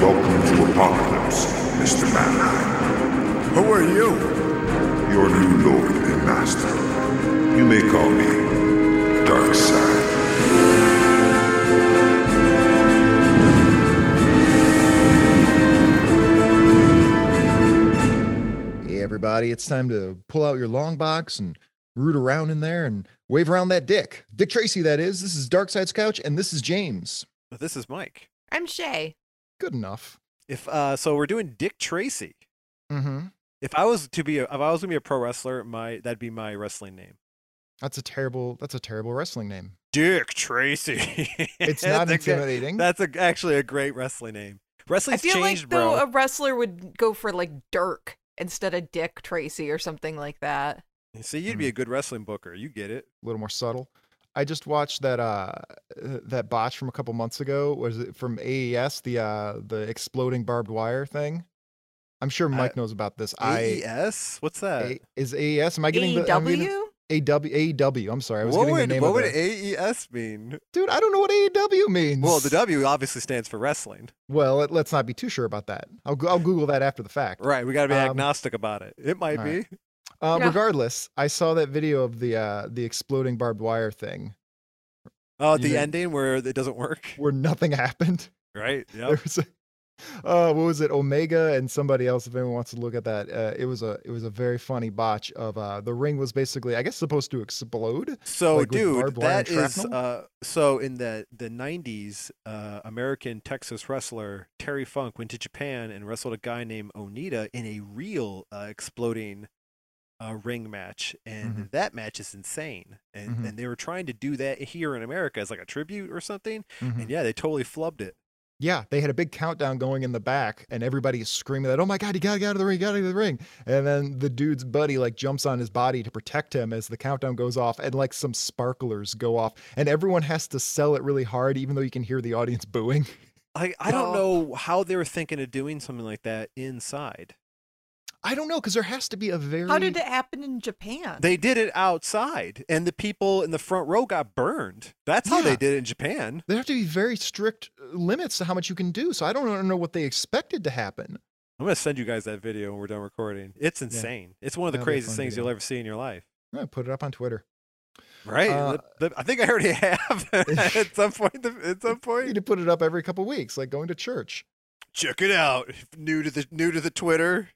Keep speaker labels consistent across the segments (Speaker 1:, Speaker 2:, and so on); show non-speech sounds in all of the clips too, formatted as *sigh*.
Speaker 1: Welcome to Apocalypse, Mr. Mannheim.
Speaker 2: Who are you?
Speaker 1: Your new lord and master. You may call me Darkseid.
Speaker 3: everybody. It's time to pull out your long box and root around in there and wave around that dick. Dick Tracy, that is. This is Dark Side's Couch, and this is James.
Speaker 4: This is Mike.
Speaker 5: I'm Shay.
Speaker 3: Good enough.
Speaker 4: If uh, so, we're doing Dick Tracy.
Speaker 3: Mm-hmm.
Speaker 4: If I was to be, a, if I was gonna be a pro wrestler, my that'd be my wrestling name.
Speaker 3: That's a terrible. That's a terrible wrestling *laughs* name.
Speaker 4: Dick Tracy. *laughs*
Speaker 3: it's not that's intimidating.
Speaker 4: A, that's a, actually a great wrestling name. Wrestling's
Speaker 5: I feel
Speaker 4: changed,
Speaker 5: like though
Speaker 4: bro.
Speaker 5: a wrestler would go for like Dirk instead of Dick Tracy or something like that.
Speaker 4: See, you'd
Speaker 3: Hmm.
Speaker 4: be a good wrestling booker. You get it.
Speaker 3: A little more subtle. I just watched that uh that botch from a couple months ago. Was it from AES the uh the exploding barbed wire thing? I'm sure Mike
Speaker 4: Uh,
Speaker 3: knows about this. I
Speaker 4: AES. E What's that?
Speaker 3: A, is AES. Am I getting the I'm getting-
Speaker 5: AEW?
Speaker 3: AW AEW. E I'm sorry. I was
Speaker 4: what
Speaker 3: getting
Speaker 4: would
Speaker 3: the name
Speaker 4: what
Speaker 3: of
Speaker 4: would
Speaker 3: it.
Speaker 4: AES
Speaker 3: *laughs*
Speaker 4: mean?
Speaker 3: Dude, I don't know what AEW means.
Speaker 4: Well, the W obviously stands for wrestling.
Speaker 3: Well, let- let's not be too sure about that. I'll, go- I'll Google that after the fact.
Speaker 4: Right. We got to be
Speaker 3: Um,
Speaker 4: agnostic about it. It might
Speaker 3: all
Speaker 4: be.
Speaker 3: right. Uh,
Speaker 5: Yeah.
Speaker 3: Regardless, I saw that video of the uh, the exploding barbed wire thing
Speaker 4: Oh,
Speaker 3: You
Speaker 4: the
Speaker 3: think-
Speaker 4: ending where it doesn't work.
Speaker 3: where nothing *laughs* happened.
Speaker 4: Right.
Speaker 3: There
Speaker 4: Yep.
Speaker 3: was a, uh, what was it? Omega and somebody else. If anyone wants to look at that, uh, it was a it was a very funny botch of uh, the ring was basically I guess supposed to explode.
Speaker 4: So,
Speaker 3: Like with
Speaker 4: dude,
Speaker 3: barbed wire and
Speaker 4: that is
Speaker 3: shrapnel?
Speaker 4: uh, so in the the '90s, uh, American Texas wrestler Terry Funk went to Japan and wrestled a guy named Onita in a real uh, exploding uh, ring match, and
Speaker 3: Mhm.
Speaker 4: that match is insane. And
Speaker 3: Mhm.
Speaker 4: and they were trying to do that here in America as like a tribute or something,
Speaker 3: Mhm.
Speaker 4: and yeah, they totally flubbed it.
Speaker 3: Yeah, they had a big countdown going in the back, and everybody's screaming that, "Oh my god, you gotta get out of the ring! Gotta get out of the ring!" And then the dude's buddy like jumps on his body to protect him as the countdown goes off, and like some sparklers go off, and everyone has to sell it really hard, even though you can hear the audience *laughs* booing.
Speaker 4: I I don't
Speaker 5: Well-
Speaker 4: know how they were thinking of doing something like that inside.
Speaker 3: I don't know because there has to be a very
Speaker 5: How did it happen in Japan?
Speaker 4: They did it outside, and the people in the front row got burned. That's how
Speaker 3: Yeah.
Speaker 4: they did it in Japan.
Speaker 3: there have to be very strict uh, limits to how much you can do. So I don't know what they expected to happen.
Speaker 4: I'm gonna send you guys that video when we're done recording. It's insane. It's one of the
Speaker 3: That'll be a fun
Speaker 4: craziest things
Speaker 3: video.
Speaker 4: you'll ever see in your life.
Speaker 3: I'm gonna put it up on Twitter.
Speaker 4: Right?
Speaker 3: Uh,
Speaker 4: The- the- I think I already *laughs* have
Speaker 3: *laughs*
Speaker 4: at some point. the- At some
Speaker 3: I need
Speaker 4: point,
Speaker 3: to put it up every couple weeks, like going to church.
Speaker 4: check it out. New to the new to the Twitter.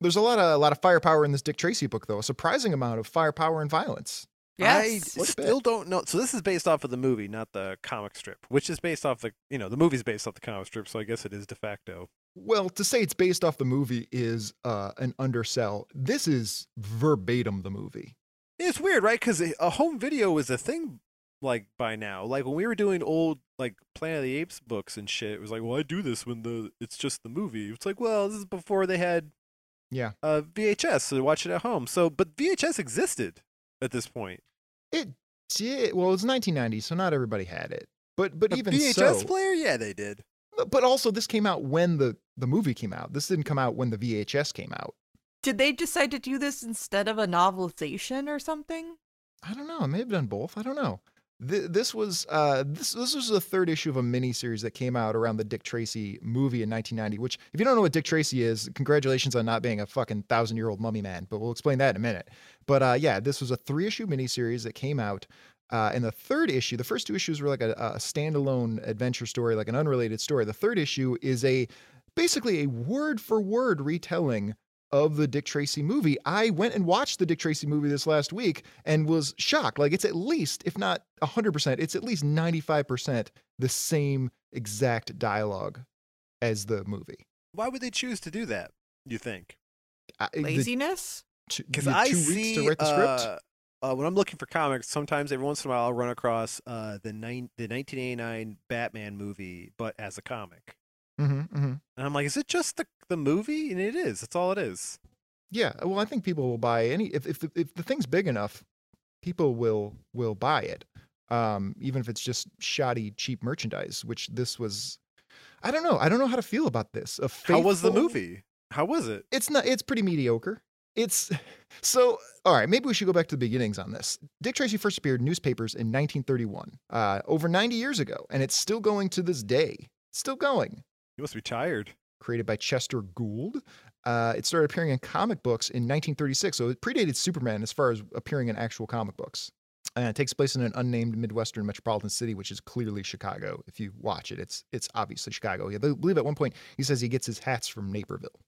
Speaker 3: There's a lot of a lot of firepower in this Dick Tracy book, though. A surprising amount of firepower and violence.
Speaker 5: yes.
Speaker 4: I
Speaker 3: What a bit.
Speaker 4: still don't know. So this is based off of the movie, not the comic strip, which is based off the you know the movie's based off the comic strip. So I guess it is de facto.
Speaker 3: Well, to say it's based off the movie is uh, an undersell. This is verbatim the movie.
Speaker 4: It's weird, right? Because a home video is a thing like by now. Like when we were doing old like Planet of the Apes books and shit, it was like, well, I do this when the it's just the movie. It's like, well, this is before they had
Speaker 3: Yeah.
Speaker 4: uh, VHS, so they watch it at home. So, but VHS existed at this point.
Speaker 3: It did well. It's 1990, so not everybody had it. But but
Speaker 4: A
Speaker 3: even
Speaker 4: VHS
Speaker 3: so,
Speaker 4: player, yeah, they did.
Speaker 3: but also this came out when the the movie came out. This didn't come out when the VHS came out.
Speaker 5: Did they decide to do this instead of a novelization or something?
Speaker 3: I don't know. I may have done both. I don't know. Th- this was uh, this this was the third issue of a miniseries that came out around the Dick Tracy movie in 1990. Which, if you don't know what Dick Tracy is, congratulations on not being a fucking thousand year old mummy man. But we'll explain that in a minute. But uh, yeah, this was a three issue miniseries that came out. Uh, and the third issue, the first two issues were like a, a standalone adventure story, like an unrelated story. The third issue is a basically a word for word retelling of the Dick Tracy movie. I went and watched the Dick Tracy movie this last week and was shocked. Like it's at least, if not 100%, it's at least 95% the same exact dialogue as the movie.
Speaker 4: Why would they choose to do that? You think?
Speaker 3: I- the
Speaker 5: Laziness?
Speaker 3: two-
Speaker 4: because
Speaker 3: the
Speaker 4: I
Speaker 3: two
Speaker 4: see
Speaker 3: weeks to write the script.
Speaker 4: uh, uh, when I'm looking for comics, sometimes every once in a while I'll run across uh, the nine, the 1989 Batman movie, but as a comic,
Speaker 3: hmm hmm
Speaker 4: and I'm like, is it just the the movie? And it is. That's all it is.
Speaker 3: Yeah. Well, I think people will buy any if if the, if the thing's big enough, people will will buy it, um, even if it's just shoddy, cheap merchandise. Which this was. I don't know. I don't know how to feel about this. A
Speaker 4: How was the
Speaker 3: faithful-
Speaker 4: movie? How was it?
Speaker 3: it's not it's pretty mediocre it's *laughs* so all right maybe we should go back to the beginnings on this dick tracy first appeared in newspapers in 1931 uh, over 90 years ago and it's still going to this day It's still going
Speaker 4: You must be tired.
Speaker 3: created by Chester Gould. Uh, it started appearing in comic books in 1936, so it predated Superman as far as appearing in actual comic books. And it takes place in an unnamed Midwestern metropolitan city, which is clearly Chicago. If you watch it, it's it's obviously Chicago. I believe at one point he says he gets his hats from Naperville.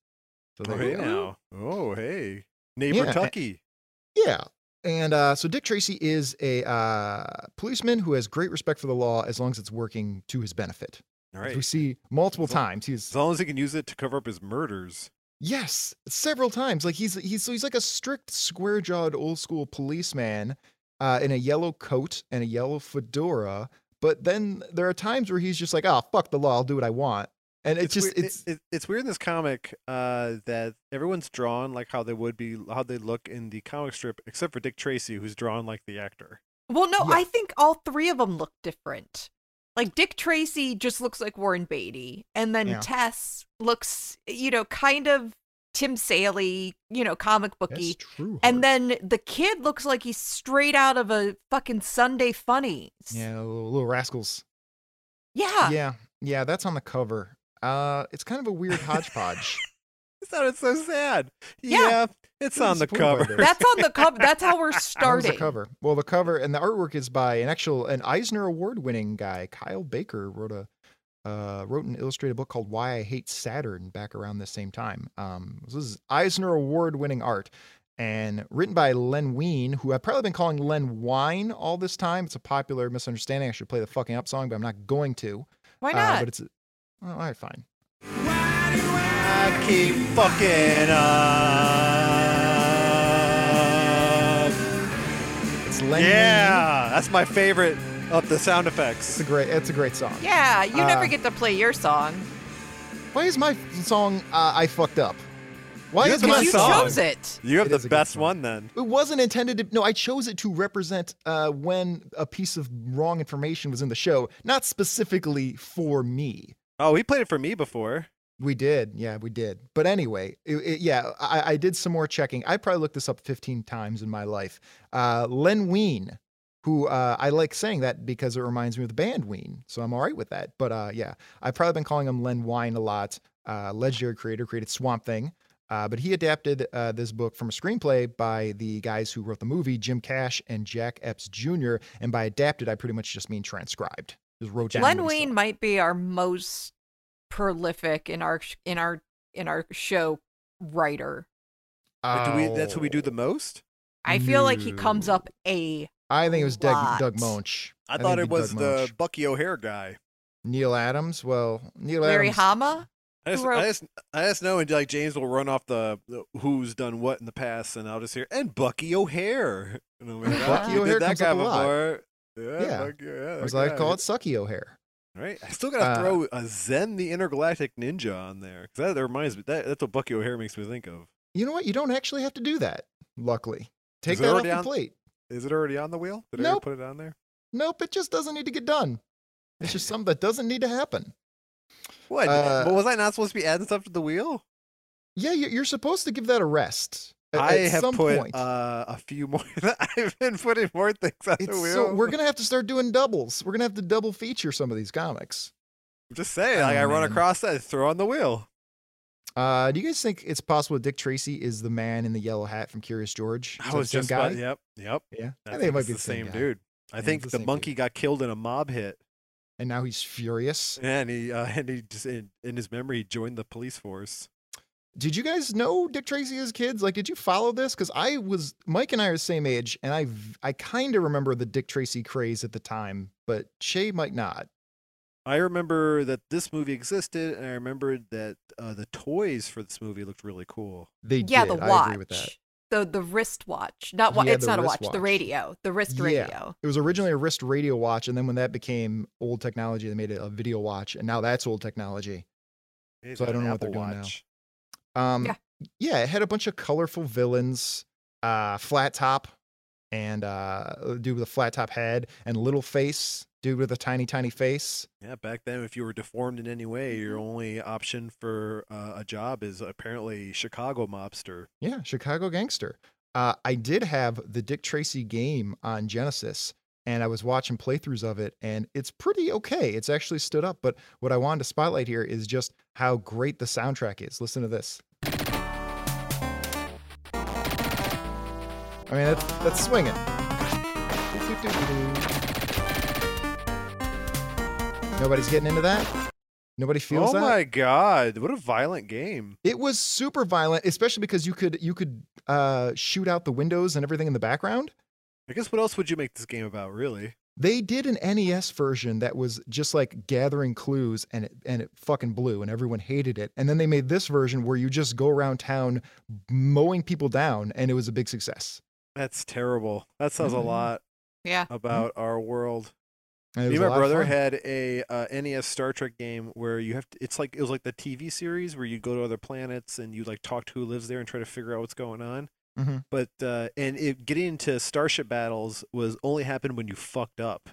Speaker 3: So
Speaker 4: Oh,
Speaker 3: there
Speaker 4: hey
Speaker 3: you go.
Speaker 4: now. Oh, hey. Neighbor
Speaker 3: Yeah,
Speaker 4: Tucky.
Speaker 3: Yeah. And uh, so Dick Tracy is a uh, policeman who has great respect for the law as long as it's working to his benefit.
Speaker 4: All
Speaker 3: As
Speaker 4: right.
Speaker 3: we see multiple
Speaker 4: As lo-
Speaker 3: times. He's
Speaker 4: As long as he can use it to cover up his murders.
Speaker 3: yes, several times. Like he's he's so he's like a strict, square jawed, old school policeman uh, in a yellow coat and a yellow fedora. But then there are times where he's just like, "Oh, fuck the law. I'll do what I want." And it's, just
Speaker 4: weird, it-
Speaker 3: it's
Speaker 4: it, it's weird in this comic uh, that everyone's drawn like how they would be how they look in the comic strip, except for Dick Tracy, who's drawn like the actor.
Speaker 5: Well, no,
Speaker 3: Yeah.
Speaker 5: I think all three of them look different. Like Dick Tracy just looks like Warren Beatty, and then
Speaker 3: Yeah.
Speaker 5: Tess looks, you know, kind of Tim Saley, you know, comic
Speaker 3: that's
Speaker 5: booky.
Speaker 3: true.
Speaker 5: And then the kid looks like he's straight out of a fucking Sunday Funny.
Speaker 3: yeah, little, little rascals.
Speaker 5: Yeah.
Speaker 3: Yeah, yeah, that's on the cover. Uh, it's kind of a weird hodgepodge.
Speaker 4: It sounded so sad.
Speaker 5: Yeah.
Speaker 4: it's
Speaker 3: Really
Speaker 4: on the
Speaker 3: disappointed by
Speaker 4: cover.
Speaker 3: this.
Speaker 5: That's
Speaker 3: *laughs*
Speaker 5: on the cover. That's how we're
Speaker 3: How was
Speaker 5: starting.
Speaker 3: the cover. Well, the cover and the artwork is by an actual an Eisner Award winning guy, Kyle Baker, wrote a uh, wrote an illustrated book called Why I Hate Saturn back around this same time. Um, this is Eisner Award winning art and written by Len Wein, who I've probably been calling Len Wine all this time. It's a popular misunderstanding. I should play the fucking up song, but I'm not going to.
Speaker 5: Why
Speaker 3: Uh,
Speaker 5: not?
Speaker 3: but it's well, all right, fine.
Speaker 4: I keep fucking up.
Speaker 3: It's Len. Wein.
Speaker 4: Yeah, that's my favorite of the sound
Speaker 3: It's
Speaker 4: effects.
Speaker 3: a great. It's a great song.
Speaker 5: yeah, you
Speaker 3: uh,
Speaker 5: never get to play your song.
Speaker 3: Why is my song uh, I fucked up? Why
Speaker 4: You
Speaker 3: is
Speaker 4: have my
Speaker 3: my
Speaker 5: Because you
Speaker 4: song.
Speaker 5: chose it.
Speaker 4: You have
Speaker 3: It
Speaker 4: the
Speaker 3: is a good
Speaker 4: best
Speaker 3: song.
Speaker 4: one then.
Speaker 3: It wasn't intended to. No, I chose it to represent uh, when a piece of wrong information was in the show, not specifically for me.
Speaker 4: Oh, he played it for me before.
Speaker 3: We did, yeah, we did. But anyway, it, it- yeah, I, I did some more checking. I probably looked this up 15 times in my life. Uh, Len Wein, who uh, I like saying that because it reminds me of the band Ween, so I'm all right with that. But uh, yeah, I've probably been calling him Len Wein a lot. Uh, legendary creator created Swamp Thing, uh, but he adapted uh, this book from a screenplay by the guys who wrote the movie, Jim Cash and Jack Epps Jr. And by adapted, I pretty much just mean transcribed. Just wrote down.
Speaker 5: Len
Speaker 3: what he
Speaker 5: Wein
Speaker 3: saw.
Speaker 5: might be our most prolific in our sh- in our in our show writer.
Speaker 4: Like, do we, that's what we do
Speaker 3: Oh.
Speaker 4: the most.
Speaker 5: I feel like he comes
Speaker 4: No.
Speaker 5: up a
Speaker 3: I think it was Doug,
Speaker 5: lot.
Speaker 3: Doug Monch.
Speaker 4: I, thought
Speaker 3: think
Speaker 4: it
Speaker 3: it'd be
Speaker 4: was
Speaker 3: Doug
Speaker 4: the
Speaker 3: Monch.
Speaker 4: Bucky O'Hare guy.
Speaker 3: Neil Adams. Well, Neil
Speaker 5: Larry
Speaker 3: Adams.
Speaker 5: Hama.
Speaker 4: I just,
Speaker 5: Who wrote-
Speaker 4: I just, I just know, and like James will run off the, the who's done what in the past, and I'll just hear and Bucky O'Hare. And I'm like, "Ah,
Speaker 5: Bucky
Speaker 4: we
Speaker 3: O'Hare
Speaker 4: did that
Speaker 3: comes
Speaker 4: guy
Speaker 3: up a lot.
Speaker 4: before. Yeah,
Speaker 3: Yeah.
Speaker 4: Bucky, yeah,
Speaker 3: Or
Speaker 4: that
Speaker 3: as I
Speaker 4: guy.
Speaker 3: call it, Sucky O'Hare.
Speaker 4: Right, I still gotta
Speaker 3: Uh,
Speaker 4: throw a Zen the Intergalactic Ninja on there 'cause that reminds me. That, that's what Bucky O'Hare makes me think of.
Speaker 3: You know what? You don't actually have to do that. Luckily, take
Speaker 4: it
Speaker 3: that off
Speaker 4: already
Speaker 3: the
Speaker 4: on-
Speaker 3: plate.
Speaker 4: Is it already on the wheel? Did
Speaker 3: Nope.
Speaker 4: I already put it on there?
Speaker 3: Nope, it just doesn't need to get done. It's just something that doesn't need to happen.
Speaker 4: What?
Speaker 3: Uh,
Speaker 4: but was I not supposed to be adding stuff to the wheel?
Speaker 3: Yeah, you- you're supposed to give that a rest. a-
Speaker 4: I
Speaker 3: at
Speaker 4: have
Speaker 3: some
Speaker 4: put
Speaker 3: point.
Speaker 4: Uh, a few more. *laughs* I've been putting more things on
Speaker 3: it's
Speaker 4: the wheel.
Speaker 3: so we're gonna have to start doing doubles. We're gonna have to double feature some of these comics.
Speaker 4: I'm just saying,
Speaker 3: Oh,
Speaker 4: like I run
Speaker 3: man.
Speaker 4: across that, throw on the wheel.
Speaker 3: Uh, do you guys think it's possible Dick Tracy is the man in the yellow hat from Curious George? Is that
Speaker 4: I
Speaker 3: the
Speaker 4: was
Speaker 3: same
Speaker 4: just
Speaker 3: guy.
Speaker 4: about, yep, yep.
Speaker 3: Yeah, I,
Speaker 4: I
Speaker 3: think it might
Speaker 4: it's
Speaker 3: be
Speaker 4: the same
Speaker 3: guy.
Speaker 4: dude. I
Speaker 3: Yeah,
Speaker 4: think
Speaker 3: it's
Speaker 4: the,
Speaker 3: the same
Speaker 4: monkey got killed in a mob hit,
Speaker 3: And now he's furious.
Speaker 4: and he uh, *laughs* and he just in, in his memory he joined the police force.
Speaker 3: Did you guys know Dick Tracy as kids? Like, did you follow this? Because I was Mike and I are the same age, and I v- I kind of remember the Dick Tracy craze at the time, but Shay might not.
Speaker 4: I remember that this movie existed, and I remembered that uh, the toys for this movie looked really cool.
Speaker 3: They
Speaker 5: Yeah,
Speaker 3: did.
Speaker 5: the
Speaker 3: I
Speaker 5: watch.
Speaker 3: agree with that.
Speaker 5: The the wristwatch. Not wa-
Speaker 3: Yeah,
Speaker 5: it's
Speaker 3: the
Speaker 5: not a watch,
Speaker 3: wristwatch.
Speaker 5: the radio. The wrist
Speaker 3: Yeah.
Speaker 5: radio.
Speaker 3: It was originally a wrist radio watch, and then when that became old technology, they made it a video watch, and now that's old technology.
Speaker 4: Hey,
Speaker 3: So I
Speaker 4: they had
Speaker 3: don't
Speaker 4: an
Speaker 3: know what they're
Speaker 4: Apple
Speaker 3: doing now.
Speaker 4: Watch.
Speaker 3: Um,
Speaker 5: Yeah.
Speaker 3: yeah, it had a bunch of colorful villains, uh, flat top, and uh, a dude with a flat top head, and little face, dude with a tiny tiny face.
Speaker 4: Yeah, back then, if you were deformed in any way, your
Speaker 3: Mm-hmm.
Speaker 4: only option for uh, a job is apparently Chicago mobster.
Speaker 3: Yeah, Chicago Gangster. Uh, I did have the Dick Tracy game on Genesis, and I was watching playthroughs of it, and it's pretty okay. It's actually stood up. But what I wanted to spotlight here is just how great the soundtrack is. Listen to this. I mean, that's, that's swinging. Nobody's getting into that. Nobody feels
Speaker 4: oh
Speaker 3: that.
Speaker 4: my god, what a violent game.
Speaker 3: It was super violent, especially because you could you could uh, shoot out the windows and everything in the background.
Speaker 4: I guess what else would you make this game about, really?
Speaker 3: They did an NES version that was just like gathering clues, and it and it fucking blew, and everyone hated it. And then they made this version where you just go around town mowing people down, and it was a big success.
Speaker 4: That's terrible. That says a
Speaker 3: Mhm.
Speaker 4: lot
Speaker 5: Yeah.
Speaker 4: about our world.
Speaker 3: And it
Speaker 4: Me
Speaker 3: was
Speaker 4: and
Speaker 3: a lot
Speaker 4: my
Speaker 3: of
Speaker 4: brother
Speaker 3: fun.
Speaker 4: had a uh, NES Star Trek game where you have to. It's like it was like the TV series where you go to other planets and you like talk to who lives there and try to figure out what's going on.
Speaker 3: Mhm.
Speaker 4: But uh, and it, getting into starship battles was only happened when you fucked up,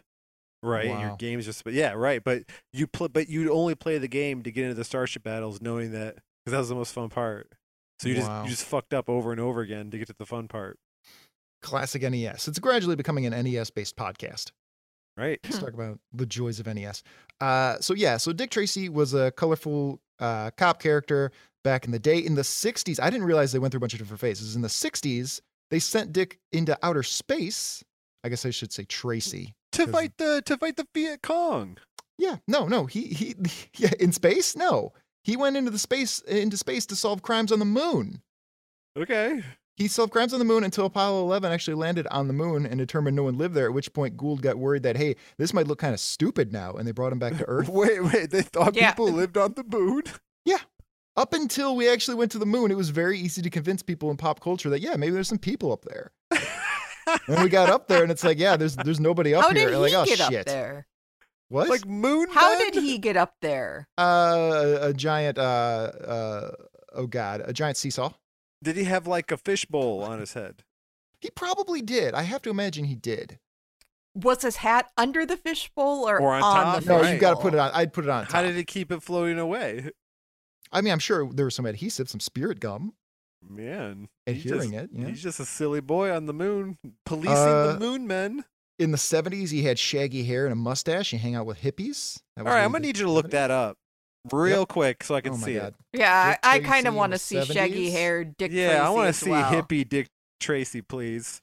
Speaker 4: right? Your
Speaker 3: Wow.
Speaker 4: games just but yeah, right. But you play, but you'd only play the game to get into the starship battles, knowing that because that was the most fun part. So you just
Speaker 3: Wow.
Speaker 4: you just fucked up over and over again to get to the fun part,
Speaker 3: classic NES. It's gradually becoming an NES based podcast.
Speaker 4: right?
Speaker 3: Let's talk about the joys of NES. Uh, so yeah, so Dick Tracy was a colorful uh, cop character back in the day in the '60s. I didn't realize they went through a bunch of different phases. In the '60s, they sent Dick into outer space. I guess I should say Tracy.
Speaker 4: To
Speaker 3: 'Cause-
Speaker 4: fight the to fight the Viet Cong.
Speaker 3: Yeah, no, no, he he, *laughs* yeah, in space. No, he went into the space into space to solve crimes on the moon.
Speaker 4: Okay.
Speaker 3: He solved crimes on the moon until Apollo 11 actually landed on the moon and determined no one lived there. At which point, Gould got worried that hey, this might look kind of stupid now, and they brought him back to Earth.
Speaker 4: Wait, wait. They thought
Speaker 5: Yeah.
Speaker 4: people lived on the moon.
Speaker 3: up until we actually went to the moon, it was very easy to convince people in pop culture that yeah, maybe there's some people up
Speaker 5: *laughs*
Speaker 3: there. When we got up there, and it's like yeah, there's there's nobody up
Speaker 5: How
Speaker 3: here.
Speaker 5: did
Speaker 3: And like,
Speaker 5: he
Speaker 3: oh
Speaker 5: get
Speaker 3: shit,
Speaker 5: up there?
Speaker 3: what?
Speaker 4: like moon.
Speaker 5: How
Speaker 4: men?
Speaker 5: did he get up there?
Speaker 3: uh, a giant uh, uh, oh god, a giant seesaw.
Speaker 4: Did he have like a fishbowl on his head?
Speaker 3: He probably did. I have to imagine he did.
Speaker 5: Was his hat under the fishbowl or,
Speaker 4: Or on top,
Speaker 5: the
Speaker 3: No,
Speaker 5: fishbowl?
Speaker 3: you
Speaker 4: Right.
Speaker 3: got to put it on. I'd put it on.
Speaker 4: How
Speaker 3: Top.
Speaker 4: did he keep it floating away?
Speaker 3: I mean, I'm sure there was some adhesive, some spirit gum,
Speaker 4: Man, he
Speaker 3: adhering
Speaker 4: just,
Speaker 3: it. You know?
Speaker 4: he's just a silly boy on the moon, policing
Speaker 3: Uh,
Speaker 4: the moon men.
Speaker 3: In the 70s, he had shaggy hair and a mustache. He hang out with hippies. That was
Speaker 4: All right,
Speaker 3: what
Speaker 4: I'm
Speaker 3: he
Speaker 4: gonna
Speaker 3: did
Speaker 4: need
Speaker 3: in
Speaker 4: you to
Speaker 3: the
Speaker 4: look
Speaker 3: 70s.
Speaker 4: that up real quick so I can
Speaker 3: Oh my
Speaker 4: see
Speaker 3: god.
Speaker 4: it.
Speaker 5: Yeah,
Speaker 3: Dick
Speaker 5: I, I
Speaker 3: Tracy
Speaker 5: kind
Speaker 3: in
Speaker 5: of want
Speaker 3: the
Speaker 5: to see shaggy
Speaker 3: 70s?
Speaker 5: haired Dick
Speaker 4: yeah, I
Speaker 5: want to
Speaker 4: see hippie Dick Tracy, please.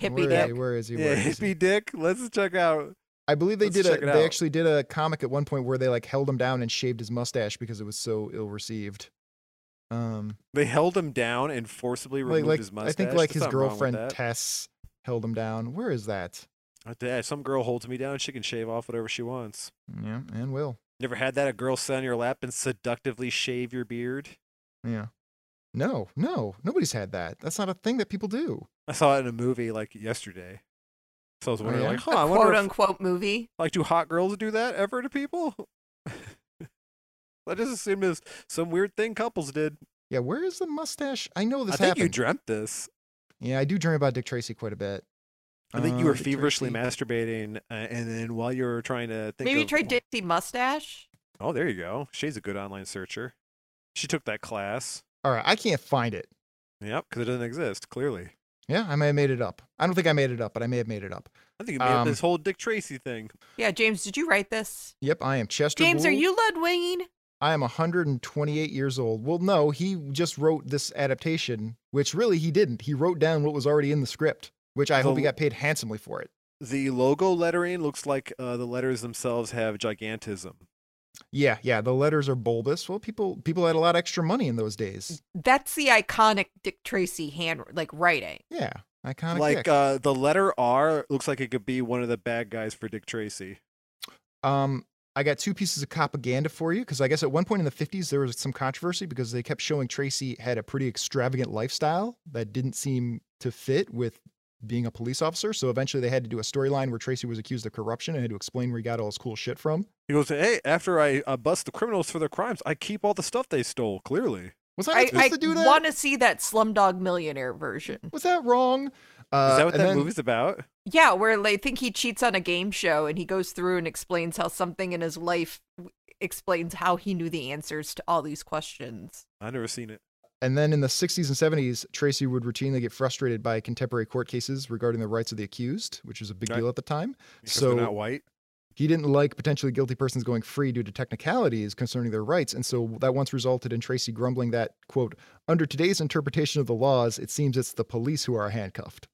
Speaker 5: Hippie
Speaker 3: Where is
Speaker 5: Dick.
Speaker 3: he? Where is he? Where
Speaker 4: yeah,
Speaker 3: is he?
Speaker 4: hippie Dick. Let's check out.
Speaker 3: I believe they
Speaker 4: Let's
Speaker 3: did a
Speaker 4: check it
Speaker 3: they
Speaker 4: out.
Speaker 3: actually did a comic at one point where they like held him down and shaved his mustache because it was so ill received. Um
Speaker 4: They held him down and forcibly
Speaker 3: like,
Speaker 4: removed
Speaker 3: like
Speaker 4: his
Speaker 3: I
Speaker 4: mustache.
Speaker 3: think like
Speaker 4: There's
Speaker 3: his
Speaker 4: nothing wrong with
Speaker 3: girlfriend
Speaker 4: that.
Speaker 3: Tess held him down. Where is that?
Speaker 4: I tell ya, Some girl holds me down. She can shave off whatever she wants.
Speaker 3: Yeah, and Will.
Speaker 4: Never had that? A girl sit on your lap and seductively shave your beard?
Speaker 3: Yeah. No, no. Nobody's had that. That's not a thing that people do.
Speaker 4: I saw it in a movie like yesterday. So I was
Speaker 3: Oh,
Speaker 4: wondering,
Speaker 3: yeah?
Speaker 4: like,
Speaker 3: *laughs*
Speaker 4: huh, I
Speaker 5: A
Speaker 4: wonder
Speaker 5: quote
Speaker 4: if,
Speaker 5: unquote movie.
Speaker 4: like, do hot girls do that ever to people? *laughs* I just assumed it was some weird thing couples did.
Speaker 3: Yeah, where is the mustache? I know this
Speaker 4: I think you
Speaker 3: happened.
Speaker 4: dreamt this.
Speaker 3: yeah, I do dream about Dick Tracy quite a bit.
Speaker 4: I think you
Speaker 3: Uh,
Speaker 4: were
Speaker 3: Dick
Speaker 4: feverishly
Speaker 3: Tracy.
Speaker 4: masturbating, uh, and then while you were trying to think,
Speaker 5: Maybe
Speaker 4: of,
Speaker 5: try Dixie Mustache.
Speaker 4: Oh, there you go. She's a good online searcher. She took that class.
Speaker 3: All right, I can't find it.
Speaker 4: Yep, because it doesn't exist clearly.
Speaker 3: Yeah, I may have made it up. I don't think I made it up, but I may have made it up.
Speaker 4: I think you made up
Speaker 3: Um,
Speaker 4: this whole Dick Tracy thing.
Speaker 5: Yeah, James, did you write this?
Speaker 3: Yep, I am Chester.
Speaker 5: James, are
Speaker 3: Wool.
Speaker 5: you Ludwig?
Speaker 3: I am 128 years old. Well, no, he just wrote this adaptation, which really he didn't. He wrote down what was already in the script, which I hope he
Speaker 4: The-
Speaker 3: got paid handsomely for it.
Speaker 4: The logo lettering looks like uh, the letters themselves have gigantism.
Speaker 3: Yeah, yeah, the letters are bulbous. Well, people people had a lot of extra money in those days.
Speaker 5: That's the iconic Dick Tracy hand like writing.
Speaker 3: Yeah, iconic.
Speaker 4: Mm. like
Speaker 3: dick.
Speaker 4: uh, the letter R looks like it could be one of the bad guys for Dick Tracy.
Speaker 3: um, I got two pieces of propaganda for you because I guess at one point in the 50s there was some controversy because they kept showing Tracy had a pretty extravagant lifestyle that didn't seem to fit with being a police officer. So eventually they had to do a storyline where Tracy was accused of corruption and had to explain where he got all his cool shit from.
Speaker 4: He goes, "Hey, after I uh, bust the criminals for their crimes, I keep all the stuff they stole." Clearly,
Speaker 3: Was I, not
Speaker 5: I,
Speaker 3: supposed
Speaker 5: I
Speaker 3: to do that?
Speaker 5: want to see that Slumdog Millionaire version.
Speaker 3: Was that wrong? Uh,
Speaker 4: is that what
Speaker 3: and
Speaker 4: that
Speaker 3: then-
Speaker 4: movie's about?
Speaker 5: Yeah, where they think he cheats on a game show and he goes through and explains how something in his life w- explains how he knew the answers to all these questions.
Speaker 4: I've never seen it.
Speaker 3: And then in the 60s and 70s, Tracy would routinely get frustrated by contemporary court cases regarding the rights of the accused, which was a big
Speaker 4: Right.
Speaker 3: deal at the time.
Speaker 4: Because
Speaker 3: So-
Speaker 4: they're not white.
Speaker 3: He didn't like potentially guilty persons going free due to technicalities concerning their rights. And so that once resulted in Tracy grumbling that, quote, under today's interpretation of the laws, it seems it's the police who are handcuffed.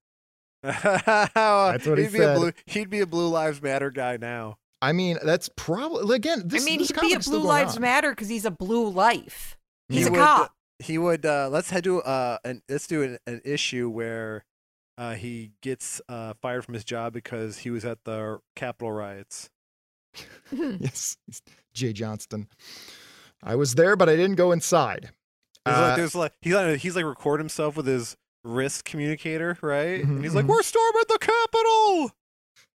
Speaker 4: That's
Speaker 3: what he
Speaker 4: he'd be
Speaker 3: said.
Speaker 4: A blue, he'd be a Blue Lives Matter guy now.
Speaker 3: I mean, that's probably, again, this,
Speaker 5: I mean,
Speaker 3: this
Speaker 5: he'd be a
Speaker 3: conflict's still
Speaker 5: Blue
Speaker 3: going
Speaker 5: Lives
Speaker 3: on.
Speaker 5: Matter because he's a blue life.
Speaker 4: He
Speaker 5: He's a
Speaker 4: would-
Speaker 5: cop. *laughs*
Speaker 4: He would. Uh, let's head to uh, an let's do an, an issue where uh, he gets uh, fired from his job because he was at the Capitol riots.
Speaker 3: *laughs* Yes. Jay Johnston. I was there, but I didn't go inside.
Speaker 4: There's
Speaker 3: Uh,
Speaker 4: like, there's like he's like he's like record himself with his wrist communicator, right?
Speaker 3: Mhm,
Speaker 4: and he's like,
Speaker 3: mhm.
Speaker 4: "We're storming the Capitol."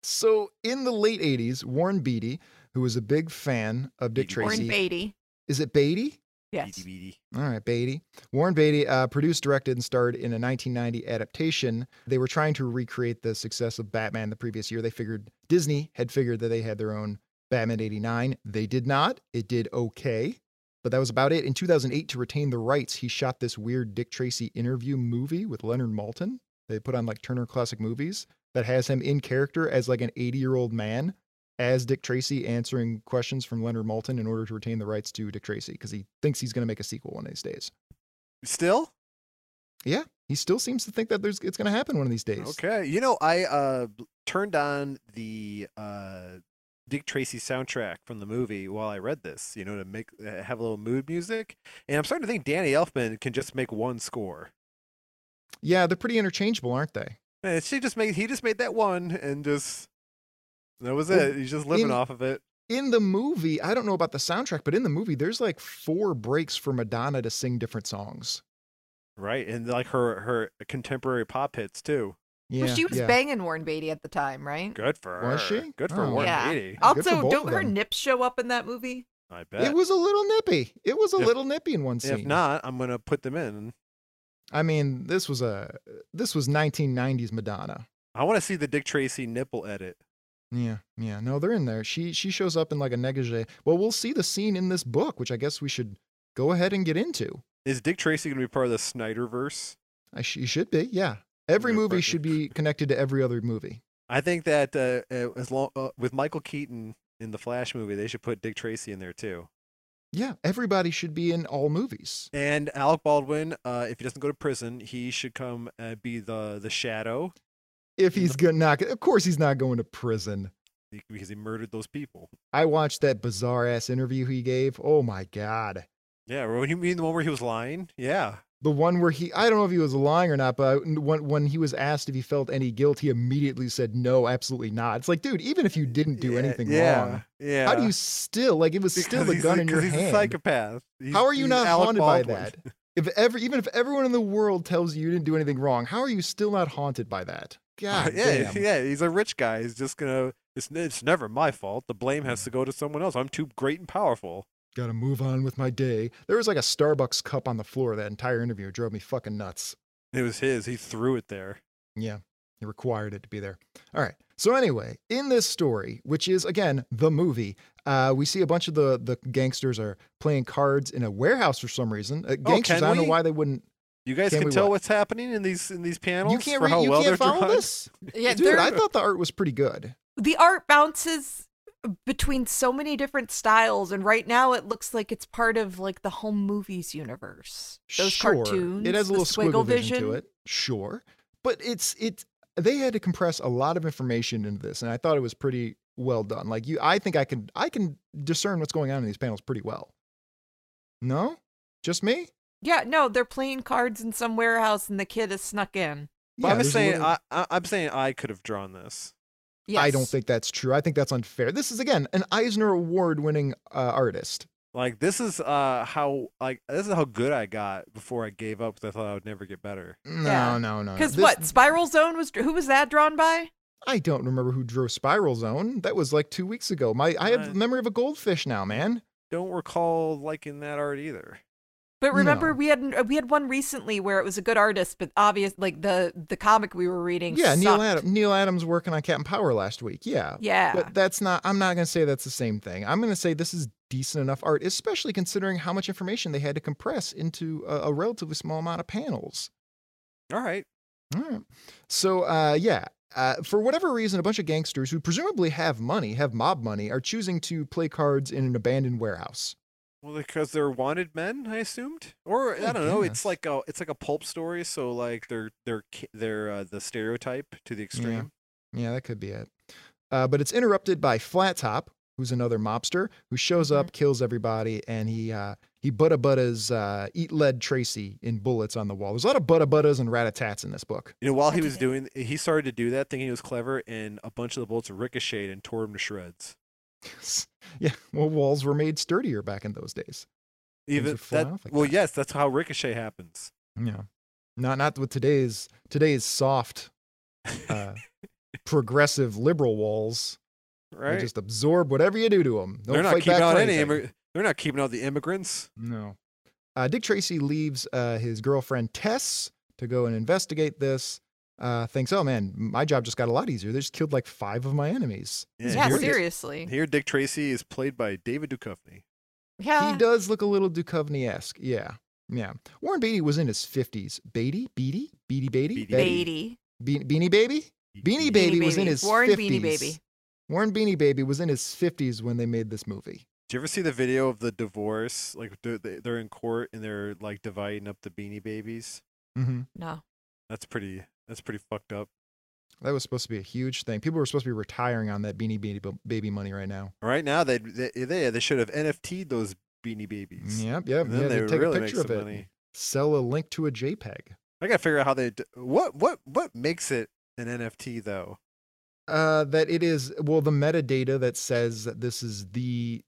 Speaker 3: So in the late 80s, Warren Beatty, who was a big fan of Dick
Speaker 4: Beatty.
Speaker 5: Warren
Speaker 3: Tracy.
Speaker 5: Beatty.
Speaker 3: is it Beatty?
Speaker 5: Yes.
Speaker 4: BDBD.
Speaker 3: All right, Beatty. Warren Beatty uh, produced, directed, and starred in a 1990 adaptation. They were trying to recreate the success of Batman the previous year. They figured Disney had figured that they had their own Batman 89. They did not. It did okay, but that was about it. In 2008, to retain the rights, he shot this weird Dick Tracy interview movie with Leonard Maltin. They put on like Turner Classic Movies that has him in character as like an 80 year old man as Dick Tracy answering questions from Leonard Maltin in order to retain the rights to Dick Tracy because he thinks he's going to make a sequel one of these days.
Speaker 4: Still,
Speaker 3: He still seems to think that there's it's going to happen one of these days.
Speaker 4: Okay. You know, I uh b- turned on the uh Dick Tracy soundtrack from the movie while I read this, you know, to make uh, have a little mood music. And I'm starting to think Danny Elfman can just make one score.
Speaker 3: Yeah, they're pretty interchangeable, aren't they?
Speaker 4: And she just made he just made that one and just that was
Speaker 3: Well,
Speaker 4: it. He's just living
Speaker 3: in-
Speaker 4: off of it.
Speaker 3: In the movie, I don't know about the soundtrack, but in the movie, there's like four breaks for Madonna to sing different songs.
Speaker 4: Right. And like her her contemporary pop hits too.
Speaker 3: Yeah,
Speaker 5: well, she was
Speaker 3: yeah.
Speaker 5: banging Warren Beatty at the time, right?
Speaker 4: Good for her.
Speaker 3: Was she?
Speaker 4: Good for
Speaker 3: Oh.
Speaker 4: Warren
Speaker 5: Yeah.
Speaker 4: Beatty.
Speaker 3: Good for
Speaker 5: Also,
Speaker 3: both
Speaker 5: don't
Speaker 3: of
Speaker 5: her
Speaker 3: them.
Speaker 5: nips show up in that movie?
Speaker 4: I bet.
Speaker 3: It was a little nippy. It was a
Speaker 4: If-
Speaker 3: little nippy in one scene.
Speaker 4: if not, I'm gonna put them in.
Speaker 3: I mean, this was a this was 1990s Madonna.
Speaker 4: I want to see the Dick Tracy nipple edit.
Speaker 3: Yeah, yeah. No, they're in there. She she shows up in like a negligee. Well, we'll see the scene in this book, which I guess we should go ahead and get into.
Speaker 4: Is Dick Tracy going to be part of the Snyderverse?
Speaker 3: I sh- you should be, yeah. Every
Speaker 4: Yeah,
Speaker 3: movie
Speaker 4: but-
Speaker 3: should be connected to every other movie.
Speaker 4: I think that uh, uh, as long uh, with Michael Keaton in the Flash movie, they should put Dick Tracy in there too.
Speaker 3: Yeah, everybody should be in all movies.
Speaker 4: And Alec Baldwin, uh, if he doesn't go to prison, he should come uh, be the the Shadow
Speaker 3: If he's gonna not, of course he's not going to prison.
Speaker 4: because he murdered those people.
Speaker 3: I watched that bizarre ass interview he gave. Oh my god,
Speaker 4: Yeah, what do you mean the one where he was lying? Yeah,
Speaker 3: the one where he I don't know if he was lying or not, but when when he was asked if he felt any guilt, he immediately said no, absolutely not. It's like, dude, even if you didn't do
Speaker 4: Yeah,
Speaker 3: anything
Speaker 4: yeah,
Speaker 3: wrong,
Speaker 4: Yeah,
Speaker 3: How do you still like it was
Speaker 4: Because
Speaker 3: still the
Speaker 4: he's
Speaker 3: gun in your
Speaker 4: because He's a
Speaker 3: hand?
Speaker 4: psychopath. He's-
Speaker 3: How are you
Speaker 4: he's
Speaker 3: not
Speaker 4: Alec
Speaker 3: haunted by
Speaker 4: Baldwin.
Speaker 3: that?
Speaker 4: *laughs*
Speaker 3: If ever even if everyone in the world tells you you didn't do anything wrong, how are you still not haunted by that? God
Speaker 4: *laughs* yeah,
Speaker 3: damn.
Speaker 4: yeah, he's a rich guy. He's just gonna. It's it's never my fault. The blame has to go to someone else. I'm too great and powerful.
Speaker 3: Gotta move on with my day. There was like a Starbucks cup on the floor that entire interview. It drove me fucking nuts.
Speaker 4: It was his. He threw it there.
Speaker 3: Yeah. It required it to be there. All right. So anyway, in this story, which is again the movie, uh, we see a bunch of the the gangsters are playing cards in a warehouse for some reason. Uh, gangsters,
Speaker 4: Oh, can
Speaker 3: I don't
Speaker 4: we?
Speaker 3: know why they wouldn't.
Speaker 4: You guys
Speaker 3: Can
Speaker 4: can
Speaker 3: we
Speaker 4: tell
Speaker 3: what?
Speaker 4: what's happening in these in these panels
Speaker 3: You can't
Speaker 4: for
Speaker 3: read.
Speaker 4: how
Speaker 3: you
Speaker 4: well
Speaker 3: can't
Speaker 4: they're
Speaker 3: follow
Speaker 4: drawn?
Speaker 3: *laughs* this.
Speaker 5: Yeah,
Speaker 3: Dude,
Speaker 5: they're-
Speaker 3: I thought the art was pretty good.
Speaker 5: the art bounces between so many different styles, and right now it looks like it's part of like the home movies universe. Those
Speaker 3: sure,
Speaker 5: cartoons,
Speaker 3: It has a
Speaker 5: the
Speaker 3: little squiggle vision to
Speaker 5: vision.
Speaker 3: it. Sure. But it's it's they had to compress a lot of information into this, and I thought it was pretty well done. Like you I think I can I can discern what's going on in these panels pretty well. No? Just me?
Speaker 5: Yeah, no, they're playing cards in some warehouse, and the kid has snuck in.
Speaker 4: But I'm
Speaker 3: there's
Speaker 4: just
Speaker 3: a
Speaker 4: saying,
Speaker 3: little-
Speaker 4: I, I I'm saying I could have drawn this.
Speaker 5: Yes.
Speaker 3: I don't think that's true. I think that's unfair. This is again an Eisner Award winning uh, artist.
Speaker 4: Like this is uh how like this is how good I got before I gave up. 'cause I thought I would never get better.
Speaker 3: No,
Speaker 5: Yeah.
Speaker 3: no, no. no.
Speaker 5: Because
Speaker 3: This-
Speaker 5: what Spiral Zone was? Who was that drawn by?
Speaker 3: I don't remember who drew Spiral Zone. That was like two weeks ago. My I have
Speaker 4: Uh,
Speaker 3: the memory of a goldfish now, man.
Speaker 4: Don't recall liking that art either.
Speaker 5: But remember,
Speaker 3: No.
Speaker 5: we had we had one recently where it was a good artist, but obvious like the the comic we were reading.
Speaker 3: Yeah, Neil
Speaker 5: sucked.
Speaker 3: Adam, Neil Adams working on Captain Power last week. Yeah.
Speaker 5: Yeah,
Speaker 3: But that's not I'm not going to say that's the same thing. I'm going to say this is decent enough art, especially considering how much information they had to compress into a, a relatively small amount of panels.
Speaker 4: All right.
Speaker 3: All right. So, uh, yeah, uh, for whatever reason, a bunch of gangsters who presumably have money, have mob money, are choosing to play cards in an abandoned warehouse.
Speaker 4: Well, because they're wanted men, I assumed, or I,
Speaker 3: I
Speaker 4: don't know. It's
Speaker 3: guess.
Speaker 4: like a it's like a pulp story, so like they're they're ki- they're uh, the stereotype to the extreme.
Speaker 3: Yeah, that could be it. Uh, but it's interrupted by Flat Top, who's another mobster who shows
Speaker 4: Mm-hmm.
Speaker 3: up, kills everybody, and he uh, he butta buttas uh, eat lead Tracy in bullets on the wall. There's a lot of butta buttas and rat-a-tats in this book. *laughs*
Speaker 4: You know, while he
Speaker 5: That's
Speaker 4: was
Speaker 5: it.
Speaker 4: doing, he started to do that, thinking he was clever, and a bunch of the bullets ricocheted and tore him to shreds.
Speaker 3: yeah, well, walls were made sturdier back in those days. Things
Speaker 4: Even
Speaker 3: would fly
Speaker 4: that,
Speaker 3: off like
Speaker 4: well,
Speaker 3: that.
Speaker 4: yes, that's how ricochet happens.
Speaker 3: Yeah, not not with today's today's soft,
Speaker 4: *laughs*
Speaker 3: uh, progressive liberal walls.
Speaker 4: Right?
Speaker 3: They just absorb whatever you do to them. Don't
Speaker 4: they're not
Speaker 3: fight
Speaker 4: keeping
Speaker 3: back
Speaker 4: out
Speaker 3: for
Speaker 4: any.
Speaker 3: anything.
Speaker 4: Immig- they're not keeping out the immigrants.
Speaker 3: No. Uh, Dick Tracy leaves uh, his girlfriend Tess to go and investigate this. Uh, thinks, oh man, my job just got a lot easier. They just killed like five of my enemies.
Speaker 5: yeah,
Speaker 4: here,
Speaker 5: seriously,
Speaker 4: Here, Dick Tracy is played by David Duchovny.
Speaker 5: yeah.
Speaker 3: He does look a little Duchovny esque. Yeah. Yeah. Warren Beatty was in his 50s. Beatty? Beatty? Beatty Beatty?
Speaker 4: Beatty.
Speaker 3: Beatty.
Speaker 5: Beatty,
Speaker 3: Be- Beanie Baby? Beanie Baby was in his
Speaker 5: Warren
Speaker 3: 50s.
Speaker 5: Beanie Baby.
Speaker 3: Warren Beanie Baby was in his 50s when they made this movie.
Speaker 4: Do you ever see the video of the divorce? Like they're- they- they're in court and they're like dividing up the Beanie Babies.
Speaker 3: Mm-hmm.
Speaker 5: No,
Speaker 4: That's pretty. That's pretty fucked up.
Speaker 3: That was supposed to be a huge thing. People were supposed to be retiring on that Beanie Baby, baby money right now.
Speaker 4: Right now, they they they, they should have NFT'd those Beanie Babies.
Speaker 3: Yep, yep.
Speaker 4: And then
Speaker 3: yeah,
Speaker 4: they
Speaker 3: they'd take
Speaker 4: really
Speaker 3: a
Speaker 4: make
Speaker 3: picture of
Speaker 4: some
Speaker 3: it.
Speaker 4: money.
Speaker 3: Sell a link to a JPEG.
Speaker 4: I gotta figure out how they. d- What what what makes it an NFT though?
Speaker 3: Uh, that it is well the metadata that says that this is the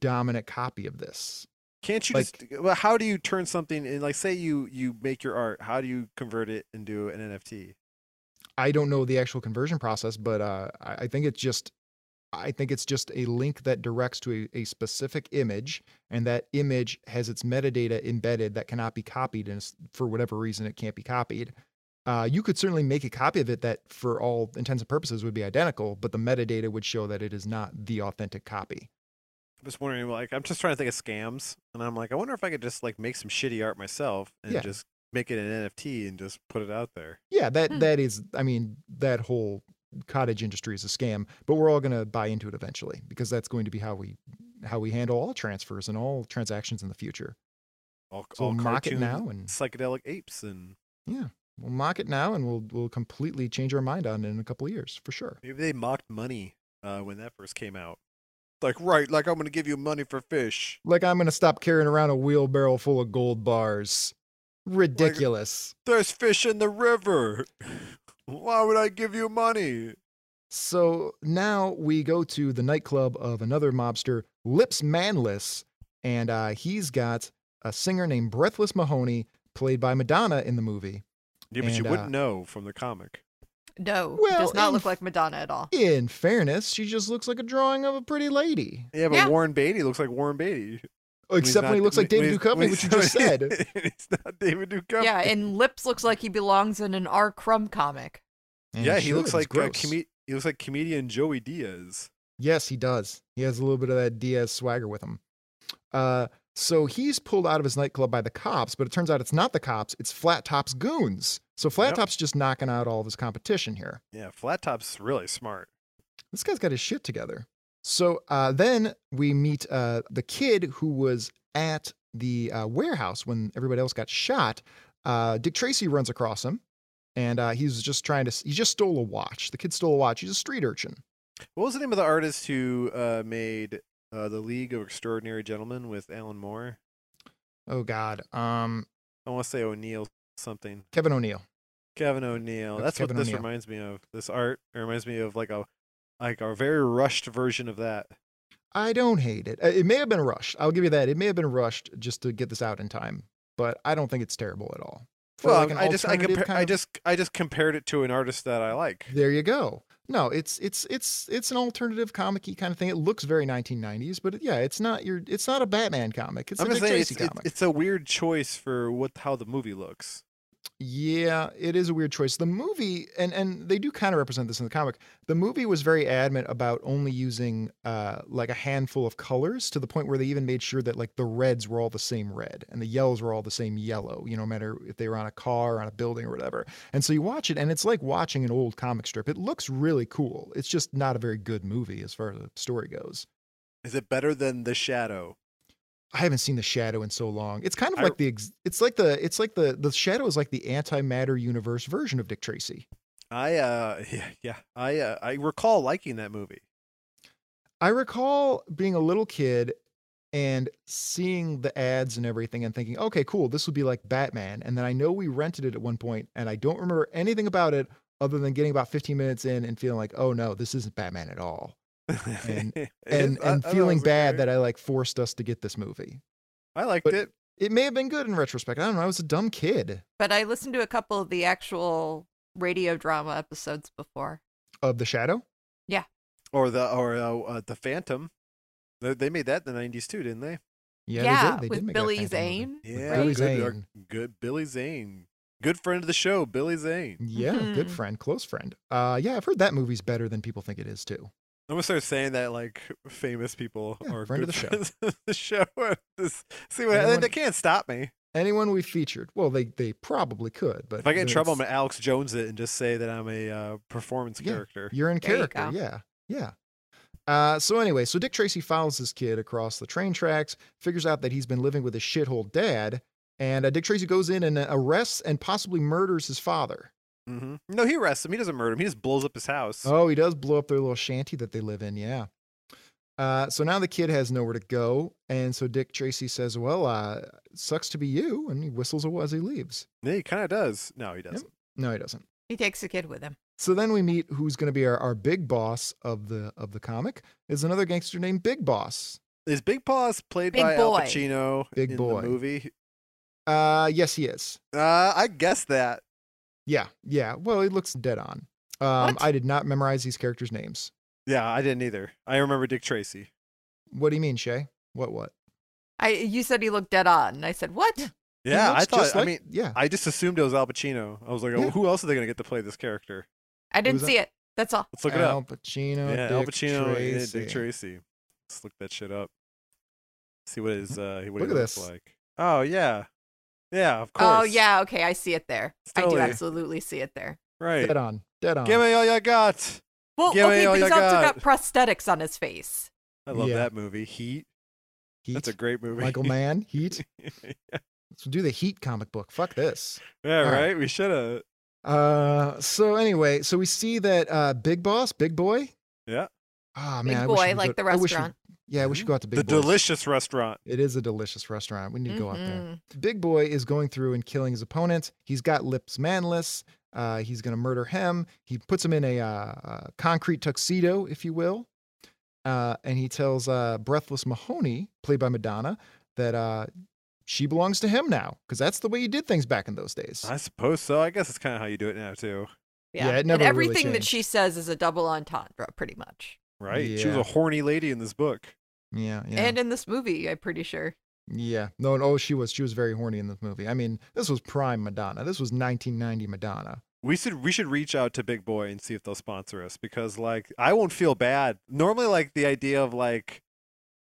Speaker 3: dominant copy of this.
Speaker 4: Can't you
Speaker 3: Like-
Speaker 4: just? Well, how do you turn something in? Like, say you you make your art. How do you convert it into an NFT?
Speaker 3: I don't know the actual conversion process, but uh, I I think it's just I think it's just a link that directs to a, a specific image, and that image has its metadata embedded that cannot be copied, and it's- for whatever reason, it can't be copied. Uh, you could certainly make a copy of it that, for all intents and purposes, would be identical, but the metadata would show that it is not the authentic copy.
Speaker 4: I'm just wondering. Like, I'm just trying to think of scams, and I'm like, I wonder if I could just like make some shitty art myself and
Speaker 3: Yeah.
Speaker 4: just make it an NFT and just put it out there.
Speaker 3: Yeah, that
Speaker 5: Hmm.
Speaker 3: that is. I mean, that whole cottage industry is a scam, but we're all going to buy into it eventually because that's going to be how we how we handle all transfers and all transactions in the future.
Speaker 4: All,
Speaker 3: So
Speaker 4: all
Speaker 3: mock it
Speaker 4: cartoon
Speaker 3: now and-
Speaker 4: psychedelic apes, and
Speaker 3: We'll mock it now, and we'll we'll completely change our mind on it in a couple of years for sure.
Speaker 4: maybe they mocked money uh, when that first came out. Like, right? Like, I'm gonna give you money for fish.
Speaker 3: Like I'm going to stop carrying around a wheelbarrow full of gold bars. Ridiculous.
Speaker 4: There's fish in the river. *laughs* Why would I give you money?
Speaker 3: So now we go to the nightclub of another mobster, Lips Manless, and uh, he's got a singer named Breathless Mahoney, played by Madonna in the movie.
Speaker 4: Yeah, but you
Speaker 3: And, uh,
Speaker 4: wouldn't know from the comic.
Speaker 5: no,
Speaker 3: Well,
Speaker 5: does not
Speaker 3: in-
Speaker 5: look like Madonna at all.
Speaker 3: In fairness, she just looks like a drawing of a pretty lady,
Speaker 4: Yeah, but
Speaker 5: Yeah.
Speaker 4: Warren Beatty looks like Warren Beatty.
Speaker 3: except when he looks like David Duchovny,
Speaker 4: *laughs*
Speaker 3: which you just said.
Speaker 4: It's not David Duchovny.
Speaker 5: Yeah, and Lips looks like he belongs in an R. Crumb comic.
Speaker 3: And
Speaker 4: yeah, he
Speaker 3: Mm, sure,
Speaker 4: looks
Speaker 3: it's
Speaker 4: like uh,
Speaker 3: gross.
Speaker 4: comed- he looks like comedian Joey Diaz.
Speaker 3: Yes, he does. He has a little bit of that Diaz swagger with him. Uh, so he's pulled out of his nightclub by the cops, but it turns out it's not the cops, it's Flat Top's goons. So Flat
Speaker 4: Yep.
Speaker 3: Top's just knocking out all of his competition here.
Speaker 4: Yeah, Flat Top's really smart.
Speaker 3: This guy's got his shit together. So uh, then we meet uh, the kid who was at the uh, warehouse when everybody else got shot. Uh, Dick Tracy runs across him, and uh, he's just trying to, he just stole a watch. The kid stole a watch. He's a street urchin.
Speaker 4: What was the name of the artist who uh, made uh, the League of Extraordinary Gentlemen with Alan Moore?
Speaker 3: Oh, God. Um,
Speaker 4: I want to say O'Neill something.
Speaker 3: Kevin O'Neill.
Speaker 4: Kevin O'Neill.
Speaker 3: That's
Speaker 4: That's
Speaker 3: Kevin
Speaker 4: what this
Speaker 3: O'Neill.
Speaker 4: reminds me of. This art it reminds me of like a like a very rushed version of that.
Speaker 3: I don't hate it. Uh, It may have been rushed. I'll give you that. It may have been rushed just to get this out in time, but I don't think it's terrible at all. For
Speaker 4: Well,
Speaker 3: like an
Speaker 4: I just I,
Speaker 3: alternative
Speaker 4: compare
Speaker 3: kind
Speaker 4: I
Speaker 3: of-
Speaker 4: just I just compared it to an artist that I like.
Speaker 3: There you go. No, it's it's it's it's an alternative comic-y kind of thing. It looks very 1990s, but it- yeah, it's not your it's not a Batman comic. It's
Speaker 4: I'm
Speaker 3: a
Speaker 4: just
Speaker 3: Dick
Speaker 4: saying it's,
Speaker 3: Tracy
Speaker 4: it's,
Speaker 3: comic.
Speaker 4: it's a weird choice for what how the movie looks.
Speaker 3: Yeah, it is a weird choice. The movie, and and they do kind of represent this in the comic. The movie was very adamant about only using uh like a handful of colors to the point where they even made sure that like the reds were all the same red and the yellows were all the same yellow. You know, no matter if they were on a car, on a building, or whatever. And so you watch it, and it's like watching an old comic strip. It looks really cool. It's just not a very good movie as far as the story goes.
Speaker 4: Is it better than The Shadow?
Speaker 3: I haven't seen the shadow in so long. It's kind of
Speaker 4: I-
Speaker 3: like the ex- it's like the it's like the the shadow is like the antimatter universe version of Dick Tracy.
Speaker 4: I uh *laughs* yeah, yeah. I uh, I recall liking that movie.
Speaker 3: I recall being a little kid and seeing the ads and everything and thinking, okay, cool, this would be like Batman. And then I know we rented it at one point and I don't remember anything about it other than getting about 15 minutes in and feeling like, oh no, this isn't Batman at all. And-
Speaker 4: *laughs* It-
Speaker 3: And,
Speaker 4: I- I
Speaker 3: and
Speaker 4: thought it
Speaker 3: feeling
Speaker 4: was
Speaker 3: bad
Speaker 4: okay.
Speaker 3: that I like forced us to get this movie.
Speaker 4: I liked
Speaker 3: but-
Speaker 4: it.
Speaker 3: It may have been good in retrospect. I don't know. I was a dumb kid
Speaker 5: But I listened to a couple of the actual radio drama episodes before.
Speaker 3: of The Shadow.
Speaker 4: Or the or uh, uh, the Phantom. They, they made that in the '90s too, didn't they?
Speaker 3: Yeah, they did. They did
Speaker 5: with
Speaker 3: make that
Speaker 5: Billy
Speaker 3: Phantom movie.
Speaker 5: Zane.
Speaker 3: Yeah, Billy
Speaker 4: good, or-
Speaker 3: Zane.
Speaker 4: good Billy Zane, good friend of the show, Billy Zane.
Speaker 3: Yeah, good
Speaker 5: Mhm.
Speaker 3: friend, close friend. Uh, yeah, I've heard that movie's better than people think it is too.
Speaker 4: I'm gonna start saying that like famous people
Speaker 3: Yeah,
Speaker 4: are
Speaker 3: friend of
Speaker 4: good
Speaker 3: the show.
Speaker 4: friends *laughs* of the show. This- see what
Speaker 3: Anyone-
Speaker 4: they can't stop me.
Speaker 3: Anyone we featured, well, they they probably could, but
Speaker 4: If I get in
Speaker 3: that's-
Speaker 4: trouble, I'm gonna Alex Jones it and just say that I'm a uh, performance
Speaker 3: Yeah.
Speaker 4: character.
Speaker 3: You're in
Speaker 5: There you
Speaker 3: character.
Speaker 5: go.
Speaker 3: yeah. Yeah. Uh, so anyway, so Dick Tracy follows this kid across the train tracks, figures out that he's been living with his shithole dad, and uh, Dick Tracy goes in and uh, arrests and possibly murders his father.
Speaker 4: hmm No, he arrests him. He doesn't murder him. He just blows up his house.
Speaker 3: Oh, he does blow up their little shanty that they live in. Yeah. Uh, so now the kid has nowhere to go, and so Dick Tracy says, "Well, uh, sucks to be you," and he whistles away as he leaves.
Speaker 4: Yeah, he kind of does. No, he doesn't.
Speaker 3: No, he doesn't.
Speaker 5: He takes the kid with him.
Speaker 3: So then we meet who's going to be our, our big boss of the of the comic is another gangster named Big Boss.
Speaker 4: Is Big Paws played
Speaker 5: Big
Speaker 4: by Al
Speaker 5: boy.
Speaker 4: Pacino
Speaker 3: Big
Speaker 4: in
Speaker 3: boy.
Speaker 4: the movie?
Speaker 3: Uh, yes, he is.
Speaker 4: Uh, I guess that.
Speaker 3: Yeah, yeah. Well, he looks dead on. Um,
Speaker 5: What?
Speaker 3: I did not memorize these characters' names.
Speaker 4: Yeah, I didn't either. I remember Dick Tracy.
Speaker 3: What do you mean, Shay? What? What?
Speaker 5: I you said he looked dead on. And I said, What?
Speaker 3: He
Speaker 4: Yeah, I
Speaker 3: looks
Speaker 4: thought.
Speaker 3: just
Speaker 4: I
Speaker 3: like-
Speaker 4: mean,
Speaker 3: yeah.
Speaker 4: I just assumed it was Al Pacino. I was like, oh,
Speaker 3: Yeah.
Speaker 4: who else are they gonna get to play this character?
Speaker 5: I didn't
Speaker 3: was
Speaker 5: see it. That's all.
Speaker 4: Let's look it
Speaker 3: Al
Speaker 4: up.
Speaker 3: Pacino.
Speaker 4: Yeah,
Speaker 3: Dick
Speaker 4: Al Pacino and
Speaker 3: Tracy.
Speaker 4: Dick Tracy. Let's look that shit up. See what his uh, what
Speaker 3: Look
Speaker 4: he
Speaker 3: at
Speaker 4: looks
Speaker 3: this.
Speaker 4: like. Oh yeah, yeah, of course.
Speaker 5: Oh yeah, okay, I see it there. I do
Speaker 4: Totally.
Speaker 5: absolutely see it there.
Speaker 4: right.
Speaker 3: Dead on. Dead on.
Speaker 4: Give me all you got.
Speaker 5: Well,
Speaker 4: Give me
Speaker 5: okay,
Speaker 4: all
Speaker 5: but he's
Speaker 4: you
Speaker 5: also
Speaker 4: got.
Speaker 5: got prosthetics on his face.
Speaker 4: I love
Speaker 3: Yeah.
Speaker 4: that movie. Heat.
Speaker 3: Heat.
Speaker 4: That's a great movie. *laughs*
Speaker 3: Michael Mann. Heat.
Speaker 4: yeah,
Speaker 3: Let's do the Heat comic book. Fuck this.
Speaker 4: right.
Speaker 3: right.
Speaker 4: We should have.
Speaker 3: Uh, so anyway, so we see that uh, Big Boss, Big Boy.
Speaker 4: Yeah.
Speaker 3: Ah man, I
Speaker 5: Big
Speaker 3: wish we
Speaker 5: Boy,
Speaker 3: could
Speaker 5: like
Speaker 3: go-
Speaker 5: the
Speaker 3: I wish we-
Speaker 5: restaurant.
Speaker 3: yeah, we should go out to Big
Speaker 4: the
Speaker 3: Boy's.
Speaker 4: delicious restaurant.
Speaker 3: It is a delicious restaurant. We need to go out there.
Speaker 5: Mhm.
Speaker 3: Big Boy is going through and killing his opponents. He's got Lips Manless. Uh, he's going to murder him. He puts him in a uh, uh, concrete tuxedo, if you will. Uh, and he tells uh, Breathless Mahoney, played by Madonna, that uh, she belongs to him now because that's the way you did things back in those days.
Speaker 4: I suppose so. I guess it's kind of how you do it now too,
Speaker 3: Yeah, it never
Speaker 5: and
Speaker 3: really
Speaker 5: everything that
Speaker 3: changed.
Speaker 5: she says is a double entendre, pretty much.
Speaker 4: right? She was
Speaker 3: Yeah.
Speaker 4: a horny lady in this book.
Speaker 3: Yeah, yeah,
Speaker 5: And in this movie, I'm pretty sure.
Speaker 3: yeah. No, no, she was she was very horny in this movie. I mean, this was prime Madonna. This was 1990 Madonna.
Speaker 4: We should we should reach out to Big Boy and see if they'll sponsor us because like I won't feel bad. Normally, like the idea of like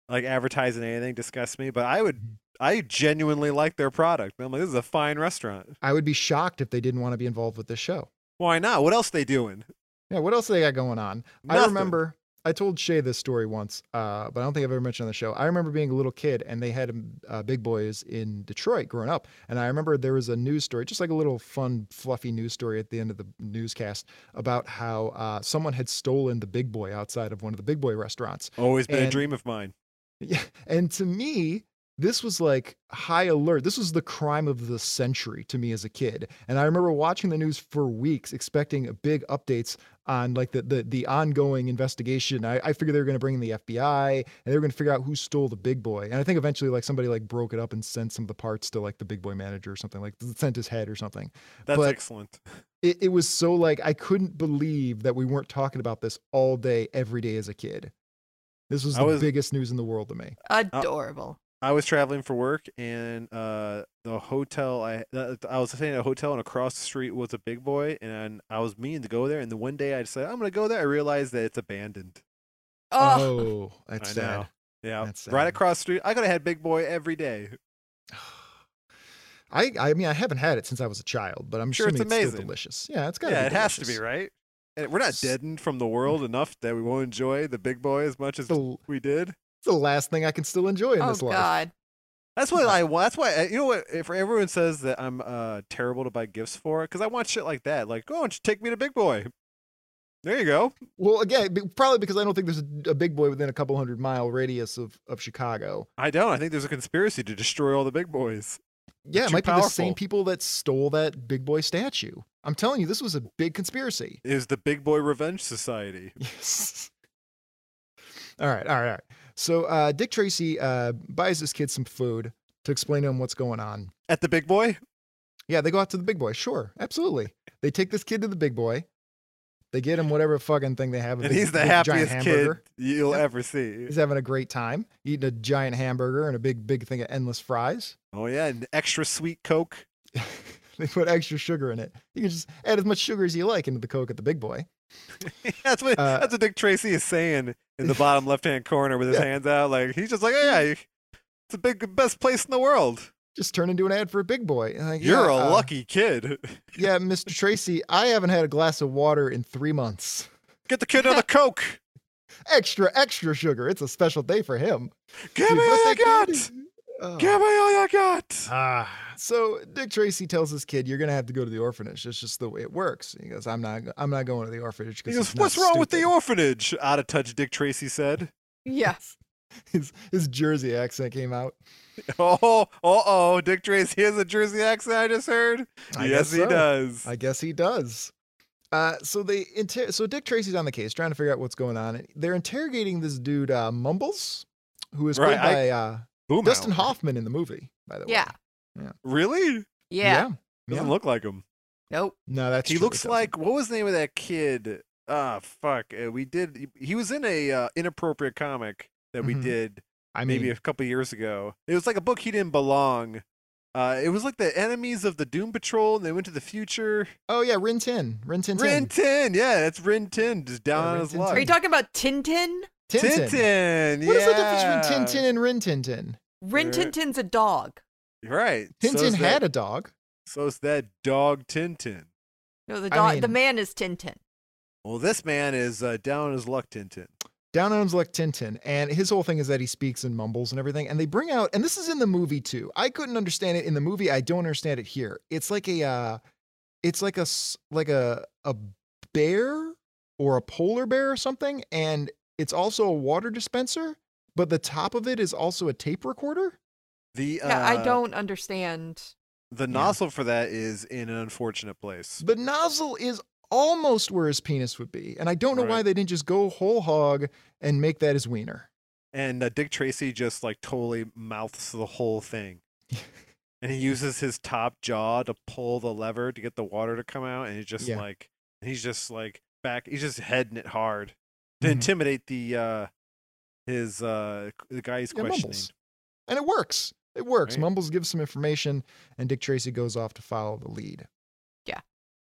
Speaker 4: like advertising anything disgusts me, but I
Speaker 3: Mm-hmm.
Speaker 4: would I genuinely like their product. I'm like, this is a fine restaurant.
Speaker 3: I would be shocked if they didn't want to be involved with this show.
Speaker 4: Why not? What else they doing?
Speaker 3: Yeah, what else they got going on? I
Speaker 4: Nothing.
Speaker 3: remember I told Shay this story once, uh, but I don't think I've ever mentioned on the show. I remember being a little kid and they had um, uh, big boys in Detroit growing up, and I remember there was a news story, just like a little fun, fluffy news story at the end of the newscast about how uh, someone had stolen the big boy outside of one of the big boy restaurants.
Speaker 4: Always been a
Speaker 3: And-
Speaker 4: dream of mine.
Speaker 3: Yeah, and to me. This was like high alert. This was the crime of the century to me as a kid. And I remember watching the news for weeks, expecting big updates on like the the, the ongoing investigation. I, I figured they were going to bring in the FBI and they were going to figure out who stole the big boy. And I think eventually like somebody like broke it up and sent some of the parts to like the big boy manager or something like sent his head or something.
Speaker 4: That's
Speaker 3: But-
Speaker 4: excellent.
Speaker 3: it, it was so like I couldn't believe that we weren't talking about this all day, every day as a kid. This was
Speaker 4: I
Speaker 3: the
Speaker 4: was-
Speaker 3: biggest news in the world to me.
Speaker 5: Adorable.
Speaker 4: I was traveling for work, and uh, the hotel I uh, I was staying at a hotel, and across the street was a Big Boy, and I was meaning to go there. And the one day I decided I'm gonna go there. I realized that it's abandoned.
Speaker 5: Oh,
Speaker 3: that's
Speaker 4: I
Speaker 3: sad.
Speaker 4: know. Yeah,
Speaker 3: That's sad.
Speaker 4: right across the street. I could have had Big Boy every day.
Speaker 3: *sighs* I, I mean, I haven't had it since I was a child, but I'm
Speaker 4: Sure, it's
Speaker 3: assuming it's, still
Speaker 4: amazing.
Speaker 3: delicious. Yeah, it's got
Speaker 4: Yeah, it has to be
Speaker 3: delicious.
Speaker 4: right. And we're not
Speaker 3: S-
Speaker 4: deadened from the world enough that we won't enjoy the Big Boy as much as
Speaker 3: The,
Speaker 4: we did.
Speaker 3: it's the last thing I can still enjoy in
Speaker 5: oh
Speaker 3: this life.
Speaker 5: God.
Speaker 4: That's what I want. That's why I, you know what. If everyone says that I'm uh, terrible to buy gifts for, because I want shit like that. Like, go on, just take me to Big Boy. There you go.
Speaker 3: Well, again, be- probably because I don't think there's a, a big boy within a couple hundred mile radius of, of Chicago.
Speaker 4: I don't. I think there's a conspiracy to destroy all the big boys.
Speaker 3: Yeah, it
Speaker 4: too
Speaker 3: might be the same
Speaker 4: powerful.
Speaker 3: people that stole that big boy statue. I'm telling you, this was a big conspiracy.
Speaker 4: Is the Big Boy Revenge Society?
Speaker 3: Yes. *laughs* All right, all right, all right. So uh, Dick Tracy uh, buys this kid some food to explain to him what's going on.
Speaker 4: At the Big Boy?
Speaker 3: Yeah, they go out to the big boy. Sure, absolutely. They take this kid to the big boy. They get him whatever fucking thing they have. a
Speaker 4: And
Speaker 3: big-
Speaker 4: he's the
Speaker 3: big giant
Speaker 4: happiest kid
Speaker 3: hamburger.
Speaker 4: you'll
Speaker 3: Yep.
Speaker 4: ever see.
Speaker 3: He's having a great time eating a giant hamburger and a big, big thing of endless fries. *laughs*
Speaker 4: Oh, yeah. And extra sweet Coke.
Speaker 3: they put extra sugar in it. You can just add as much sugar as you like into the Coke at the big boy.
Speaker 4: *laughs* that's, what,
Speaker 3: Uh,
Speaker 4: that's what Dick Tracy is saying in the bottom left hand corner with his
Speaker 3: Yeah. Mm-hmm.
Speaker 4: hands out. Like, he's just like, yeah, you- it's the big, best place in the world.
Speaker 3: Just turn into an ad for a big boy. And like,
Speaker 4: You're
Speaker 3: yeah,
Speaker 4: a
Speaker 3: uh,
Speaker 4: lucky kid. *laughs*
Speaker 3: Yeah, Mr. Tracy, I haven't had a glass of water in three months. *laughs*
Speaker 4: Get the kid another Coke.
Speaker 3: Extra, extra sugar. It's a special day for him.
Speaker 4: Give
Speaker 3: Dude,
Speaker 4: me all
Speaker 3: what's
Speaker 4: you
Speaker 3: that
Speaker 4: got.
Speaker 3: candy?
Speaker 4: Give
Speaker 3: Oh.
Speaker 4: me all you got.
Speaker 3: *laughs* Ah. So Dick Tracy tells this kid, "You're gonna have to go to the orphanage. That's just the way it works." He goes, "I'm not. I'm not going to the orphanage."
Speaker 4: He
Speaker 3: Because
Speaker 4: goes, What's wrong with the orphanage? Out of touch, Dick Tracy said. *laughs*
Speaker 5: Yeah.
Speaker 3: *laughs* His his Jersey accent came out.
Speaker 4: Oh, uh oh, Dick Tracy has a Jersey accent. I just heard.
Speaker 3: I
Speaker 4: yes,
Speaker 3: guess
Speaker 4: he
Speaker 3: so.
Speaker 4: does.
Speaker 3: I guess he does. Uh, so they inter- so Dick Tracy's on the case, trying to figure out what's going on. and They're interrogating this dude uh, Mumbles, who is played
Speaker 4: Right, I-
Speaker 3: by uh,
Speaker 4: Boom
Speaker 3: Dustin
Speaker 4: out.
Speaker 3: Hoffman in the movie. By the way,
Speaker 5: Yeah.
Speaker 4: Really?
Speaker 5: Yeah.
Speaker 4: Doesn't
Speaker 3: Yeah.
Speaker 4: look like him.
Speaker 5: Nope.
Speaker 3: No, that's
Speaker 4: he
Speaker 3: true, it
Speaker 4: looks
Speaker 3: doesn't.
Speaker 4: like what was the name of that kid? Ah, fuck. uh, We did. he- He was in a uh, inappropriate comic that we
Speaker 3: Mhm.
Speaker 4: did
Speaker 3: I mean,
Speaker 4: maybe a couple years ago. It was like a book he didn't belong. Uh, it was like the enemies of the Doom Patrol, and they went to the future.
Speaker 3: oh yeah, Rin Tin, Rin Tin, Tin.
Speaker 4: Rin Tin, yeah, that's Rin Tin, just down
Speaker 3: Yeah,
Speaker 4: on
Speaker 3: Rin
Speaker 4: his
Speaker 3: Tin
Speaker 4: luck.
Speaker 5: Are you talking about Tintin?
Speaker 3: Tin Tin.
Speaker 4: Tintin,
Speaker 3: What is
Speaker 4: yeah.
Speaker 3: the difference between Tin Tin and Rin Tin Tin?
Speaker 5: Rin
Speaker 4: Sure.
Speaker 5: Tintin's a dog.
Speaker 4: Right.
Speaker 3: Tintin
Speaker 4: so's that-
Speaker 3: had a dog.
Speaker 4: So it's that dog Tintin.
Speaker 5: No, the
Speaker 3: I
Speaker 5: dog. the
Speaker 3: mean-
Speaker 5: man is Tintin.
Speaker 4: Well, this man is uh, down on his luck, Tintin.
Speaker 3: Down Adams like Tintin, and his whole thing is that he speaks and mumbles and everything. And they bring out, and this is in the movie too. I couldn't understand it in the movie. I don't understand it here. It's like a, uh, it's like a s- like a a bear or a polar bear or something, and it's also a water dispenser, but the top of it is also a tape recorder.
Speaker 4: The uh,
Speaker 5: yeah, I don't understand.
Speaker 4: The nozzle for that is in an unfortunate place.
Speaker 3: The nozzle is almost where his penis would be, and I don't know why
Speaker 4: Right.
Speaker 3: they didn't just go whole hog and make that his wiener.
Speaker 4: And uh, Dick Tracy just like totally mouths the whole thing.
Speaker 3: *laughs*
Speaker 4: and he uses his top jaw to pull the lever to get the water to come out. And he's just
Speaker 3: Yeah.
Speaker 4: like, he's just like back, he's just heading it hard to
Speaker 3: Mhm.
Speaker 4: intimidate the, uh, his, uh, the guy he's
Speaker 3: Yeah,
Speaker 4: questioning.
Speaker 3: Mumbles. and it works. It works.
Speaker 4: Right.
Speaker 3: Mumbles gives some information, and Dick Tracy goes off to follow the lead.
Speaker 5: Yeah.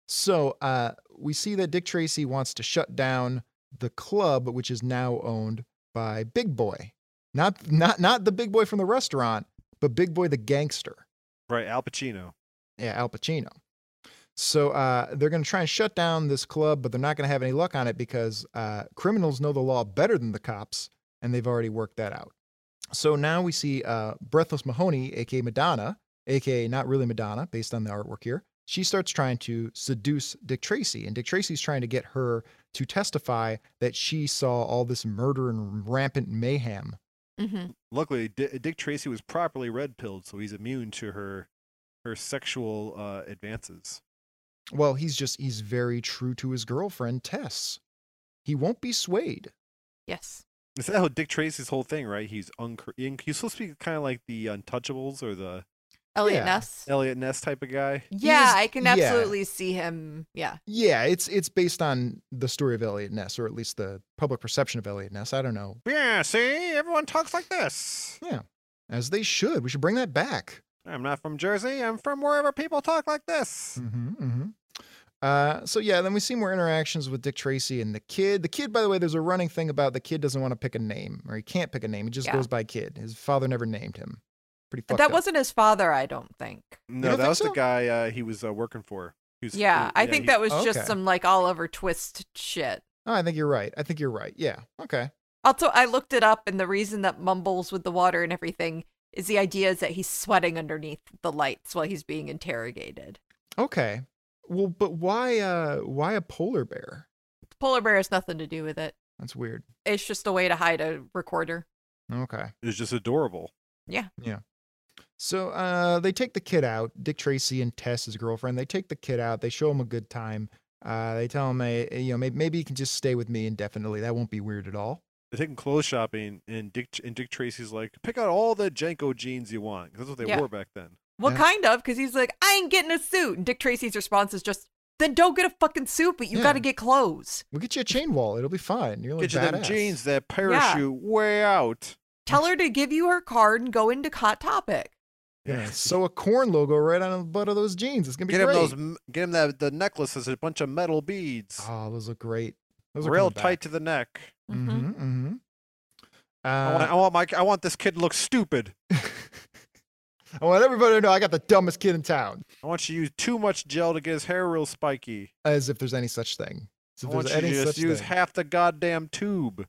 Speaker 3: So uh, we see that Dick Tracy wants to shut down the club, which is now owned by Big Boy, not not not the Big Boy from the restaurant, but Big Boy the gangster.
Speaker 4: Right. Al Pacino.
Speaker 3: Yeah, Al Pacino. So uh, they're going to try and shut down this club, but they're not going to have any luck on it because uh, criminals know the law better than the cops, and they've already worked that out. So now we see uh, Breathless Mahoney, aka Madonna, aka not really Madonna, based on the artwork here. She starts trying to seduce Dick Tracy, and Dick Tracy's trying to get her to testify that she saw all this murder and rampant mayhem.
Speaker 5: hmm
Speaker 4: luckily D- dick tracy was properly red pilled so he's immune to her her sexual uh, advances
Speaker 3: Well, he's just, he's very true to his girlfriend, Tess. He won't be swayed.
Speaker 5: Yes.
Speaker 4: is that how dick tracy's whole thing right he's uncre- in- he's supposed to be kind of like the untouchables or the
Speaker 3: Yeah.
Speaker 5: Elliot Ness.
Speaker 4: Elliot Ness type of guy.
Speaker 5: Yeah,
Speaker 3: He's-
Speaker 5: I can
Speaker 3: yeah.
Speaker 5: absolutely see him. Yeah.
Speaker 3: Yeah, it's it's based on the story of Elliot Ness, or at least the public perception of Elliot Ness. I don't know.
Speaker 4: Yeah, see, everyone talks like this.
Speaker 3: As they should. We should bring that back.
Speaker 4: I'm not from Jersey. I'm from wherever people talk like this.
Speaker 3: Mm-hmm, mm-hmm. Uh, so yeah, then we see more interactions with Dick Tracy and the kid. The kid, by the way, there's a running thing about the kid doesn't want to pick a name, or he can't pick a name. He just
Speaker 5: Yeah.
Speaker 3: goes by kid. His father never named him. Pretty fucked
Speaker 5: that
Speaker 3: up.
Speaker 5: wasn't his father, I don't think.
Speaker 4: No,
Speaker 3: don't
Speaker 4: that
Speaker 3: think
Speaker 4: was the
Speaker 3: so?
Speaker 4: guy uh, he was uh, working for. Who's,
Speaker 5: Yeah, I think
Speaker 4: he-
Speaker 5: that was just
Speaker 3: Okay.
Speaker 5: some like Oliver Twist shit.
Speaker 3: Oh, I think you're right. I think you're right. Yeah. Okay.
Speaker 5: Also, I looked it up, and the reason that mumbles with the water and everything is the idea is that he's sweating underneath the lights while he's being interrogated.
Speaker 3: Okay. Well, but why? Uh, why a polar bear?
Speaker 5: Polar bear has nothing to do with it.
Speaker 3: That's weird.
Speaker 5: It's just a way to hide a recorder.
Speaker 3: Okay.
Speaker 4: It was just adorable.
Speaker 3: So uh, they take the kid out. Dick Tracy and Tess, his girlfriend, they take the kid out. They show him a good time. Uh, they tell him, eh, eh, you know, maybe, maybe you can just stay with me indefinitely. That won't be weird at all.
Speaker 4: They're taking clothes shopping, and Dick and Dick Tracy's like, pick out all the Janko jeans you want. 'cause that's what they
Speaker 5: Yeah.
Speaker 4: wore back then.
Speaker 5: Well,
Speaker 3: Yeah.
Speaker 5: kind of, because he's like, I ain't getting a suit. And Dick Tracy's response is just, then don't get a fucking suit, but you
Speaker 3: Yeah.
Speaker 5: got to get clothes.
Speaker 3: We'll get you a chain wall. It'll be fine. You're like
Speaker 4: Get you them
Speaker 3: badass."
Speaker 4: jeans *laughs* that parachute way out.
Speaker 5: Tell her to give you her card and go into Hot Topic.
Speaker 3: Yeah. Sew a corn logo right on the butt of those jeans. It's gonna be
Speaker 4: Get him
Speaker 3: great.
Speaker 4: those. m- Get him that the necklace that's a bunch of metal beads,
Speaker 3: Oh, those look great. Those are
Speaker 4: real tight to the neck.
Speaker 3: Mm-hmm.
Speaker 5: Mhm.
Speaker 3: mm-hmm. Uh,
Speaker 4: I, want, I want my. I want this kid to look stupid.
Speaker 3: I want everybody to know I got the dumbest kid in town.
Speaker 4: I want you to use too much gel to get his hair real spiky.
Speaker 3: As if there's any such thing. As
Speaker 4: I
Speaker 3: if
Speaker 4: want
Speaker 3: there's
Speaker 4: you to
Speaker 3: any
Speaker 4: just
Speaker 3: such
Speaker 4: use
Speaker 3: thing.
Speaker 4: half the goddamn tube.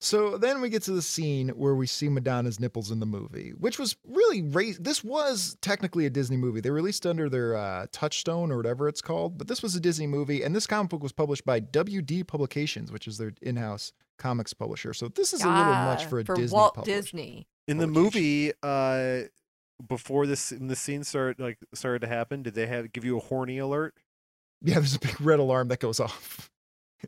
Speaker 3: So then we get to the scene where we see Madonna's nipples in the movie, which was really ra- this was technically a Disney movie. They released under their uh, Touchstone or whatever it's called, but this was a Disney movie, and this comic book was published by WD Publications, which is their in-house comics publisher. So this is a little much
Speaker 5: Ah,
Speaker 3: for a Disney
Speaker 5: Walt
Speaker 3: publisher.
Speaker 5: Disney.
Speaker 4: In the movie,
Speaker 3: Publication.
Speaker 4: uh, before this, when the scene started like started to happen, did they have give you a horny alert?
Speaker 3: *laughs* Yeah, there's a big red alarm that goes off.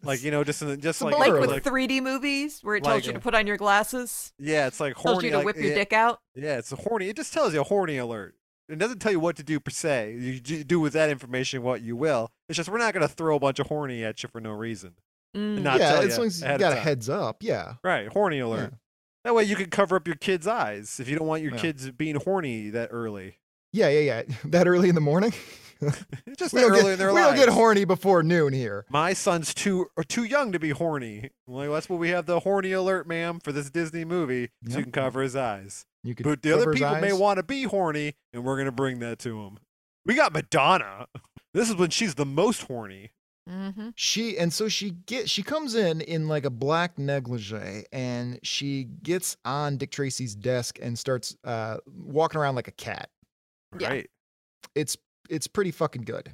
Speaker 4: Like you know, just in the, just
Speaker 3: a
Speaker 4: like,
Speaker 5: Like
Speaker 3: Or
Speaker 5: with
Speaker 3: like-
Speaker 5: 3D movies where it tells
Speaker 4: like-
Speaker 5: you to put on your glasses,
Speaker 4: yeah, it's like
Speaker 5: tells
Speaker 4: horny.
Speaker 5: you to
Speaker 4: like-
Speaker 5: whip your
Speaker 4: yeah,
Speaker 5: dick out.
Speaker 4: Yeah, it's a horny. It just tells you a horny alert. It doesn't tell you what to do per se. You d- do with that information what you will. It's just we're not gonna throw a bunch of horny at you for no reason. *laughs*
Speaker 5: Mm.
Speaker 4: Not
Speaker 3: yeah,
Speaker 4: tell
Speaker 3: as
Speaker 4: ya
Speaker 3: long as you
Speaker 4: ahead of
Speaker 3: got a
Speaker 4: time.
Speaker 3: heads up. Yeah.
Speaker 4: Right, horny alert. That way you can cover up your kids' eyes if you don't want your
Speaker 3: Yeah.
Speaker 4: kids being horny that early. *laughs*
Speaker 3: Yeah, yeah, *laughs* yeah. That early in the morning?
Speaker 4: just
Speaker 3: we
Speaker 4: that
Speaker 3: don't,
Speaker 4: early
Speaker 3: get,
Speaker 4: in their
Speaker 3: we don't
Speaker 4: lives.
Speaker 3: get horny before noon here.
Speaker 4: My son's too or too young to be horny. Well, that's what we have the horny alert, ma'am, for this Disney movie, so you
Speaker 3: Yep.
Speaker 4: can cover his eyes.
Speaker 3: You could
Speaker 4: But the other
Speaker 3: cover his
Speaker 4: people may
Speaker 3: eyes.
Speaker 4: want to be horny, and we're gonna bring that to them. We got Madonna. *laughs* This is when she's the most horny.
Speaker 5: hmm
Speaker 3: she and so she get she comes in in like a black negligee and she gets on Dick Tracy's desk and starts uh walking around like a cat.
Speaker 5: Yeah.
Speaker 4: Right.
Speaker 3: It's it's pretty fucking good.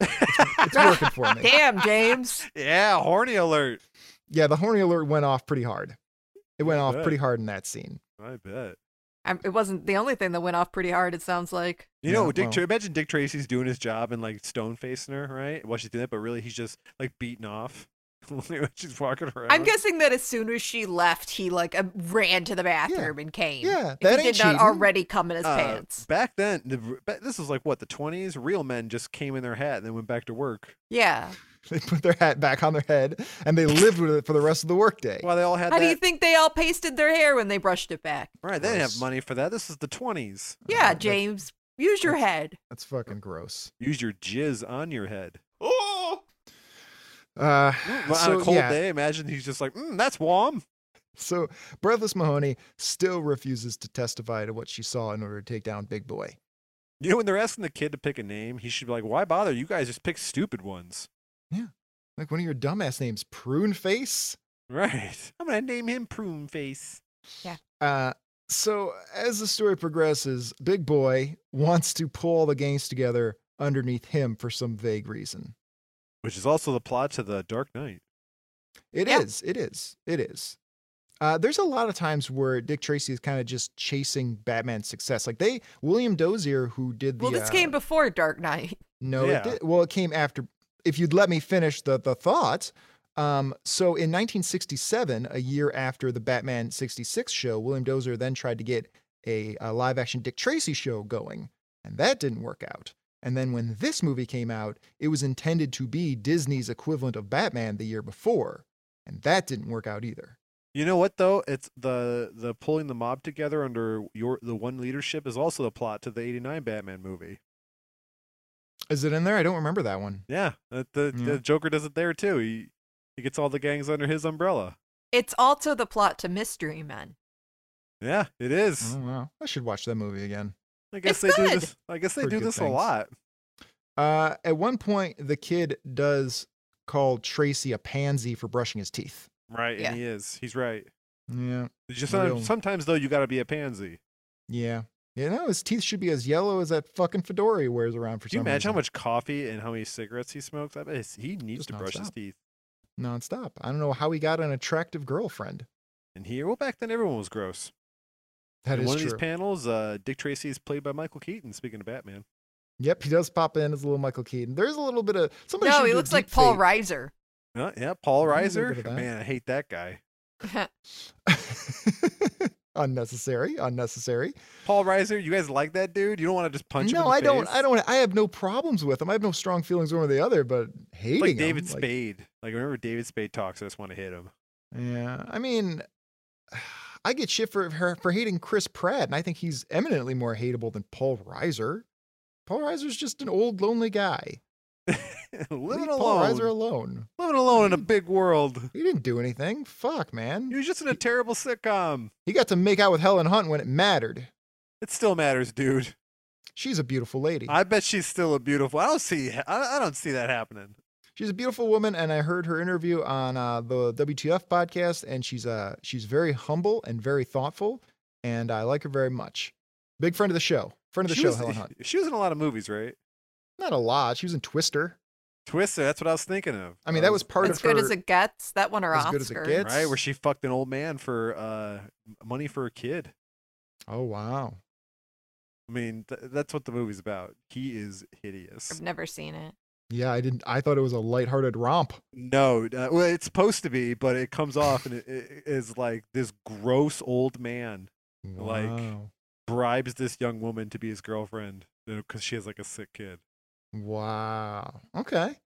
Speaker 3: It's, it's working for me. *laughs*
Speaker 5: *laughs* Damn, James.
Speaker 4: Yeah, horny alert.
Speaker 3: Yeah, the horny alert went off pretty hard. It went
Speaker 4: I
Speaker 3: off
Speaker 4: bet.
Speaker 3: pretty hard in that scene. *laughs*
Speaker 4: I bet.
Speaker 5: I, it wasn't the only thing that went off pretty hard, it sounds like.
Speaker 4: You
Speaker 3: Yeah,
Speaker 4: know, Dick.
Speaker 3: well.
Speaker 4: Tra- imagine Dick Tracy's doing his job and like stone facing her, right? While she's doing that, but really he's just like beating off. *laughs* when she's walking around.
Speaker 5: I'm guessing that as soon as she left, he like um, ran to the bathroom and came.
Speaker 3: Yeah,
Speaker 5: If
Speaker 3: that
Speaker 5: he
Speaker 3: ain't
Speaker 5: did not
Speaker 3: cheating.
Speaker 5: already come in his
Speaker 4: Uh,
Speaker 5: pants.
Speaker 4: Back then, the, r- ba- this was like what the 20s. Real men just came in their hat and then went back to work.
Speaker 5: Yeah.
Speaker 3: They put their hat back on their head and they lived with it for the rest of the workday.
Speaker 4: Well, they all had
Speaker 5: How
Speaker 4: that.
Speaker 5: do you think they all pasted their hair when they brushed it back?
Speaker 4: right, they didn't have
Speaker 3: Gross.
Speaker 4: money for that. This was the 20s.
Speaker 5: Yeah,
Speaker 3: Uh, that-
Speaker 5: James, use your head.
Speaker 3: That's fucking gross.
Speaker 4: Use your jizz on your head.
Speaker 3: Uh,
Speaker 4: Well, on
Speaker 3: so,
Speaker 4: a cold
Speaker 3: yeah,
Speaker 4: day, imagine he's just like, mm, "That's warm."
Speaker 3: so Breathless Mahoney still refuses to testify to what she saw in order to take down Big Boy.
Speaker 4: You know, when they're asking the kid to pick a name, he should be like, "Why bother? You guys just pick stupid ones." *laughs*
Speaker 3: Like one of your dumbass names, Prune Face.
Speaker 4: Right. I'm gonna name him Prune Face.
Speaker 3: Uh, so as the story progresses, Big Boy wants to pull all the gangs together underneath him for some vague reason.
Speaker 4: Which is also the plot to the Dark Knight.
Speaker 3: It
Speaker 5: Yeah.
Speaker 3: is. It is. It is. Uh, there's a lot of times where Dick Tracy is kind of just chasing Batman's success. Like they, William Dozier, who did the
Speaker 5: Well, this
Speaker 3: uh,
Speaker 5: came before Dark Knight.
Speaker 3: No,
Speaker 4: Yeah.
Speaker 3: it did. well, it came after. If you'd let me finish the the thought, um, so in 1967, a year after the Batman 66 show, William Dozier then tried to get a, a live action Dick Tracy show going, and that didn't work out. And then when this movie came out, it was intended to be Disney's equivalent of Batman the year before, and that didn't work out either.
Speaker 4: You know what though? It's the the pulling the mob together under your the one leadership is also the plot to the '89 Batman movie.
Speaker 3: Is it in there? I don't remember that one.
Speaker 4: Yeah, the the,
Speaker 3: Yeah.
Speaker 4: the Joker does it there too. He he gets all the gangs under his umbrella.
Speaker 5: It's also the plot to Mystery Men.
Speaker 4: Yeah, it is.
Speaker 3: Oh, wow. I should watch that movie again.
Speaker 4: I guess
Speaker 5: It's
Speaker 4: they do
Speaker 5: good.
Speaker 4: this. I guess they
Speaker 3: Heard
Speaker 4: do
Speaker 3: good
Speaker 4: this a
Speaker 3: things.
Speaker 4: lot.
Speaker 3: Uh, at one point, the kid does call Tracy a pansy for brushing his teeth.
Speaker 4: Right,
Speaker 5: Yeah.
Speaker 4: and he is. He's right.
Speaker 3: Yeah.
Speaker 4: It's Just
Speaker 3: Real.
Speaker 4: sometimes though, you got to be a pansy.
Speaker 3: Yeah. You know, his teeth should be as yellow as that fucking fedora he wears around for
Speaker 4: Do you
Speaker 3: some
Speaker 4: imagine
Speaker 3: reason.
Speaker 4: how much coffee and how many cigarettes he smokes? I bet his- he needs
Speaker 3: Just
Speaker 4: to brush his
Speaker 3: nonstop.
Speaker 4: teeth.
Speaker 3: nonstop. I don't know how he got an attractive girlfriend.
Speaker 4: And here, well, back then everyone was gross.
Speaker 3: That
Speaker 4: in
Speaker 3: is
Speaker 4: one of
Speaker 3: true.
Speaker 4: these panels, uh, Dick Tracy is played by Michael Keaton. Speaking of Batman,
Speaker 3: yep, he does pop in as a little Michael Keaton. There's a little bit of somebody.
Speaker 5: no,
Speaker 3: should
Speaker 5: he
Speaker 3: do
Speaker 5: looks like
Speaker 3: deep
Speaker 5: Paul
Speaker 3: fake.
Speaker 5: Reiser. *laughs*
Speaker 4: Uh, yeah,
Speaker 3: a
Speaker 4: Paul
Speaker 3: little bit
Speaker 4: Reiser.
Speaker 3: of that.
Speaker 4: Man, I hate that guy.
Speaker 3: *laughs* unnecessary, unnecessary.
Speaker 4: Paul Reiser, you guys like that dude? You don't want to just punch him.
Speaker 3: no,
Speaker 4: in the
Speaker 3: I don't.
Speaker 4: face?
Speaker 3: I don't. I have no problems with him. I have no strong feelings one way or the other. But hating
Speaker 4: It's like
Speaker 3: him,
Speaker 4: David
Speaker 3: like-
Speaker 4: Spade. Like whenever David Spade talks, I just want to hit him. *laughs*
Speaker 3: Yeah, I mean, *sighs* I get shit for her for hating Chris Pratt, and I think he's eminently more hateable than Paul Reiser. Paul Reiser's just an old lonely guy.
Speaker 4: Living
Speaker 3: Leave Paul
Speaker 4: alone.
Speaker 3: Reiser alone.
Speaker 4: Living alone in a big
Speaker 3: *laughs*
Speaker 4: world.
Speaker 3: He didn't do anything. Fuck,
Speaker 4: He
Speaker 3: man.
Speaker 4: was just in a terrible sitcom.
Speaker 3: He got to make out with Helen Hunt when it mattered.
Speaker 4: It still matters, dude.
Speaker 3: She's a beautiful lady.
Speaker 4: I bet she's still a beautiful. I don't see. I, I don't see that happening.
Speaker 3: She's a beautiful woman, and I heard her interview on uh, the WTF podcast, and she's uh, she's very humble and very thoughtful, and I like her very much. Big friend of the show. Friend of the
Speaker 4: she,
Speaker 3: show,
Speaker 4: was, *laughs*
Speaker 3: Helen Hunt.
Speaker 4: she was in a lot of movies, right?
Speaker 3: Not a lot. She was in Twister.
Speaker 4: Twister. That's what I was thinking of. Um,
Speaker 3: I mean, that was part
Speaker 5: As
Speaker 3: of
Speaker 5: good
Speaker 3: her.
Speaker 5: as it gets. That one or
Speaker 3: As
Speaker 5: Oscar.
Speaker 3: good as it gets.
Speaker 4: right where she fucked an old man for uh, money for a kid.
Speaker 3: oh wow.
Speaker 4: I mean, th- that's what the movie's about. He is hideous.
Speaker 5: I've never seen it.
Speaker 3: Yeah, I didn't. I thought it was a lighthearted romp.
Speaker 4: No, uh, well, it's supposed to be, but it comes off and it, it is like this gross old man Like-
Speaker 3: Wow.
Speaker 4: bribes this young woman to be his girlfriend because she has like a sick kid.
Speaker 3: Wow. Okay.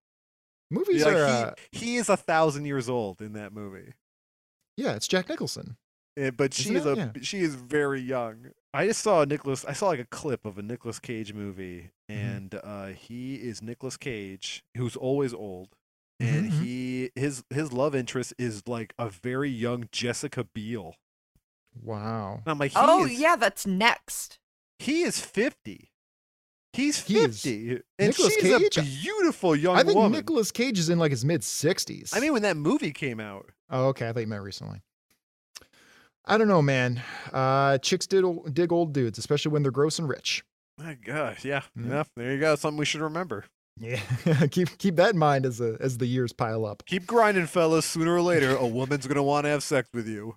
Speaker 3: Movies
Speaker 4: Yeah, like,
Speaker 3: are. uh,
Speaker 4: he, he is a thousand years old in that movie,
Speaker 3: yeah, it's Jack Nicholson.
Speaker 4: Eh, but she
Speaker 3: Isn't
Speaker 4: is
Speaker 3: it?
Speaker 4: a she is very young. I just saw a Nicholas. I saw like a clip of a Nicolas Cage movie,
Speaker 3: Mhm.
Speaker 4: and uh, he is Nicolas Cage, who's always old,
Speaker 3: Mhm,
Speaker 4: and
Speaker 3: mhm.
Speaker 4: he his his love interest is like a very young Jessica Biel.
Speaker 3: Wow.
Speaker 4: And I'm like, he
Speaker 5: oh
Speaker 4: is-
Speaker 5: yeah, that's next.
Speaker 4: he is fifty. He's
Speaker 3: He is-
Speaker 4: fifty, and
Speaker 3: Nicolas
Speaker 4: she's
Speaker 3: Cage?
Speaker 4: a beautiful young
Speaker 3: I think
Speaker 4: woman.
Speaker 3: Nicolas Cage is in like his mid sixties.
Speaker 4: I mean, when that movie came out,
Speaker 3: Oh, okay. I thought you meant recently. I don't know, man. Uh, chicks did dig old dudes, especially when they're gross and rich.
Speaker 4: my gosh, yeah,
Speaker 3: Yeah.
Speaker 4: yeah, there you go. Something we should remember.
Speaker 3: Yeah, *laughs* keep keep that in mind as the as the years pile up.
Speaker 4: Keep grinding, fellas. Sooner or later, a woman's gonna want to have sex with you.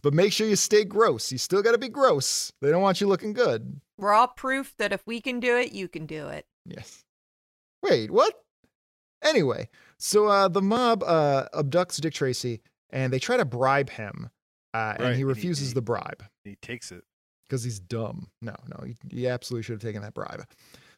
Speaker 3: But make sure you stay gross. You still got to be gross. They don't want you looking good.
Speaker 5: We're all proof that if we can do it, you can do it.
Speaker 3: Yes. Wait, what? Anyway, so uh, the mob uh, abducts Dick Tracy and they try to bribe him, uh,
Speaker 4: Right,
Speaker 3: and
Speaker 4: and
Speaker 3: he
Speaker 4: he-
Speaker 3: refuses
Speaker 4: and he-
Speaker 3: the bribe.
Speaker 4: He takes it.
Speaker 3: because he's dumb. No, no, he, he absolutely should have taken that bribe.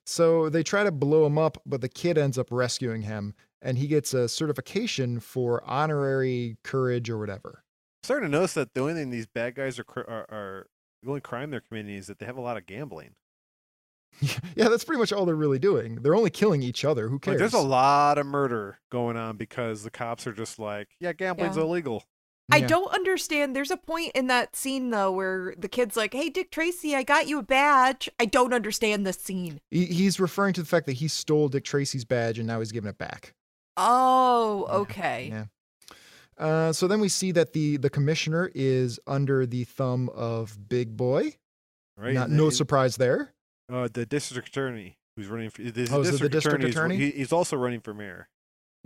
Speaker 3: So they try to blow him up, but the kid ends up rescuing him, and he gets a certification for honorary courage or whatever. *laughs*
Speaker 4: starting to notice that the only thing these bad guys are cr- are, are the only crime they're committing is that they have a lot of gambling.
Speaker 3: yeah, that's pretty much all they're really doing. They're only killing each other. Who
Speaker 4: Like,
Speaker 3: cares?
Speaker 4: there's a lot of murder going on because the cops are just like, yeah, gambling's
Speaker 5: Yeah.
Speaker 4: illegal.
Speaker 5: I
Speaker 3: Yeah.
Speaker 5: don't understand. There's a point in that scene though where the kid's like, "Hey, Dick Tracy, I got you a badge." I don't understand this scene.
Speaker 3: He, he's referring to the fact that he stole Dick Tracy's badge and now he's giving it back.
Speaker 5: Oh,
Speaker 3: Yeah,
Speaker 5: okay.
Speaker 3: yeah. Uh, so then we see that the the commissioner is under the thumb of Big Boy.
Speaker 4: Right?
Speaker 3: Not,
Speaker 4: And
Speaker 3: no
Speaker 4: then-
Speaker 3: surprise there.
Speaker 4: uh, the district attorney who's running for the
Speaker 3: Oh, is it the
Speaker 4: district,
Speaker 3: district
Speaker 4: attorney, is ru-
Speaker 3: attorney?
Speaker 4: he- he's also running for mayor,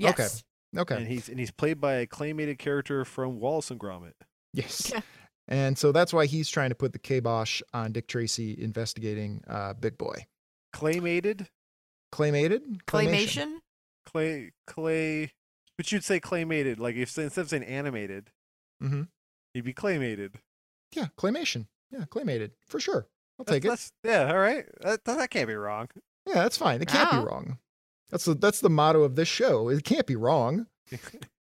Speaker 3: Okay.
Speaker 5: Yes.
Speaker 3: Okay.
Speaker 4: and he's and he's played by a claymated character from Wallace and Gromit.
Speaker 3: Yes.
Speaker 5: Yeah.
Speaker 3: And so that's why he's trying to put the kibosh on Dick Tracy investigating uh, Big Boy.
Speaker 4: Claymated,
Speaker 3: Claymated?
Speaker 5: Claymation.
Speaker 4: clay, clay, but you'd say claymated, like if instead of saying animated,
Speaker 3: Mhm.
Speaker 4: he'd be claymated.
Speaker 3: Yeah, claymation. Yeah, claymated for sure. I'll
Speaker 4: That's-
Speaker 3: take it.
Speaker 4: that's- yeah, all right. That, that, that can't be wrong.
Speaker 3: Yeah, that's fine. It can't
Speaker 5: Wow.
Speaker 3: be wrong. That's the that's the motto of this show. It can't be
Speaker 4: *laughs*
Speaker 3: wrong.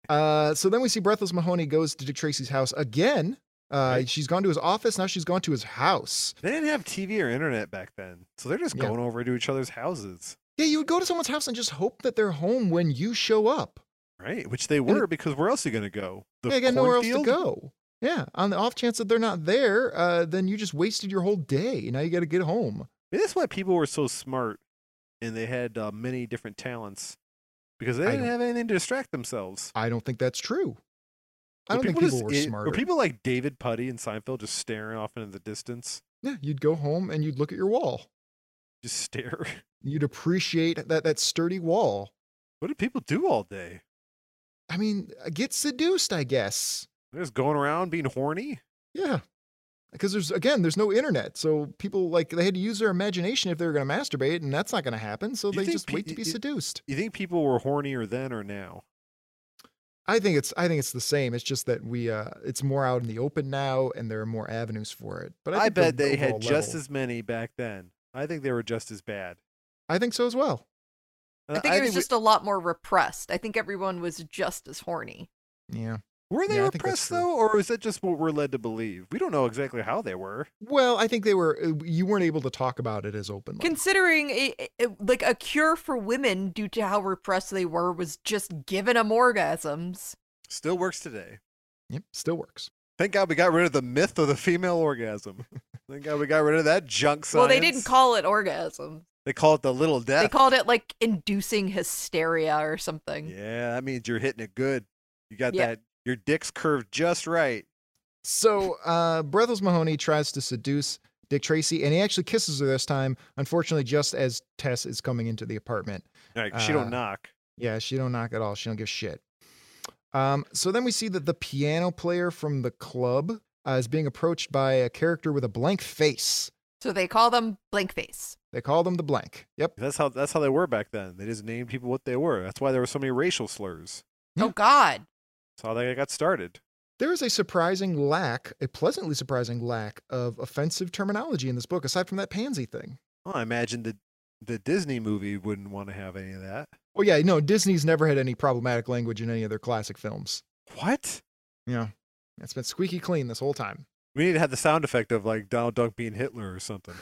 Speaker 3: uh, so then we see Breathless Mahoney goes to Dick Tracy's house again. Uh,
Speaker 4: Right.
Speaker 3: She's gone to his office. Now she's gone to his house.
Speaker 4: They didn't have TV or internet back then, so they're just
Speaker 3: Yeah.
Speaker 4: going over to each other's houses,
Speaker 3: Yeah, you would go to someone's house and just hope that they're home when you show up.
Speaker 4: right? Which they
Speaker 3: it-
Speaker 4: were because where else are you gonna go? The
Speaker 3: yeah, you got nowhere else to
Speaker 4: cornfield?
Speaker 3: go. Yeah, on the off chance that they're not there, uh, then you just wasted your whole day. Now you got to get home.
Speaker 4: Maybe that's why people were so smart, and they had uh, many different talents because they
Speaker 3: I
Speaker 4: didn't
Speaker 3: don't-
Speaker 4: have anything to distract themselves.
Speaker 3: I don't think that's true. I
Speaker 4: Were
Speaker 3: don't think people
Speaker 4: just
Speaker 3: were
Speaker 4: i-
Speaker 3: smarter.
Speaker 4: Were people like David Putty and Seinfeld just staring off into the distance?
Speaker 3: yeah, you'd go home and you'd look at your wall.
Speaker 4: Just *laughs* stare.
Speaker 3: You'd appreciate that that sturdy wall.
Speaker 4: What did people do all day?
Speaker 3: I mean, uh, get seduced, I guess.
Speaker 4: They're just going around being horny.
Speaker 3: Yeah. Because there's, again, there's no internet. So people, like, they had to use their imagination if they were going to masturbate, and that's not going to happen. So
Speaker 4: You
Speaker 3: they
Speaker 4: think
Speaker 3: just
Speaker 4: pe-
Speaker 3: wait to be
Speaker 4: you-
Speaker 3: seduced.
Speaker 4: You think people were hornier then or now?
Speaker 3: I think it's, I think it's the same. It's just that we, uh, it's more out in the open now, and there are more avenues for it. But I,
Speaker 4: I,
Speaker 3: think the
Speaker 4: bet they
Speaker 3: overall
Speaker 4: had just
Speaker 3: level-
Speaker 4: as many back then. I think they were just as bad. Uh,
Speaker 3: I think so as well.
Speaker 5: I think it was just a lot more repressed. I think everyone was just as horny.
Speaker 3: Yeah.
Speaker 4: we, were they
Speaker 3: yeah, I think that's
Speaker 4: repressed
Speaker 3: true.
Speaker 4: though, or is that just what we're led to believe? We don't know exactly how they were.
Speaker 3: Well, I think they were. uh, You weren't able to talk about it as openly.
Speaker 5: Considering a, a- like a cure for women due to how repressed they were was just giving them orgasms.
Speaker 4: Still works today.
Speaker 3: yep. Still works.
Speaker 4: Thank God we got rid of the myth of the female orgasm. *laughs* Thank God we got rid of that junk science.
Speaker 5: Well, they didn't call it orgasm.
Speaker 4: They call it the little
Speaker 5: They
Speaker 4: death.
Speaker 5: called it like inducing hysteria or something.
Speaker 4: yeah, that means you're hitting it good. You got
Speaker 5: Yeah.
Speaker 4: that. Your dick's curved just right.
Speaker 3: So uh, Breathless Mahoney tries to seduce Dick Tracy, and he actually kisses her this time. Unfortunately, just as Tess is coming into the apartment.
Speaker 4: Like she don't
Speaker 3: Uh,
Speaker 4: knock.
Speaker 3: Yeah, she don't knock at all. She don't give a shit. Um, so then we see that the piano player from the club uh, is being approached by a character with a blank face.
Speaker 5: So they call them blank face.
Speaker 3: They call them the blank. Yep.
Speaker 4: That's how that's how they were back then. They just named people what they were. That's why there were so many racial slurs.
Speaker 3: Yeah.
Speaker 5: Oh God.
Speaker 4: That's how they got started.
Speaker 3: There is a surprising lack, a pleasantly surprising lack of offensive terminology in this book, aside from that pansy thing.
Speaker 4: Well, I imagine the the Disney movie wouldn't want to have any of that.
Speaker 3: Well, Oh, yeah, no, Disney's never had any problematic language in any of their classic films.
Speaker 4: What?
Speaker 3: Yeah. It's been squeaky clean this whole time.
Speaker 4: We need to have the sound effect of like Donald Duck being Hitler or something.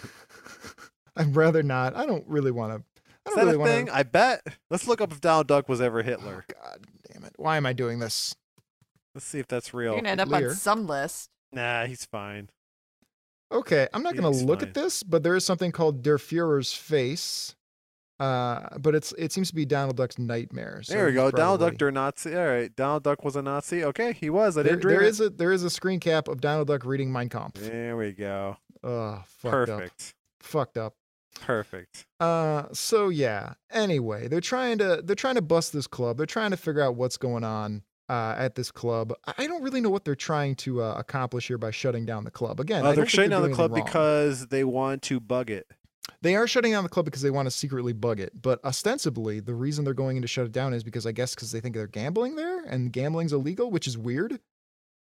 Speaker 3: I'd rather not. I don't really want to. I
Speaker 4: Is
Speaker 3: don't
Speaker 4: that
Speaker 3: really
Speaker 4: a thing?
Speaker 3: want to.
Speaker 4: I bet. Let's look up if Donald Duck was
Speaker 3: *sighs*
Speaker 4: ever Hitler.
Speaker 3: God damn it. Why am I doing this?
Speaker 4: Let's see if that's
Speaker 5: You're
Speaker 4: real.
Speaker 5: gonna end up
Speaker 3: Lear.
Speaker 5: on some list.
Speaker 4: Nah, he's fine.
Speaker 3: Okay, I'm not going
Speaker 4: It's
Speaker 3: to look
Speaker 4: fine.
Speaker 3: at this, but there is something called Der Fuhrer's face. Uh, but it's it seems to be Donald Duck's nightmare. so
Speaker 4: there we
Speaker 3: he's
Speaker 4: go. Donald Duck,
Speaker 3: probably-
Speaker 4: der Nazi. All right, Donald Duck was a Nazi. Okay, he was. I
Speaker 3: There,
Speaker 4: didn't dream
Speaker 3: there
Speaker 4: it.
Speaker 3: is a there is a screen cap of Donald Duck reading Mein Kampf.
Speaker 4: There we go.
Speaker 3: Oh, fucked up.
Speaker 4: Perfect.
Speaker 3: Fucked up.
Speaker 4: Perfect.
Speaker 3: Uh, so yeah. Anyway, they're trying to they're trying to bust this club. They're trying to figure out what's going on uh, at this club. I- I don't really know what they're trying to uh, accomplish here by shutting down the club. Again,
Speaker 4: Uh,
Speaker 3: I don't
Speaker 4: they're
Speaker 3: think
Speaker 4: shutting down the
Speaker 3: doing
Speaker 4: club
Speaker 3: anything wrong.
Speaker 4: because they want to bug it.
Speaker 3: they are shutting down the club because they want to secretly bug it. But ostensibly, the reason they're going in to shut it down is because I guess because they think they're gambling there and gambling's illegal, which is weird.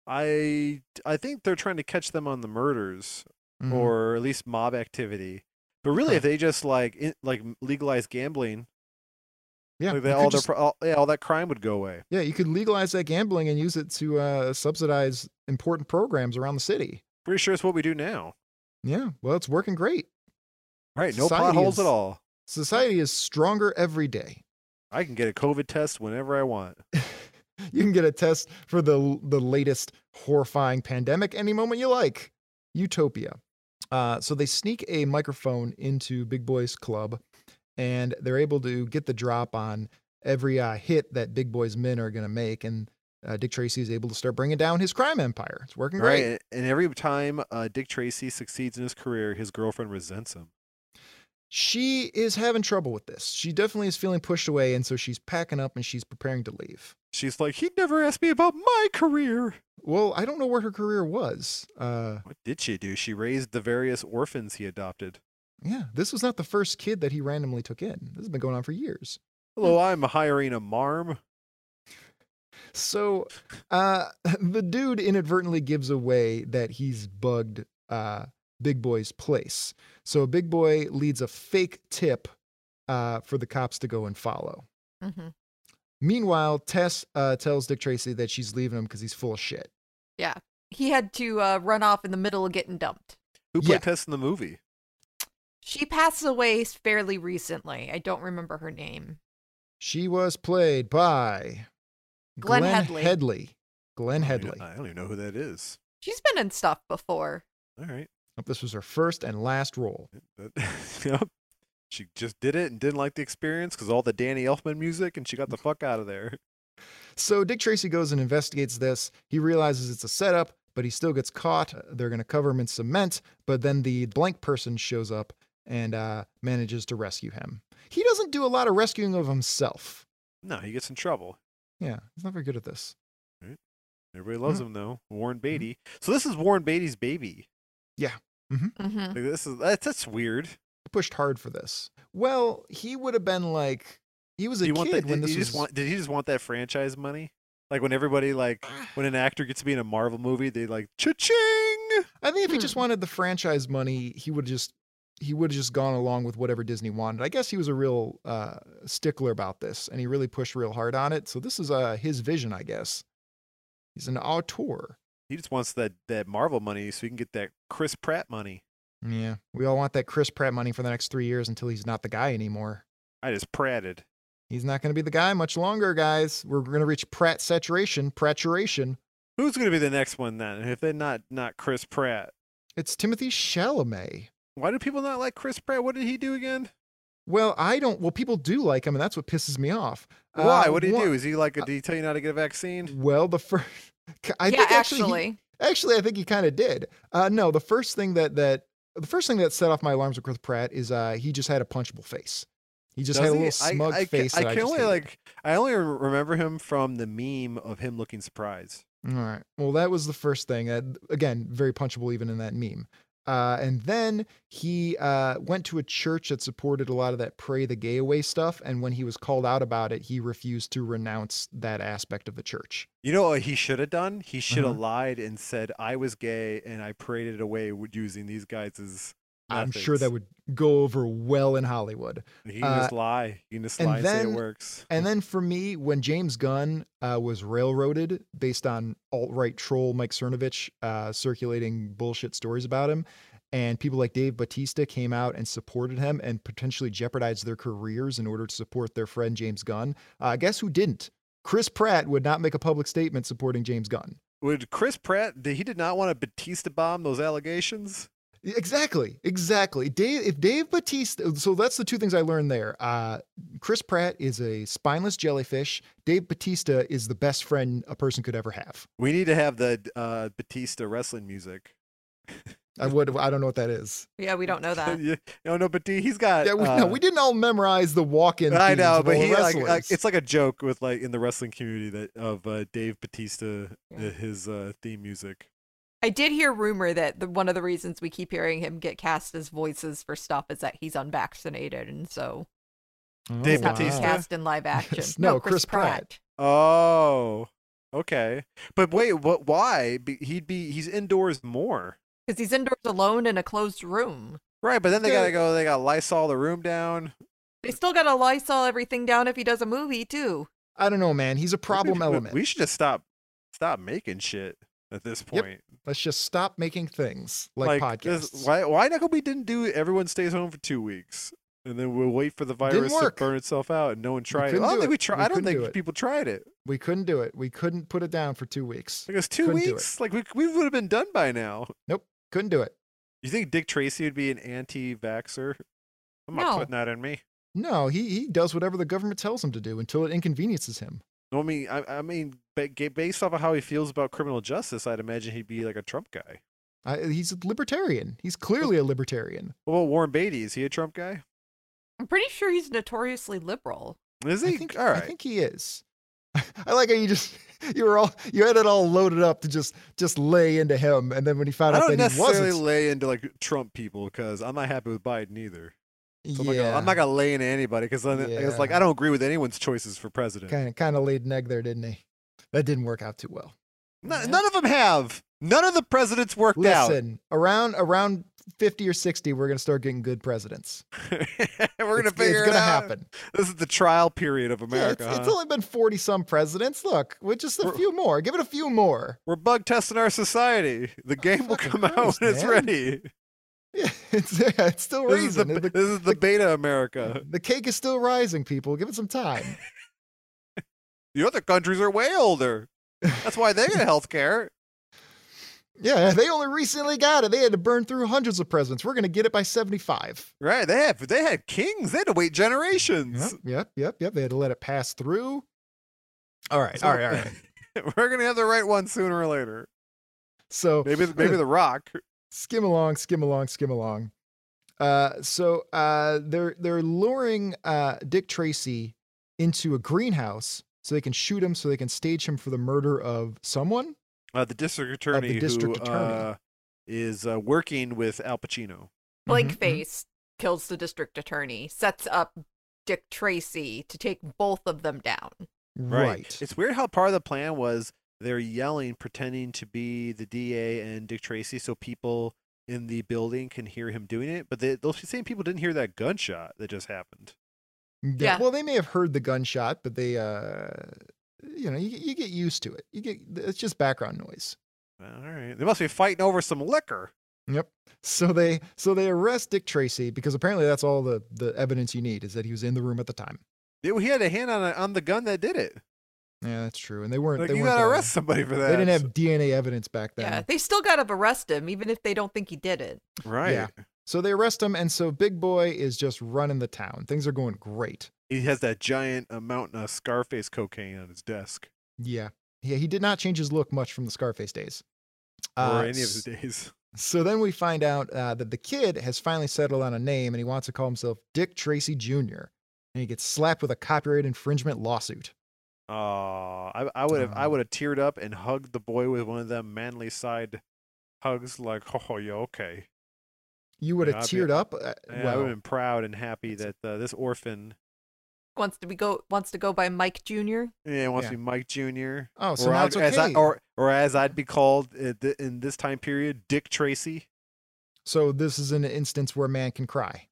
Speaker 4: I I think they're trying to catch them on the murders
Speaker 3: Mhm.
Speaker 4: or at least mob activity. But really,
Speaker 3: Huh.
Speaker 4: if they just like in, like legalize gambling,
Speaker 3: yeah,
Speaker 4: like
Speaker 3: you
Speaker 4: that,
Speaker 3: could
Speaker 4: all their
Speaker 3: just-
Speaker 4: pro- all, yeah, all that crime would go away.
Speaker 3: yeah, you could legalize that gambling and use it to uh, subsidize important programs around the city.
Speaker 4: Pretty sure it's what we do now.
Speaker 3: Yeah, well, it's working great.
Speaker 4: Right? No
Speaker 3: Society
Speaker 4: potholes
Speaker 3: is-
Speaker 4: at all.
Speaker 3: Society is stronger every day. *laughs*
Speaker 4: I can get a COVID test whenever I want.
Speaker 3: you can get a test for the the latest horrifying pandemic any moment you like. Utopia. Uh, so they sneak a microphone into Big Boy's club, and they're able to get the drop on every uh, hit that Big Boy's men are going to make, and uh, Dick Tracy is able to start bringing down his crime empire. It's working great.
Speaker 4: Right? And- And every time uh, Dick Tracy succeeds in his career, his girlfriend resents him.
Speaker 3: She is having trouble with this. She definitely is feeling pushed away, and so she's packing up and she's preparing to leave.
Speaker 4: She's like, he never asked me about my career.
Speaker 3: Well, I don't know where her career was. Uh,
Speaker 4: What did she do? She raised the various orphans he adopted.
Speaker 3: Yeah, this was not the first kid that he randomly took in. This has been going on for years.
Speaker 4: Hello, I'm hiring a marm.
Speaker 3: *laughs* So, uh, the dude inadvertently gives away that he's bugged uh, Big Boy's place. So Big Boy leads a fake tip uh, for the cops to go and follow.
Speaker 5: Mm-hmm.
Speaker 3: Meanwhile, Tess uh, tells Dick Tracy that she's leaving him because he's full of shit.
Speaker 5: He had to uh, run off in the middle of getting dumped.
Speaker 4: Who played
Speaker 3: Yeah.
Speaker 4: Tess in the movie?
Speaker 5: She passed away fairly recently. I don't remember her name.
Speaker 3: She was played by
Speaker 5: Glenn Headley.
Speaker 3: Glenn
Speaker 4: Oh, I don't even-
Speaker 3: Headley.
Speaker 4: I don't even know who that is.
Speaker 5: She's been in stuff before.
Speaker 4: All right.
Speaker 3: Hope This was her first and last role.
Speaker 4: That- *laughs* yep. She just did it and didn't like the experience because all the Danny Elfman music, and she
Speaker 3: *laughs*
Speaker 4: got the fuck out of there.
Speaker 3: So Dick Tracy goes and investigates this. He realizes it's a setup, but he still gets caught. They're going to cover him in cement, but then the blank person shows up and uh, manages to rescue him. He doesn't do a lot of rescuing of himself.
Speaker 4: No, he gets in trouble.
Speaker 3: Yeah, he's not very good at this.
Speaker 4: Everybody loves
Speaker 3: Mm-hmm.
Speaker 4: him though. Warren Beatty. So this is Warren Beatty's baby.
Speaker 5: Mm-hmm.
Speaker 4: Like, this is that's, that's weird.
Speaker 3: Pushed hard for this. Well, he would have been like he was a
Speaker 4: Do you
Speaker 3: kid
Speaker 4: want that?
Speaker 3: when
Speaker 4: did,
Speaker 3: this
Speaker 4: you
Speaker 3: was.
Speaker 4: just want, did you just want that franchise money? Like when
Speaker 3: *sighs*
Speaker 4: everybody like when an actor gets to be in a Marvel movie, they like cha-ching.
Speaker 3: I think if he just
Speaker 5: Hmm.
Speaker 3: wanted the franchise money, he would just he would have just gone along with whatever Disney wanted. I guess he was a real uh, stickler about this, and he really pushed real hard on it. So this is uh, his vision, I guess. He's an auteur.
Speaker 4: He just wants that that Marvel money so he can get that Chris Pratt money.
Speaker 3: Yeah, we all want that Chris Pratt money for the next three years until he's not the guy anymore.
Speaker 4: I just pratted.
Speaker 3: He's not going to be the guy much longer, guys. We're going to reach Pratt saturation, Praturation.
Speaker 4: Who's gonna be the next one then? If they're not not Chris Pratt,
Speaker 3: It's Timothy Chalamet.
Speaker 4: why do people not like Chris Pratt? What did he do again?
Speaker 3: Well, I don't. Well, people do like him, and that's what pisses me off. Uh,
Speaker 4: Um, Why? Uh, what did he
Speaker 3: one-
Speaker 4: do? Is he like? A, did he tell you not to get a vaccine?
Speaker 3: Well, the first. *laughs* I
Speaker 5: yeah,
Speaker 3: think actually,
Speaker 5: actually.
Speaker 3: he- Actually, I think he kind of did. Uh, no, the first thing that that the first thing that set off my alarms with Chris Pratt is uh, he just had a punchable face. He just had
Speaker 4: Does
Speaker 3: a
Speaker 4: he?
Speaker 3: little smug
Speaker 4: I, I, ca-
Speaker 3: face.
Speaker 4: I
Speaker 3: that
Speaker 4: can
Speaker 3: just
Speaker 4: only
Speaker 3: hated.
Speaker 4: like. I only re- remember him from the meme of him looking surprised.
Speaker 3: All right. Well, that was the first thing. Uh, again, very punchable even in that meme. Uh, and then he uh, went to a church that supported a lot of that pray the gay away stuff. And when he was called out about it, he refused to renounce that aspect of the church.
Speaker 4: You know what he should have done? He should have
Speaker 3: Uh-huh.
Speaker 4: lied and said I was gay and I paraded it away w- using these guys as.
Speaker 3: I'm sure that
Speaker 4: methods."
Speaker 3: would go over well in Hollywood.
Speaker 4: You can just
Speaker 3: uh,
Speaker 4: lie. You can just
Speaker 3: and
Speaker 4: lie and say
Speaker 3: then-
Speaker 4: it works.
Speaker 3: And then for me, when James Gunn uh, was railroaded based on alt right troll Mike Cernovich uh, circulating bullshit stories about him, and people like Dave Batista came out and supported him and potentially jeopardized their careers in order to support their friend James Gunn, uh, guess who didn't? Chris Pratt would not make a public statement supporting James Gunn.
Speaker 4: Would Chris Pratt? Did, he did not want to Batista bomb those allegations.
Speaker 3: Exactly, exactly. Dave, if Dave Batista, so that's the two things I learned there. Uh, Chris Pratt is a spineless jellyfish. Dave Batista is the best friend a person could ever have.
Speaker 4: We need to have the uh, Batista wrestling music.
Speaker 3: I would. I don't know what that is.
Speaker 5: Yeah, we don't
Speaker 3: *laughs*
Speaker 4: *laughs*
Speaker 5: know that.
Speaker 4: You- no, no, Batista. He's got.
Speaker 3: Yeah, we,
Speaker 4: uh,
Speaker 3: no, *laughs* we didn't all memorize the walk-in.
Speaker 4: I
Speaker 3: themes
Speaker 4: know,
Speaker 3: of
Speaker 4: but
Speaker 3: all the
Speaker 4: he like, like
Speaker 3: wrestlers.
Speaker 4: it's like a joke with like in the wrestling community that of uh, Dave Batista uh,
Speaker 5: Yeah.
Speaker 4: his uh, theme music.
Speaker 5: I did hear rumor that the, one of the reasons we keep hearing him get cast as voices for stuff is that he's unvaccinated, and so
Speaker 3: Oh,
Speaker 4: Dave
Speaker 5: he's not
Speaker 4: Batista?
Speaker 5: cast in live
Speaker 3: *laughs*
Speaker 5: action.
Speaker 3: Yes, no, Chris Pratt.
Speaker 4: Oh, okay. But wait, what? Why? Be, he'd be he's indoors more,
Speaker 5: because he's indoors alone in a closed room.
Speaker 4: right? But then they
Speaker 3: Yeah.
Speaker 4: gotta go. They got Lysol the room down.
Speaker 5: They still gotta Lysol everything down if he does a movie too.
Speaker 3: I don't know, man. He's a problem
Speaker 4: we,
Speaker 3: element.
Speaker 4: We should just stop stop making shit at this point.
Speaker 3: Let's just stop making things like, podcasts.
Speaker 4: this- why why not go? We didn't do. Everyone stays home for two weeks. And then we'll wait for the virus to
Speaker 3: work.
Speaker 4: burn itself out, and no one tried it.
Speaker 3: couldn't
Speaker 4: I don't
Speaker 3: do
Speaker 4: think
Speaker 3: it.
Speaker 4: we tried.
Speaker 3: We
Speaker 4: I don't
Speaker 3: couldn't do
Speaker 4: think
Speaker 3: it.
Speaker 4: people tried it.
Speaker 3: We couldn't do it. We couldn't put it down for two weeks.
Speaker 4: Like it was two
Speaker 3: Couldn't do it.
Speaker 4: weeks. Like we we would have been done by now.
Speaker 3: Couldn't do it.
Speaker 4: You think Dick Tracy would be an anti-vaxer? I'm not
Speaker 5: No.
Speaker 4: putting that in me.
Speaker 3: No, he he does whatever the government tells him to do until it inconveniences him.
Speaker 4: No, I mean, I, I mean, ba- ga- based off of how he feels about criminal justice, I'd imagine he'd be like a Trump guy.
Speaker 3: I, he's a libertarian. He's clearly a libertarian.
Speaker 4: What about Warren Beatty? Is he a Trump guy?
Speaker 5: I'm pretty sure he's notoriously liberal.
Speaker 4: Is
Speaker 3: I
Speaker 4: he?
Speaker 3: think,
Speaker 4: All right.
Speaker 3: I think he is. *laughs* I like how you just *laughs* you were all you had it all loaded up to just just lay into him, and then when he
Speaker 4: I
Speaker 3: found out
Speaker 4: don't
Speaker 3: that he wasn't,
Speaker 4: necessarily lay into like Trump people because I'm not happy with Biden either. So I'm, not
Speaker 3: yeah,
Speaker 4: gonna, I'm not gonna lay into anybody because it's like
Speaker 3: Yeah.
Speaker 4: I don't agree with anyone's choices for president.
Speaker 3: kind of kind of laid an egg there, didn't he? That didn't work out too well.
Speaker 4: No- None of them have. None of the presidents worked
Speaker 3: Listen, around around 50 or 60, we're going to start getting good presidents.
Speaker 4: out. *laughs* We're gonna
Speaker 3: It's-
Speaker 4: figure
Speaker 3: it's
Speaker 4: it
Speaker 3: gonna
Speaker 4: out.
Speaker 3: happen.
Speaker 4: This is the trial period of
Speaker 3: Yeah,
Speaker 4: America.
Speaker 3: it's, it's
Speaker 4: huh?
Speaker 3: only been 40 some presidents. Look, with just a
Speaker 4: We're-
Speaker 3: few more. Give it a few more. *laughs*
Speaker 4: We're bug testing our society. The game will
Speaker 3: fucking
Speaker 4: come out
Speaker 3: Christ,
Speaker 4: when it's
Speaker 3: man.
Speaker 4: ready.
Speaker 3: Yeah, it's, yeah, it's still
Speaker 4: This is, the,
Speaker 3: rising. The,
Speaker 4: this is the beta America.
Speaker 3: the cake is still rising, people. Give it some time.
Speaker 4: The other countries are way older. That's why they
Speaker 3: *laughs*
Speaker 4: get health care.
Speaker 3: yeah, *laughs* they only recently got it. They had to burn through hundreds of presidents. We're going to get it by 75.
Speaker 4: Right. They have they had kings. They had to wait
Speaker 3: Yep,
Speaker 4: generations.
Speaker 3: yep, yep, yep. They had to let it pass through. All right,
Speaker 4: So-
Speaker 3: all right, all right.
Speaker 4: *laughs*
Speaker 3: Oh,
Speaker 4: We're gonna have the right one sooner or later.
Speaker 3: *laughs* So *laughs*
Speaker 4: Maybe maybe the rock.
Speaker 3: skim along, skim along, skim along. Uh, so uh, they're they're luring uh, Dick Tracy into a greenhouse so they can shoot him, so they can stage him for the murder of someone.
Speaker 4: Uh, the district attorney
Speaker 3: district
Speaker 4: who
Speaker 3: attorney.
Speaker 4: Uh, is uh, working with Al Pacino.
Speaker 5: Blank
Speaker 3: Mhm, mhm.
Speaker 5: face kills the district attorney, sets up Dick Tracy to take both of them down.
Speaker 3: mm-hmm. Right.
Speaker 4: It's weird how part of the plan was they're yelling, pretending to be the DA and Dick Tracy, so people in the building can hear him doing it. But they, those same people didn't hear that gunshot that just happened.
Speaker 3: yeah.
Speaker 5: Yeah.
Speaker 3: Well, they may have heard the gunshot, but they, uh, you know, you, you get used to it. You get it's just background noise.
Speaker 4: All right, they must be fighting over some liquor.
Speaker 3: So they so they arrest Dick Tracy because apparently that's all the the evidence you need is that he was in the room at the time.
Speaker 4: They- He had a hand on a, on the gun that did it.
Speaker 3: Yeah, that's true. And they weren't.
Speaker 4: Like,
Speaker 3: they
Speaker 4: you
Speaker 3: weren't
Speaker 4: gotta
Speaker 3: there.
Speaker 4: arrest somebody for that.
Speaker 3: They didn't have DNA evidence back then.
Speaker 5: Yeah, they still got to arrest him, even if they don't think he did it.
Speaker 4: right.
Speaker 3: Yeah. So they arrest him, and so Big Boy is just running the town. Things are going great.
Speaker 4: He has that giant amount of Scarface cocaine on his desk,
Speaker 3: Yeah, yeah. He did not change his look much from the Scarface days.
Speaker 4: or
Speaker 3: Uh,
Speaker 4: any of his
Speaker 3: s-
Speaker 4: days.
Speaker 3: So then we find out uh, that the kid has finally settled on a name, and he wants to call himself Dick Tracy Jr. And he gets slapped with a copyright infringement lawsuit.
Speaker 4: Oh, I, I would have, I
Speaker 3: Oh.
Speaker 4: would have teared up and hugged the boy with one of them manly side hugs, like, *laughs* oh, yeah, okay.
Speaker 3: You would
Speaker 4: Yeah,
Speaker 3: have
Speaker 4: I'd be-
Speaker 3: teared up. Uh,
Speaker 4: And I
Speaker 3: well,
Speaker 4: would have been proud and happy that uh, this orphan,
Speaker 5: Wants to be go wants to go by Mike Jr.
Speaker 4: yeah, wants
Speaker 3: Yeah.
Speaker 4: to be Mike Junior.
Speaker 3: oh, so
Speaker 4: or,
Speaker 3: now
Speaker 4: I-
Speaker 3: it's
Speaker 4: as I-
Speaker 3: okay.
Speaker 4: or, or as I'd be called at the, in this time period, Dick Tracy.
Speaker 3: so this is an instance where a man can cry.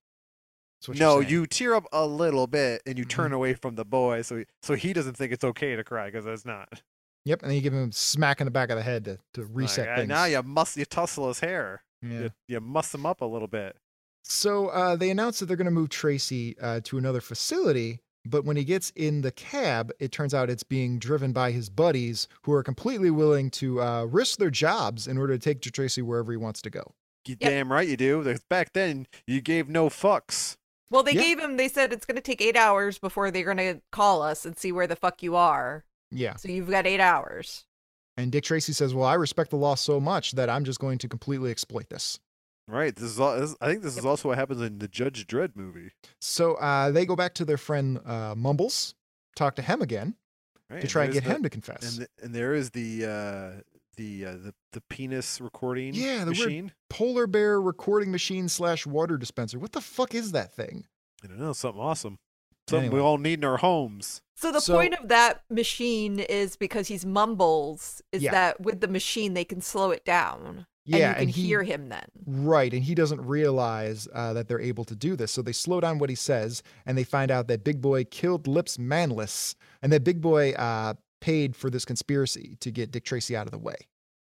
Speaker 3: That's what you're
Speaker 4: No,
Speaker 3: saying.
Speaker 4: you tear up a little bit and you
Speaker 3: Mhm.
Speaker 4: turn away from the boy, so he- so he doesn't think it's okay to cry because that's not.
Speaker 3: Yep, and then you give him a smack in the back of the head to, to
Speaker 4: Like,
Speaker 3: reset
Speaker 4: "Ah,
Speaker 3: things.
Speaker 4: Now you must you tussle his hair.
Speaker 3: Yeah.
Speaker 4: You, you muss him up a little bit.
Speaker 3: So uh, they announced that they're going to move Tracy uh, to another facility. But when he gets in the cab, it turns out it's being driven by his buddies who are completely willing to uh, risk their jobs in order to take Tracy wherever he wants to go.
Speaker 4: You
Speaker 5: Yep.
Speaker 4: damn right you do. Because back then you gave no fucks.
Speaker 5: Well, they
Speaker 3: Yeah.
Speaker 5: gave him. They said it's going to take eight hours before they're going to call us and see where the fuck you are.
Speaker 3: Yeah.
Speaker 5: So you've got eight hours.
Speaker 3: And Dick Tracy says, Well, I respect the law so much that I'm just going to completely exploit this.
Speaker 4: Right. This is all. This, I think this is also what happens in the Judge Dredd movie.
Speaker 3: So uh, they go back to their friend uh, Mumbles, talk to him again
Speaker 4: Right.
Speaker 3: to try and
Speaker 4: there's
Speaker 3: get
Speaker 4: the-
Speaker 3: him to confess.
Speaker 4: And, the- and there is the uh, the uh, the the penis recording.
Speaker 3: Yeah, the weird-
Speaker 4: machine.
Speaker 3: Polar bear recording machine slash water dispenser. What the fuck is that thing?
Speaker 4: I don't know. Something awesome. Something we
Speaker 3: Anyway.
Speaker 4: all need in our homes.
Speaker 5: So the
Speaker 3: So-
Speaker 5: point of that machine is because he's mumbles. Is
Speaker 3: Yeah.
Speaker 5: that with the machine they can slow it down and you
Speaker 3: Yeah,
Speaker 5: can
Speaker 3: and he-
Speaker 5: hear
Speaker 3: *laughs*
Speaker 5: him then.
Speaker 3: Right, and he doesn't realize uh, that they're able to do this. So they slow down what he says, and they find out that Big Boy killed Lips Manless, and that Big Boy uh, paid for this conspiracy to get Dick Tracy out of the way.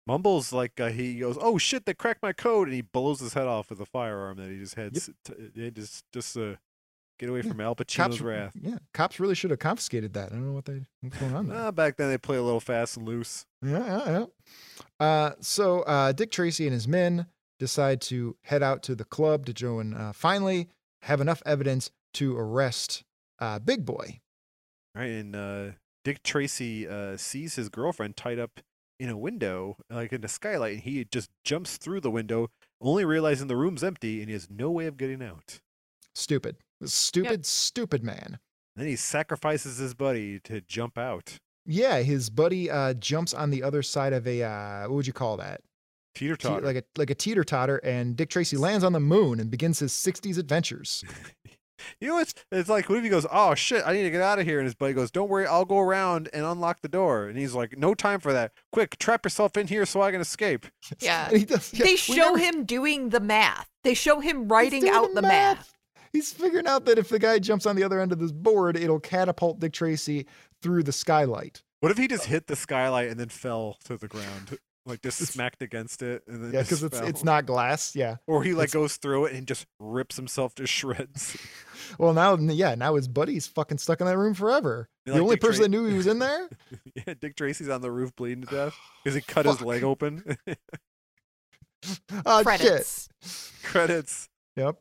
Speaker 4: Mumbles like uh, he goes, "Oh shit, they cracked my code," and he blows his head off with a firearm that he just had. s T- yeah, just just uh, get away
Speaker 3: Yeah,
Speaker 4: from Al Pacino's
Speaker 3: Cops,
Speaker 4: wrath.
Speaker 3: yeah, cops really should have confiscated that. I don't know what they what's going on there.
Speaker 4: Nah, Ah, back then they play a little fast and loose.
Speaker 3: Yeah, yeah, yeah. Uh, so uh, Dick Tracy and his men decide to head out to the club to Joe and uh, finally have enough evidence to arrest uh, Big Boy.
Speaker 4: Right, and uh, Dick Tracy uh, sees his girlfriend tied up in a window, like in the skylight, and he just jumps through the window, only realizing the room's empty and he has no way of getting out.
Speaker 3: Stupid, stupid, stupid man.
Speaker 4: Then he sacrifices his buddy to jump out.
Speaker 3: Yeah, his buddy uh, jumps on the other side of a uh, what would you call that?
Speaker 4: Teeter
Speaker 3: Te-
Speaker 4: totter.
Speaker 3: like a like a teeter totter, and Dick Tracy lands on the moon and begins his '60s adventures.
Speaker 4: you know, it's it's like what if he goes, oh shit, I need to get out of here, and his buddy goes, don't worry, I'll go around and unlock the door, and he's like, no time for that. Quick, trap yourself in here so I can escape.
Speaker 5: Yeah.
Speaker 3: And *laughs* he does- yeah,
Speaker 5: Uh, they
Speaker 3: we
Speaker 5: show
Speaker 3: never-
Speaker 5: him doing the math. They show him
Speaker 3: he's
Speaker 5: writing
Speaker 3: doing
Speaker 5: out the math.
Speaker 3: He's figuring out that if the guy jumps on the other end of this board, it'll catapult Dick Tracy through the
Speaker 4: *laughs*
Speaker 3: skylight.
Speaker 4: What if he
Speaker 3: Uh
Speaker 4: just hit the skylight and then fell to the ground, like just smacked against it, and then
Speaker 3: Yeah,
Speaker 4: just
Speaker 3: because it's
Speaker 4: fell?
Speaker 3: it's not glass. Yeah.
Speaker 4: Or he like
Speaker 3: it's-
Speaker 4: goes through it and just rips himself to shreds. *laughs*
Speaker 3: Well, now yeah, now his buddy's fucking stuck in that room forever.
Speaker 4: You
Speaker 3: the
Speaker 4: like
Speaker 3: only
Speaker 4: Dick
Speaker 3: person
Speaker 4: Tra-
Speaker 3: that knew he was in
Speaker 5: *laughs*
Speaker 3: there.
Speaker 4: yeah, Dick Tracy's on the roof bleeding to death because he cut his leg open. *laughs*
Speaker 3: Oh shit.
Speaker 5: Credits.
Speaker 4: Credits. *laughs*
Speaker 3: Yep.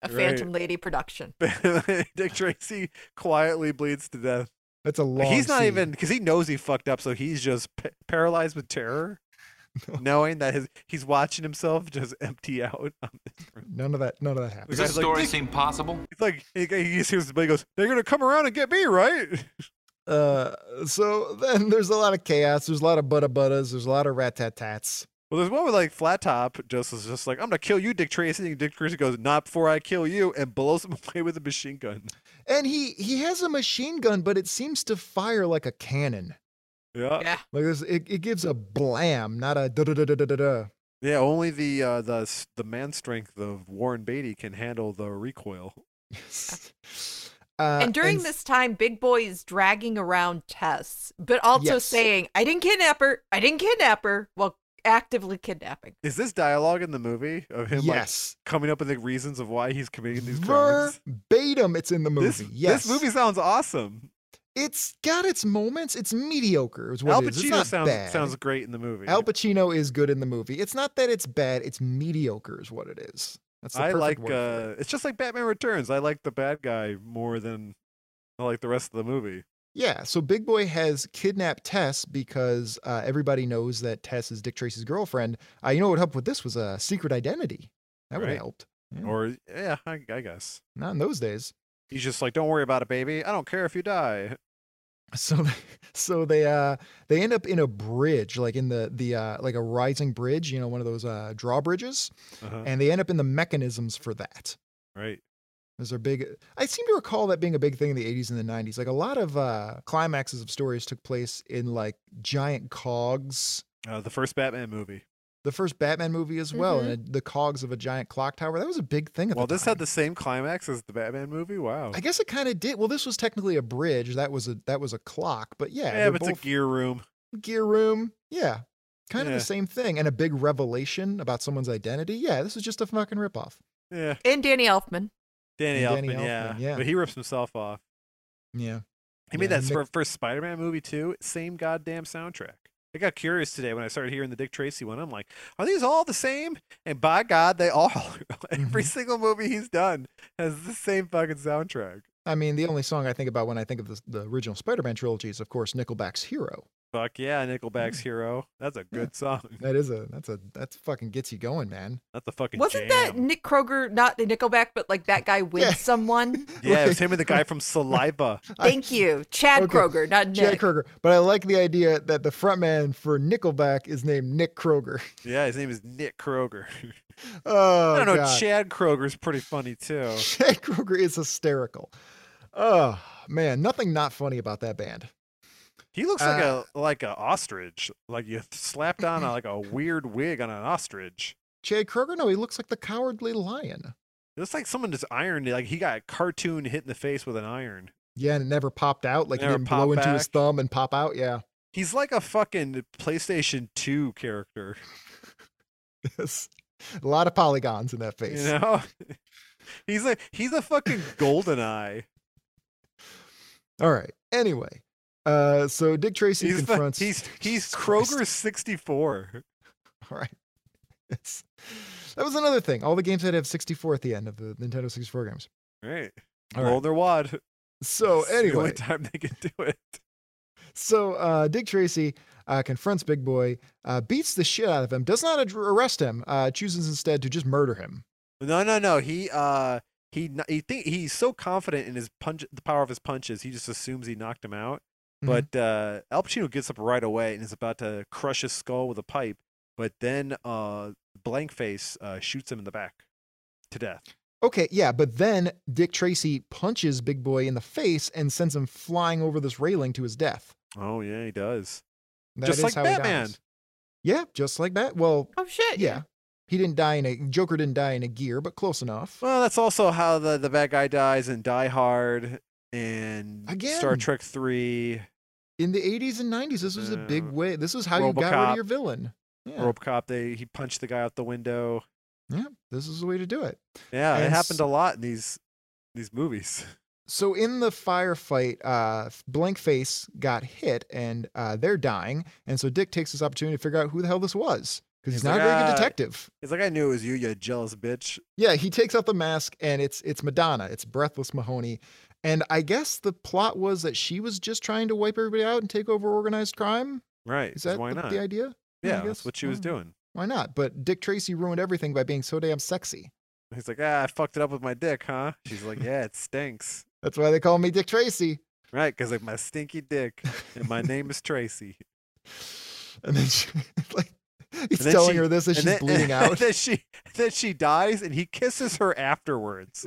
Speaker 5: A
Speaker 4: Right.
Speaker 5: Phantom Lady production.
Speaker 4: Dick Tracy quietly bleeds to death.
Speaker 3: That's a long.
Speaker 4: Like, he's not
Speaker 3: scene.
Speaker 4: even because he knows he fucked up, so he's just p- paralyzed
Speaker 3: *laughs*
Speaker 4: with terror, knowing that his he's watching himself just *laughs* empty out.
Speaker 3: None of that. None of that happened.
Speaker 4: Is that
Speaker 2: Does that
Speaker 4: Guys like
Speaker 2: story
Speaker 4: Dick-
Speaker 2: seem possible?
Speaker 4: It's like he, he just hears somebody goes, "They're gonna come around and get me, right?" *laughs*
Speaker 3: Uh, so *laughs* then there's a lot of chaos. There's a lot of butta buttas. There's a lot of rat tat tats.
Speaker 4: Well, there's one with like Flat Top just is just like, "I'm gonna kill you, Dick Tracy," and Dick Tracy goes, "Not before I kill you," and blows him *laughs* away with a machine gun.
Speaker 3: And he he has a machine gun, but it seems to fire like a cannon.
Speaker 4: Yeah, yeah.
Speaker 5: Yeah.
Speaker 3: Like there's, it, it gives a blam, not a da da da da da da da.
Speaker 4: only the uh, the s- the man strength of Warren Beatty can handle the recoil.
Speaker 3: *laughs* Uh,
Speaker 5: and during
Speaker 3: this.
Speaker 5: this time, Big Boy is dragging around Tess, but also
Speaker 3: Yes.
Speaker 5: saying, I didn't kidnap her. I didn't kidnap her while actively kidnapping.
Speaker 4: Is this dialogue in the movie of him like,
Speaker 3: yes,
Speaker 4: coming up with the reasons of why he's committing these crimes?
Speaker 3: verbatim, it's in the movie.
Speaker 4: This,
Speaker 3: yes,
Speaker 4: this movie sounds awesome.
Speaker 3: It's got its moments. It's mediocre. Is what
Speaker 4: Al
Speaker 3: it is. It's
Speaker 4: Pacino
Speaker 3: not
Speaker 4: sounds
Speaker 3: bad.
Speaker 4: sounds great in the movie.
Speaker 3: Al Pacino is good in the movie. It's not that it's bad. It's mediocre. Is what it is. That's the
Speaker 4: I
Speaker 3: perfect
Speaker 4: like
Speaker 3: word for it.
Speaker 4: uh, it's just like Batman Returns. I like the bad guy more than I like the rest of the movie.
Speaker 3: Yeah, so Big Boy has kidnapped Tess because uh, everybody knows that Tess is Dick Tracy's girlfriend. Uh, you know what helped with this was a uh, secret identity. That would
Speaker 4: Right.
Speaker 3: have helped. Yeah.
Speaker 4: Or yeah, I, I guess
Speaker 3: Not in those days. *laughs*
Speaker 4: he's just like, don't worry about it, baby. I don't care if you die.
Speaker 3: So, they, so they uh they end up in a bridge, like in the the uh, like a rising bridge, you know, one of those uh, drawbridges.
Speaker 4: Uh-huh.
Speaker 3: and they end up in the mechanisms for that.
Speaker 4: Right.
Speaker 3: Those are big. I seem to recall that being a big thing in the 80s and the 90s. Like a lot of uh, climaxes of stories took place in like giant cogs.
Speaker 4: Uh, the first Batman movie.
Speaker 3: The first Batman movie as well, and the cogs of a giant clock tower. That was a big thing. At
Speaker 4: Well,
Speaker 3: the
Speaker 4: this
Speaker 3: time.
Speaker 4: had the same climax as the Batman movie. Wow.
Speaker 3: I guess it kind of did. Well, this was technically a bridge. That was a that was a clock, but yeah,
Speaker 4: yeah,
Speaker 3: they're
Speaker 4: but it's
Speaker 3: both
Speaker 4: a gear room.
Speaker 3: gear room. Yeah, kind of
Speaker 4: Yeah.
Speaker 3: the same thing, and a big revelation about someone's identity. Yeah, this was just a fucking ripoff.
Speaker 4: Yeah,
Speaker 5: And Danny Elfman.
Speaker 4: Danny,
Speaker 3: And Danny
Speaker 4: Elfman,
Speaker 3: Elfman,
Speaker 4: yeah.
Speaker 3: yeah.
Speaker 4: but he rips himself off.
Speaker 3: Yeah.
Speaker 4: He made
Speaker 3: Yeah,
Speaker 4: that
Speaker 3: he
Speaker 4: for first Spider-Man movie too. Same goddamn soundtrack. I got curious today when I started hearing the Dick Tracy one. I'm like, are these all the same? And by God, they all. *laughs* are.
Speaker 3: Mm-hmm.
Speaker 4: Every single movie he's done has the same fucking soundtrack.
Speaker 3: I mean, the only song I think about when I think of the, the original Spider-Man trilogy is, of course, Nickelback's "Hero."
Speaker 4: Fuck yeah, Nickelback's Hero. That's a good song.
Speaker 3: That is a that's a that's fucking gets you going, man.
Speaker 4: That's a fucking
Speaker 5: Wasn't that
Speaker 4: jam.
Speaker 5: Nick Kroger, not the Nickelback, but like that guy with
Speaker 3: Yeah.
Speaker 5: someone?
Speaker 4: Yeah,
Speaker 3: *laughs*
Speaker 4: it was him and the guy from Saliva.
Speaker 5: Thank you. Chad
Speaker 3: Okay.
Speaker 5: Kroger, not Nick.
Speaker 3: Chad Kroger. But I like the idea that the frontman for Nickelback is named Nick Kroger. *laughs*
Speaker 4: Yeah, his name is Nick Kroger.
Speaker 3: Oh,
Speaker 4: I don't know.
Speaker 3: God.
Speaker 4: Chad Kroger's pretty funny
Speaker 3: *laughs*
Speaker 4: too.
Speaker 3: Chad Kroger is hysterical. Oh man, nothing not funny about that band.
Speaker 4: He looks like
Speaker 3: Uh,
Speaker 4: a like a ostrich. Like you slapped on a, like a weird wig on an ostrich.
Speaker 3: Chad Kroger? No, he looks like the cowardly lion.
Speaker 4: It's like someone just ironed it. Like he got a cartoon hit in the face with an iron.
Speaker 3: Yeah, and it never popped out. Like
Speaker 4: Never
Speaker 3: he didn't blow
Speaker 4: popped
Speaker 3: into his
Speaker 4: back.
Speaker 3: thumb and pop out. Yeah. *laughs*
Speaker 4: He's like a fucking PlayStation 2 character. *laughs*
Speaker 3: Yes. a lot of polygons in that face.
Speaker 4: You know? he's like he's a fucking
Speaker 3: *laughs*
Speaker 4: golden eye.
Speaker 3: All right. Anyway, uh, so Dick Tracy
Speaker 4: He's, fu-
Speaker 3: confronts.
Speaker 4: he's he's
Speaker 3: Jesus Christ.
Speaker 4: Kroger's 64.
Speaker 3: *laughs* All right. Yes. That was another thing. All the games had to have 64 at the end of the Nintendo 64 games.
Speaker 4: Right.
Speaker 3: All
Speaker 4: Blowing their wad.
Speaker 3: So
Speaker 4: It's the only
Speaker 3: anyway,
Speaker 4: time they can do it.
Speaker 3: so uh, Dick Tracy uh, confronts Big Boy, uh, beats the shit out of him, does not ad- arrest him, uh, chooses instead to just murder him.
Speaker 4: No, no, no. He uh he kn- he think he's so confident in his punch the power of his punches, he just assumes he knocked him out.
Speaker 3: Mhm.
Speaker 4: But uh Al Pacino gets up right away and is about to crush his skull with a pipe, but then uh Blankface uh shoots him in the back to death.
Speaker 3: Okay, yeah, but then Dick Tracy punches Big Boy in the face and sends him flying over this railing to his death.
Speaker 4: Oh yeah, he does.
Speaker 3: That
Speaker 4: Just
Speaker 3: is
Speaker 4: like
Speaker 3: how he
Speaker 4: Batman.
Speaker 3: dies. Yeah, just like that. Well,
Speaker 5: Oh shit.
Speaker 3: yeah. He didn't die in a Joker didn't die in a gear, but close enough.
Speaker 4: Well, that's also how the the bad guy dies in Die Hard and Star
Speaker 3: Again.
Speaker 4: Trek Three.
Speaker 3: In the 80s and 90s, this was a big
Speaker 4: Uh,
Speaker 3: way. This is how you got rid
Speaker 4: RoboCop.
Speaker 3: of your villain. Yeah,
Speaker 4: RoboCop. They he punched the guy out the window.
Speaker 3: yeah, this is the way to do it.
Speaker 4: Yeah, it
Speaker 3: And
Speaker 4: happened
Speaker 3: s-
Speaker 4: a lot in these these movies.
Speaker 3: So in the firefight, uh, Blank Face got hit and uh, they're dying. And so Dick takes this opportunity to figure out who the hell this was because he's
Speaker 4: He's
Speaker 3: not
Speaker 4: like,
Speaker 3: a very
Speaker 4: "Ah."
Speaker 3: good detective.
Speaker 4: It's like I knew it was you, you jealous bitch.
Speaker 3: Yeah, he takes out the mask and it's it's Madonna, it's Breathless Mahoney. And I guess the plot was that she was just trying to wipe everybody out and take over organized crime.
Speaker 4: Right?
Speaker 3: Is
Speaker 4: 'cause
Speaker 3: that
Speaker 4: why
Speaker 3: the,
Speaker 4: not?
Speaker 3: the idea? I
Speaker 4: yeah,
Speaker 3: guess.
Speaker 4: that's what she was
Speaker 3: Mm.
Speaker 4: doing.
Speaker 3: Why not? But Dick Tracy ruined everything by being so damn sexy.
Speaker 4: He's like, ah, I fucked it up with my dick, huh? She's like, yeah, it stinks.
Speaker 3: That's why they call me Dick Tracy.
Speaker 4: Right, because like my stinky dick, and my name is
Speaker 3: *laughs*
Speaker 4: Tracy.
Speaker 3: And then she, *laughs* like, he's
Speaker 4: And then
Speaker 3: telling
Speaker 4: she-
Speaker 3: her this as she's
Speaker 4: *laughs* and then,
Speaker 3: bleeding out.
Speaker 4: then she then she dies, and he kisses her
Speaker 5: *laughs*
Speaker 4: afterwards.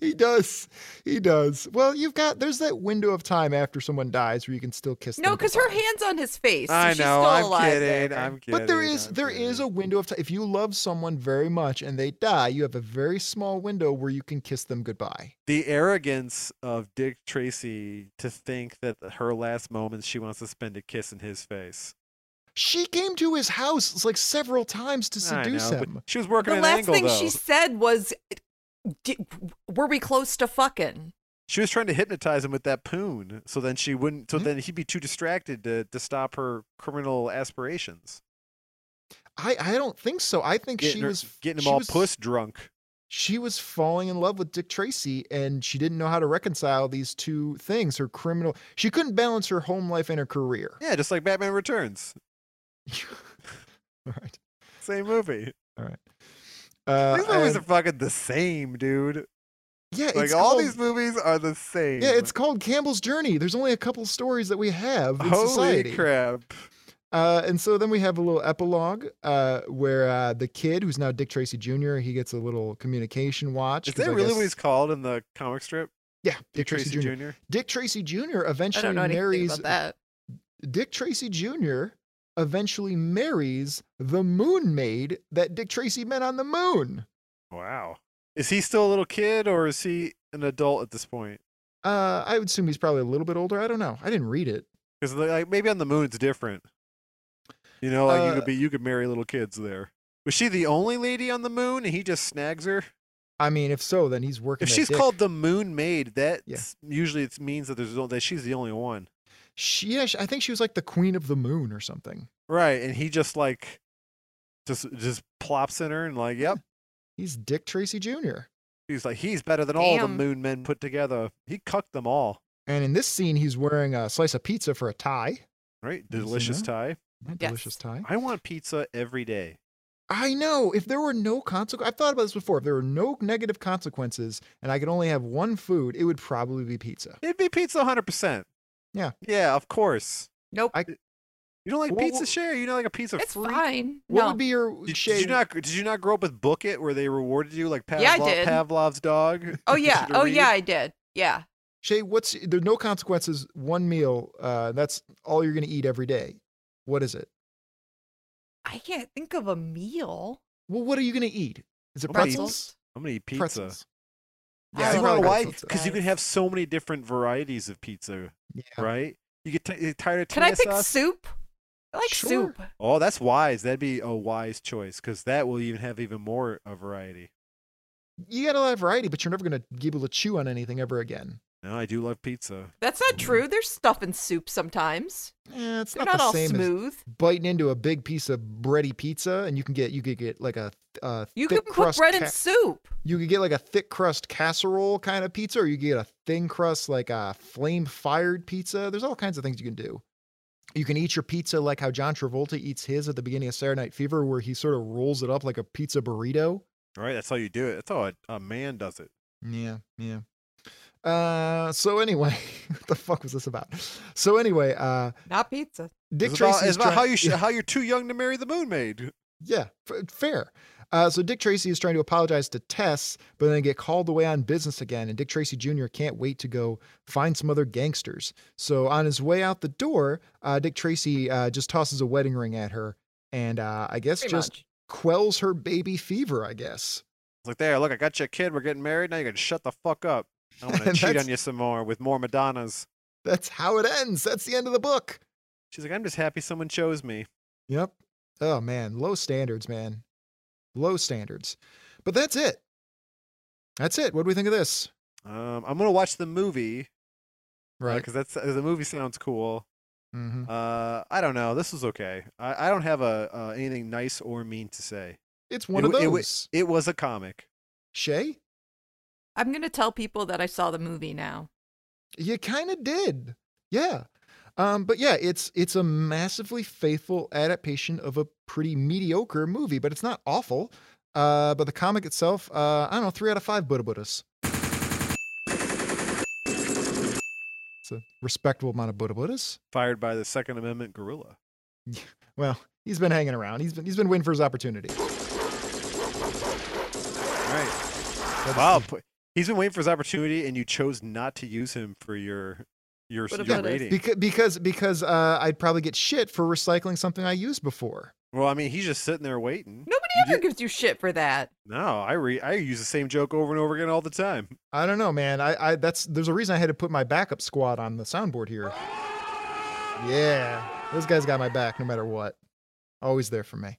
Speaker 3: He does. He does. Well, you've got there's that window of time after someone dies where you can still kiss them.
Speaker 5: No, because her
Speaker 3: goodbye.
Speaker 5: hand's on his face. so
Speaker 4: I
Speaker 5: she's
Speaker 4: know.
Speaker 5: still
Speaker 4: I'm
Speaker 5: alive
Speaker 4: kidding.
Speaker 5: there.
Speaker 4: I'm kidding.
Speaker 3: But there is
Speaker 4: I'm
Speaker 3: there is a
Speaker 4: kidding.
Speaker 3: window of time. If you love someone very much and they die, you have a very small window where you can kiss them goodbye.
Speaker 4: the arrogance of Dick Tracy to think that her last moments she wants to spend a kiss in his face.
Speaker 3: She came to his house like several times to
Speaker 4: I
Speaker 3: seduce
Speaker 4: know, but
Speaker 3: him.
Speaker 4: She was working
Speaker 5: The
Speaker 4: an
Speaker 5: last
Speaker 4: angle
Speaker 5: thing
Speaker 4: though.
Speaker 5: she said was, "Di- "Were we close to fucking?"
Speaker 4: She was trying to hypnotize him with that poon, so then she wouldn't. So
Speaker 3: Hmm?
Speaker 4: then he'd be too distracted to to stop her criminal aspirations.
Speaker 3: I, I don't think so. I think
Speaker 4: Getting,
Speaker 3: she
Speaker 4: her-
Speaker 3: was
Speaker 4: getting him
Speaker 3: she
Speaker 4: all
Speaker 3: was-
Speaker 4: puss drunk.
Speaker 3: She was falling in love with Dick Tracy and she didn't know how to reconcile these two things. Her criminal she couldn't balance her home life and her career. *laughs*
Speaker 4: Yeah, just like Batman Returns,
Speaker 3: All right.
Speaker 4: same movie.
Speaker 3: All right. Uh,
Speaker 4: these
Speaker 3: and-
Speaker 4: movies are fucking the same, dude.
Speaker 3: yeah,
Speaker 4: Like
Speaker 3: it's
Speaker 4: all
Speaker 3: called-
Speaker 4: these movies are the same.
Speaker 3: Yeah, it's called Campbell's Journey. There's only a couple stories that we have in
Speaker 4: holy
Speaker 3: society.
Speaker 4: crap.
Speaker 3: Uh, and so then we have a little epilogue uh, where uh, the kid, who's now Dick Tracy Jr., he gets a little communication watch.
Speaker 4: Is
Speaker 3: 'cause
Speaker 4: that
Speaker 3: I
Speaker 4: really
Speaker 3: guess-
Speaker 4: what he's called in the comic strip?
Speaker 3: Yeah, Dick Tracy, Jr.
Speaker 4: Jr.
Speaker 3: Dick Tracy Jr.
Speaker 5: I
Speaker 3: eventually
Speaker 5: don't know anything
Speaker 3: marries.
Speaker 5: about that.
Speaker 3: Dick Tracy Jr. eventually marries the Moon Maid that Dick Tracy met on the moon.
Speaker 4: Wow. Is he still a little kid or is he an adult at this point?
Speaker 3: Uh, I would assume he's probably a little bit older. I don't know. I didn't read it.
Speaker 4: Because like maybe on the moon it's different. You know, like you
Speaker 3: Uh,
Speaker 4: could be you could marry little kids there. Was she the only lady on the moon and he just snags her?
Speaker 3: I mean, if so, then he's working.
Speaker 4: If
Speaker 3: that
Speaker 4: she's
Speaker 3: dick.
Speaker 4: called the moon maid, that
Speaker 3: Yeah.
Speaker 4: usually it means that there's no, that she's the only one.
Speaker 3: she, yeah, she- I think she was like the queen of the moon or something.
Speaker 4: Right, and he just like just just plops in her and like, yep.
Speaker 3: He's Dick Tracy Jr.
Speaker 4: He's like he's better than all the
Speaker 5: Damn.
Speaker 4: moon men put together. He cucked them all.
Speaker 3: And in this scene, he's wearing a slice of pizza for a tie.
Speaker 4: Right?
Speaker 3: seen
Speaker 4: Delicious
Speaker 3: that?
Speaker 4: tie.
Speaker 3: That
Speaker 5: Yes.
Speaker 3: Delicious tie.
Speaker 4: I want pizza every day.
Speaker 3: I know. If there were no consequences, I've thought about this before. If there were no negative consequences and I could only have one food, it would probably be pizza.
Speaker 4: It'd be pizza 100%.
Speaker 3: Yeah.
Speaker 4: Yeah, of course.
Speaker 5: Nope,
Speaker 3: I-
Speaker 4: You don't like
Speaker 3: Well,
Speaker 4: pizza
Speaker 3: well-
Speaker 4: share? You don't like a pizza
Speaker 5: it's
Speaker 4: freak?
Speaker 5: fine.
Speaker 3: What
Speaker 5: no,
Speaker 3: would be your
Speaker 4: Did,
Speaker 3: Shay,
Speaker 4: did you not did you not grow up with Book It where they rewarded you like Pavlov,
Speaker 5: Yeah, I did.
Speaker 4: Pavlov's dog?
Speaker 5: *laughs*
Speaker 4: *laughs*
Speaker 5: oh yeah,
Speaker 4: to
Speaker 5: oh
Speaker 4: read?
Speaker 5: yeah, I did. Yeah,
Speaker 3: Shay, what's there's no consequences, one meal, uh, that's all you're gonna eat every day. What is it?
Speaker 5: I can't think of a meal.
Speaker 3: Well, what are you gonna eat? Is it
Speaker 4: I'm gonna eat
Speaker 3: pretzels?
Speaker 4: I'm gonna eat pizza.
Speaker 3: Pretzels.
Speaker 5: I
Speaker 4: you
Speaker 5: love
Speaker 4: know
Speaker 3: probably
Speaker 4: why? *laughs*
Speaker 5: pretzels,
Speaker 4: Because you can
Speaker 5: guys.
Speaker 4: have so many different varieties of pizza,
Speaker 3: Yeah.
Speaker 4: right? You get t- tired of
Speaker 5: Can I
Speaker 4: tomato
Speaker 5: pick
Speaker 4: sauce?
Speaker 5: soup? I like
Speaker 3: Sure.
Speaker 5: soup.
Speaker 4: Oh, that's wise. That'd be a wise choice because that will even have even more a variety.
Speaker 3: You got a lot of variety, but you're never gonna be able to chew on anything ever again.
Speaker 4: No, I do love pizza.
Speaker 5: That's not true. There's stuff in soup sometimes.
Speaker 3: Eh, it's
Speaker 5: They're
Speaker 3: not,
Speaker 5: not,
Speaker 3: the
Speaker 5: all
Speaker 3: same as
Speaker 5: smooth.
Speaker 3: biting into a big piece of bready pizza, and you can get you could get like a uh,
Speaker 5: You can
Speaker 3: thick
Speaker 5: put
Speaker 3: crust
Speaker 5: bread
Speaker 3: ca-
Speaker 5: in soup.
Speaker 3: you could get like a thick crust casserole kind of pizza, or you could get a thin crust like a flame fired pizza. There's all kinds of things you can do. You can eat your pizza like how John Travolta eats his at the beginning of Saturday Night Fever, where he sort of rolls it up like a pizza burrito.
Speaker 4: All right, that's how you do it. That's how a, a man does it.
Speaker 3: Yeah, yeah. Uh, so anyway, *laughs* what the fuck was this about? So anyway, uh,
Speaker 5: Not pizza.
Speaker 3: Dick
Speaker 4: it's
Speaker 3: Tracy *laughs*
Speaker 4: about, it's about how you should, how you're too young to marry the moon maid.
Speaker 3: Yeah, f- fair. Uh, so Dick Tracy is trying to apologize to Tess, but then they get called away on business again, and Dick Tracy Jr. can't wait to go find some other gangsters. So on his way out the door, uh, Dick Tracy uh, just tosses a wedding ring at her, and uh, I guess
Speaker 5: Pretty
Speaker 3: just
Speaker 5: much.
Speaker 3: quells her baby fever. I guess.
Speaker 4: It's like, there, look, I got you a kid. We're getting married. Now you can shut the fuck up.
Speaker 3: *laughs*
Speaker 4: I want to
Speaker 3: And
Speaker 4: cheat
Speaker 3: that's-
Speaker 4: on you some more with more Madonnas.
Speaker 3: That's how it ends. That's the end of the book.
Speaker 4: She's like, I'm just happy someone chose me.
Speaker 3: Yep. Oh man, low standards, man. Low standards. But that's it. That's it. What do we think of this?
Speaker 4: Um, I'm gonna watch the movie
Speaker 3: Right.
Speaker 4: because that's the movie sounds cool.
Speaker 3: hmm
Speaker 4: Uh, I don't know. This was okay. I, I don't have a uh, anything nice or mean to say.
Speaker 3: It's one
Speaker 4: it
Speaker 3: of
Speaker 4: w- it w-
Speaker 3: those.
Speaker 4: It was a comic.
Speaker 3: Shay,
Speaker 5: I'm gonna tell people that I saw the movie now.
Speaker 3: you kind of did. Yeah. Um, but yeah, it's it's a massively faithful adaptation of a pretty mediocre movie, but it's not awful. Uh, but the comic itself, uh, I don't know, three out of five Buddha Buddhas. It's a respectable amount of Buddha Buddhas.
Speaker 4: Fired by the Second Amendment gorilla.
Speaker 3: Well, he's been hanging around. He's been he's been waiting for his opportunity.
Speaker 4: All right. Wow. pu- He's been waiting for his opportunity, and you chose not to use him for your your,
Speaker 5: What
Speaker 4: your
Speaker 5: about us?
Speaker 4: rating.
Speaker 3: Because because because uh, I'd probably get shit for recycling something I used before.
Speaker 4: well, I mean, he's just sitting there waiting.
Speaker 5: Nobody
Speaker 4: You
Speaker 5: ever
Speaker 4: did-
Speaker 5: gives you shit for that.
Speaker 4: No, I re- I use the same joke over and over again all the time.
Speaker 3: I don't know, man. I, I that's there's a reason I had to put my backup squad on the soundboard here. Yeah, this guy's got my back no matter what. Always there for me.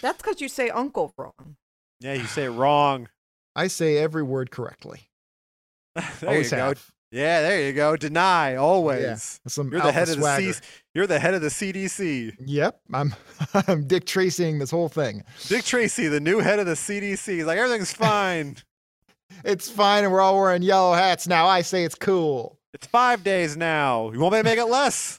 Speaker 5: That's because you say uncle wrong.
Speaker 4: Yeah, you say
Speaker 3: *sighs*
Speaker 4: it wrong.
Speaker 3: I say every word correctly.
Speaker 4: there
Speaker 3: Always
Speaker 4: you
Speaker 3: have.
Speaker 4: go. Yeah, there you go. Deny always.
Speaker 3: Some
Speaker 4: You're the
Speaker 3: alpha
Speaker 4: head of
Speaker 3: swagger.
Speaker 4: the C- You're the head of the CDC.
Speaker 3: Yep, I'm *laughs* I'm Dick tracing this whole thing.
Speaker 4: Dick Tracy, the new head of the CDC, He's
Speaker 3: *laughs*
Speaker 4: like everything's fine.
Speaker 3: It's fine, and we're all wearing yellow hats now. I say it's cool.
Speaker 4: it's five days now. You want me to make it less?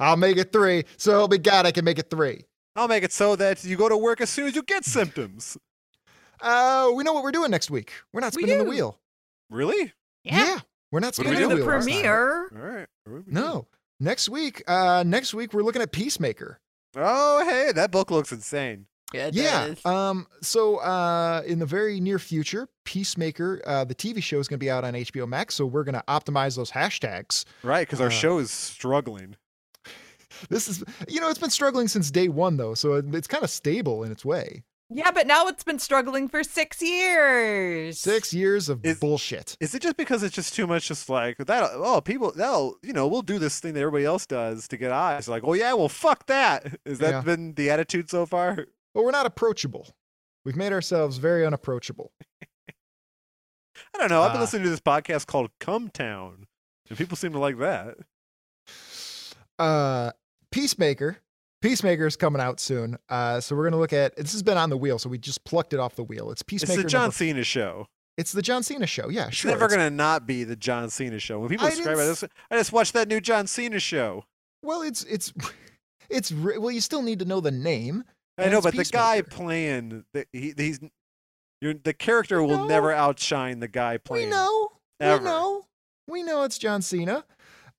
Speaker 3: I'll make it three. So help me God, I can make it three.
Speaker 4: I'll make it so that you go to work as soon as you get symptoms.
Speaker 3: Uh, we know what we're doing next week. We're not
Speaker 5: We
Speaker 3: spinning the
Speaker 5: do.
Speaker 3: wheel.
Speaker 4: Really?
Speaker 3: we're not
Speaker 4: What do we
Speaker 3: spinning
Speaker 5: You're
Speaker 3: the
Speaker 5: the
Speaker 3: wheel. next time.
Speaker 5: premiere.
Speaker 4: All right. What do we do?
Speaker 3: No, next week. Uh, next week we're looking at Peacemaker.
Speaker 4: Oh, hey, that book looks insane.
Speaker 5: it
Speaker 3: yeah.
Speaker 5: is.
Speaker 3: Um. So, uh, in the very near future, Peacemaker, uh, the TV show is going to be out on HBO Max. So we're going to optimize those hashtags.
Speaker 4: Right, because
Speaker 3: Uh,
Speaker 4: our show is struggling.
Speaker 3: This is, you know, it's been struggling since day one though, so it, it's kind of stable in its way.
Speaker 5: yeah, but now it's been struggling for six years.
Speaker 3: Six years of
Speaker 4: Is-
Speaker 3: bullshit.
Speaker 4: Is it just because it's just too much? Just like that? Oh, people, that'll you know, we'll do this thing that everybody else does to get eyes. Like, oh yeah, well, fuck that. *laughs* Has that
Speaker 3: Yeah.
Speaker 4: been the attitude so far?
Speaker 3: But we're not approachable. We've made ourselves very unapproachable.
Speaker 4: I don't know. I've been
Speaker 3: Ah.
Speaker 4: listening to this podcast called Come Town, and people seem to like that.
Speaker 3: uh peacemaker peacemaker is coming out soon uh so we're gonna look at this has been on the wheel so we just plucked it off the wheel it's
Speaker 4: It's
Speaker 3: peacemaker
Speaker 4: the John
Speaker 3: number-
Speaker 4: Cena show.
Speaker 3: it's the john cena show yeah
Speaker 4: It's
Speaker 3: sure
Speaker 4: never
Speaker 3: it's-
Speaker 4: gonna not be the John Cena show. When people
Speaker 3: I
Speaker 4: describe it, I
Speaker 3: didn't
Speaker 4: just, I just watched that new John Cena show.
Speaker 3: well it's it's *laughs* it's re- well you still need to know the name
Speaker 4: I
Speaker 3: and
Speaker 4: know,
Speaker 3: it's
Speaker 4: but the guy
Speaker 3: Peacemaker.
Speaker 4: playing the, he, he's you're, the character will
Speaker 3: know.
Speaker 4: never outshine the guy
Speaker 3: we
Speaker 4: playing.
Speaker 3: know
Speaker 4: Ever.
Speaker 3: we know we know it's john cena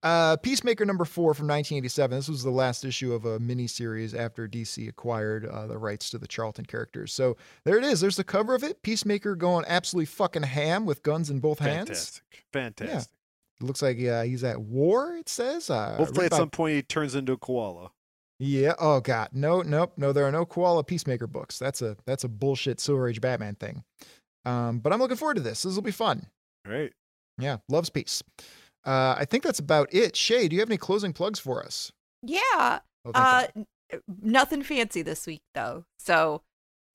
Speaker 3: uh, Peacemaker number four from 1987. This was the last issue of a miniseries after DC acquired uh, the rights to the Charlton characters. So there it is. There's the cover of it. Peacemaker going absolutely fucking ham with guns in both hands.
Speaker 4: Fantastic, fantastic.
Speaker 3: It looks like uh, he's at war. It says. Uh,
Speaker 4: Hopefully,
Speaker 3: written
Speaker 4: at
Speaker 3: by-
Speaker 4: some point, he turns into a koala.
Speaker 3: Yeah. Oh God. No. Nope. No. There are no koala peacemaker books. That's a that's a bullshit Silver Age Batman thing. Um, but I'm looking forward to this. This will be fun.
Speaker 4: Right?
Speaker 3: Yeah. Loves peace. Uh, I think that's about it. Shay, do you have any closing plugs for us?
Speaker 5: Yeah.
Speaker 3: Oh, thank
Speaker 5: Uh,
Speaker 3: God.
Speaker 5: n- nothing fancy this week though. So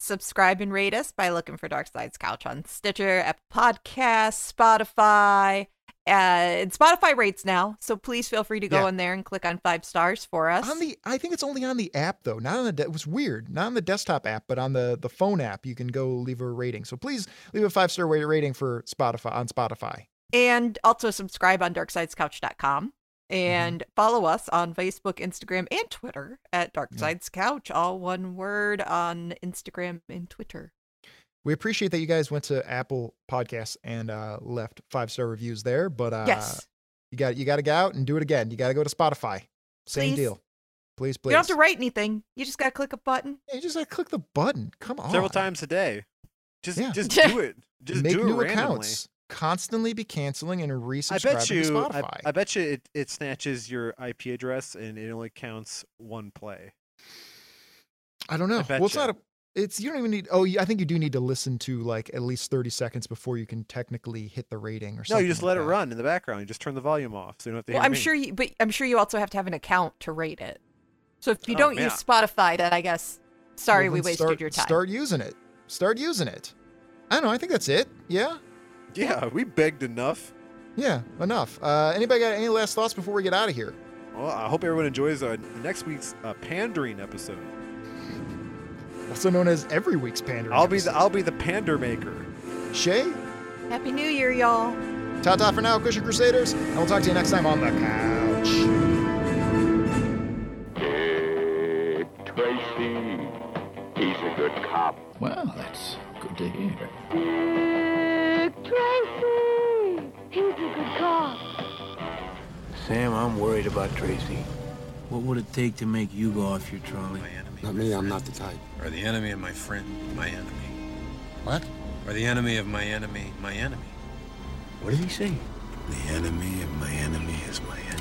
Speaker 5: subscribe and rate us by looking for Dark Side's Couch on Stitcher, Apple Podcasts, Spotify. Uh, and Spotify rates now, so please feel free to go
Speaker 3: Yeah.
Speaker 5: in there and click on five stars for us.
Speaker 3: on the I think it's only on the app though, not on the. De- it was weird, not on the desktop app, but on the the phone app. You can go leave a rating. So please leave a five star rating for Spotify on Spotify.
Speaker 5: And also subscribe on darksidescouch.com
Speaker 3: Mm-hmm.
Speaker 5: and follow us on Facebook, Instagram, and Twitter at Dark
Speaker 3: Yeah.
Speaker 5: Sides Couch, all one word on Instagram and Twitter.
Speaker 3: We appreciate that you guys went to Apple Podcasts and uh, left five star reviews there, but uh,
Speaker 5: yes.
Speaker 3: you got you got to go out and do it again. You got to go to Spotify. Same
Speaker 5: Please.
Speaker 3: deal. Blaze
Speaker 5: You
Speaker 3: Blaze.
Speaker 5: don't have to write anything. You just gotta click a button.
Speaker 3: Yeah, you just gotta click the button. Come on.
Speaker 4: several times a day. Just
Speaker 3: Oh, Yeah.
Speaker 5: *laughs*
Speaker 4: just do it. Just
Speaker 3: Make
Speaker 4: do it
Speaker 3: new
Speaker 4: randomly.
Speaker 3: accounts. Constantly be canceling and
Speaker 4: I
Speaker 3: resubscribing
Speaker 4: bet
Speaker 3: to
Speaker 4: you. I,
Speaker 3: Spotify.
Speaker 4: I bet you it, it snatches your IP address and it only counts one play.
Speaker 3: I don't know.
Speaker 4: bet
Speaker 3: well, it's
Speaker 4: ya.
Speaker 3: not a. It's you don't even need. Oh, yeah, I think you do need to listen to like at least thirty seconds before you can technically hit the rating or
Speaker 4: No,
Speaker 3: something.
Speaker 4: you just
Speaker 3: like
Speaker 4: let it
Speaker 3: that.
Speaker 4: run in the background. You just turn the volume off, so you don't have to.
Speaker 5: Well,
Speaker 4: hear
Speaker 5: I'm
Speaker 4: me.
Speaker 5: sure you, but I'm sure you also have to have an account to rate it. So if you
Speaker 4: Oh,
Speaker 5: don't
Speaker 4: man.
Speaker 5: use Spotify, then I guess sorry
Speaker 3: Well,
Speaker 5: we
Speaker 3: then
Speaker 5: wasted
Speaker 3: start-
Speaker 5: your time.
Speaker 3: Start using it. Start using it. I don't know. I think that's it. Yeah.
Speaker 4: *laughs* Yeah, we begged enough.
Speaker 3: Yeah. Enough. Uh, anybody got any last thoughts before we get out of here?
Speaker 4: Well, I hope everyone enjoys uh, next week's uh, pandering episode.
Speaker 3: Also known as every week's pandering.
Speaker 4: I'll be the
Speaker 3: episode.
Speaker 4: I'll be the pander maker.
Speaker 3: Shay.
Speaker 5: Happy New Year, y'all.
Speaker 3: Ta ta for now, Christian Crusaders, and we'll talk to you next time on the couch.
Speaker 2: Dick Tracy. He's a good cop.
Speaker 6: Well, that's good to hear.
Speaker 7: Tracy! He's a good cop.
Speaker 8: Sam, I'm worried about Tracy. What would it take to make you go off your trolley?
Speaker 9: Not me, I'm not the type.
Speaker 10: Are the enemy of my friend my enemy?
Speaker 9: What?
Speaker 10: Are the enemy of my enemy my enemy?
Speaker 8: What did he say?
Speaker 10: The enemy of my enemy is my enemy.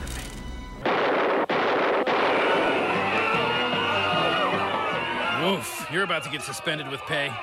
Speaker 11: Woof, you're about to get suspended with pay.